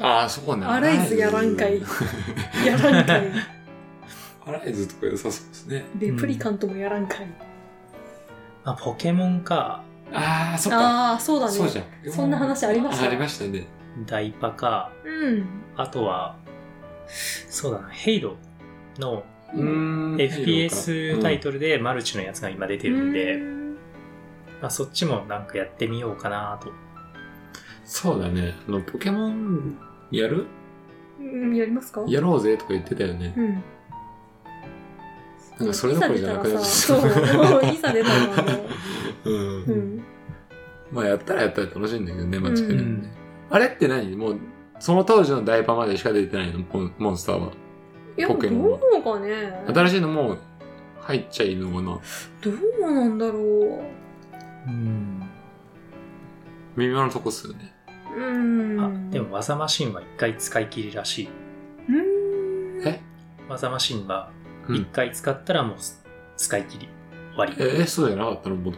Speaker 2: ああ、そうね。
Speaker 1: アライズやらんかいや
Speaker 3: だな
Speaker 1: らんかい
Speaker 2: アライズとか良さそうですね。
Speaker 1: レプリカントもやらんかい、
Speaker 3: まあ、ポケモンか、
Speaker 2: ああ、そっか。
Speaker 1: ああそうだね
Speaker 2: そうじゃん。
Speaker 1: そんな話ありました
Speaker 2: ありましたね。
Speaker 3: ダイパか、
Speaker 1: うん
Speaker 3: あとは、そうだな、ヘイローの
Speaker 2: うーん。
Speaker 3: FPS タイ
Speaker 2: ト
Speaker 3: トルでマルチのやつが今出てるんで、まあ、そっちもなんかやってみようかなと。
Speaker 2: ル。そうだね。あの、ポケモンやる
Speaker 1: うんやりますか
Speaker 2: やろうぜとか言ってたよね
Speaker 1: う。ん
Speaker 2: なんかそれどころじゃなくなっち
Speaker 1: そ
Speaker 2: ゃっ
Speaker 1: う
Speaker 2: た。
Speaker 1: いざ出たのはも
Speaker 2: うん
Speaker 1: う、うん、
Speaker 2: まあやったらやったら楽しいんだけどね、間違いなく
Speaker 1: う
Speaker 2: ね。あれって何もう、その当時のダイパまでしか出てないのモンモンスターは。
Speaker 1: いやど
Speaker 2: ポケモンは
Speaker 1: うかね
Speaker 2: 新しいのもう入っちゃいいのかな
Speaker 1: どうなんだろう
Speaker 3: うん。
Speaker 2: 微妙なとこっすよね。
Speaker 1: うん
Speaker 3: あ、でも技マシンは一回使い切りらしい。
Speaker 1: うん
Speaker 2: え
Speaker 3: 技マシンは
Speaker 2: うん
Speaker 3: 一回使ったらもうす使い切り終わり。
Speaker 2: え、えそうじゃなかったのもっ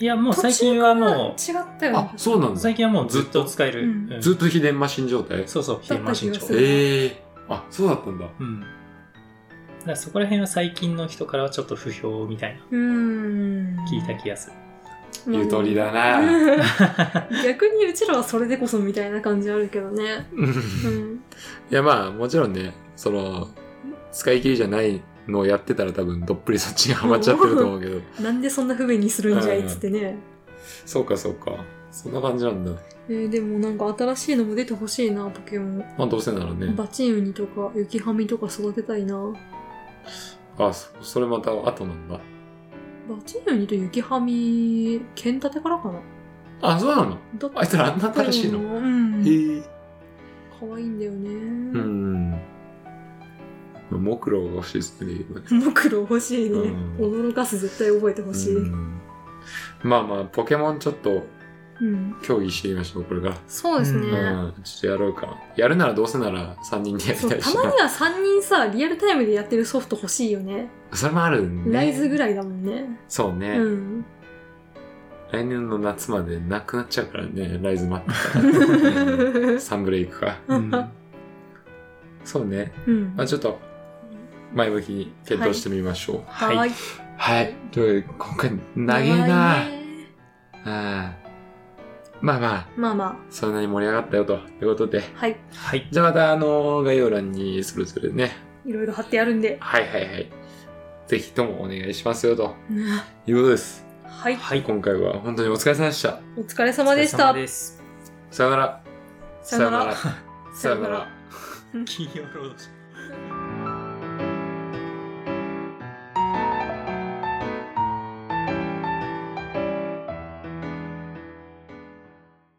Speaker 3: いや、もう最近はも
Speaker 1: 途中から違ったよ
Speaker 2: と。
Speaker 1: ね
Speaker 2: あ、そうなん
Speaker 3: う、
Speaker 2: だ。
Speaker 3: 最近はもうずっと使える。
Speaker 1: うん
Speaker 3: うん
Speaker 2: ずっと秘伝マシン状態
Speaker 3: そうそう、ヒデマシン長
Speaker 1: だった気がする
Speaker 2: ええあ、そうだったんだ。
Speaker 3: うん。だからそこら辺は最近の人からはちょっと不評みたいな
Speaker 1: うん
Speaker 3: 聞いた気 がする。
Speaker 2: ゆとりだ
Speaker 1: まあ
Speaker 2: な。
Speaker 1: 逆にうちらはそれでこそみたいな感じあるけどねうん
Speaker 2: いや、まあ、もちろんね、その、使い切りじゃないのをやってたら多分どっぷりそっちにハマっちゃってると思うけど。
Speaker 1: なんでそんな不便にするんじゃいっつってね
Speaker 2: そうか、そうか。そんな感じなんだ。
Speaker 1: えーでもなんか新しいのも出てほしいなポケモン
Speaker 2: まあ、どうせならね。
Speaker 1: バチンウニとか雪ハミとか育てたいな
Speaker 2: あ、そそれまた後なんだ。
Speaker 1: バチンウニと雪ハミ剣立てからかな
Speaker 2: あ、そうなの
Speaker 1: だっ
Speaker 2: あいつらあんな新しいの
Speaker 1: うん
Speaker 2: へえ。
Speaker 1: 可愛いんだよね
Speaker 2: うん。目論が欲しいですね。今ね
Speaker 1: 目論欲しいね、
Speaker 2: うん
Speaker 1: 驚かす絶対覚えてほしい、
Speaker 2: う
Speaker 1: うん
Speaker 2: んまあまあ、ポケモンちょっと協議してみましょう、これから。
Speaker 5: そうですね、
Speaker 3: うん
Speaker 2: うん、ちょっとやろうかな。やるならどうせなら3人でやり
Speaker 1: そう
Speaker 2: たい
Speaker 1: た
Speaker 2: し
Speaker 1: ま
Speaker 2: な
Speaker 1: に。は3人さリアルタイムでやってるソフト欲しいよね
Speaker 2: それもあるん
Speaker 1: ラ
Speaker 2: ね。
Speaker 1: イズぐらいだもんね
Speaker 2: そうね、
Speaker 1: うん
Speaker 2: 来年の夏までなくなっちゃうからね、ライズマッ プサンブレイクか。
Speaker 3: うん
Speaker 2: そうね。
Speaker 1: うん
Speaker 2: まあちょっと、前向きに検討してみましょう。
Speaker 1: は
Speaker 3: はい
Speaker 1: い
Speaker 2: はい。ということで、今回、長えな
Speaker 1: 長いね
Speaker 2: あまあまあ、
Speaker 1: まあま
Speaker 2: そんなに盛り上がったよということで。
Speaker 1: あはい
Speaker 3: はい。
Speaker 2: じゃあまた、あの概要欄にそれぞれね、
Speaker 1: いろいろ貼ってあるんで、
Speaker 2: はいはいはい。ぜひともお願いしますよということです。
Speaker 1: はい
Speaker 3: はい。
Speaker 2: 今回は本当にお疲れ様でした。
Speaker 1: お疲れ
Speaker 3: お疲
Speaker 1: 様
Speaker 3: れ
Speaker 1: でした
Speaker 3: 様です
Speaker 2: さよなら。
Speaker 1: さよなら
Speaker 2: さよなら。さよなら。
Speaker 3: 金曜ロードショー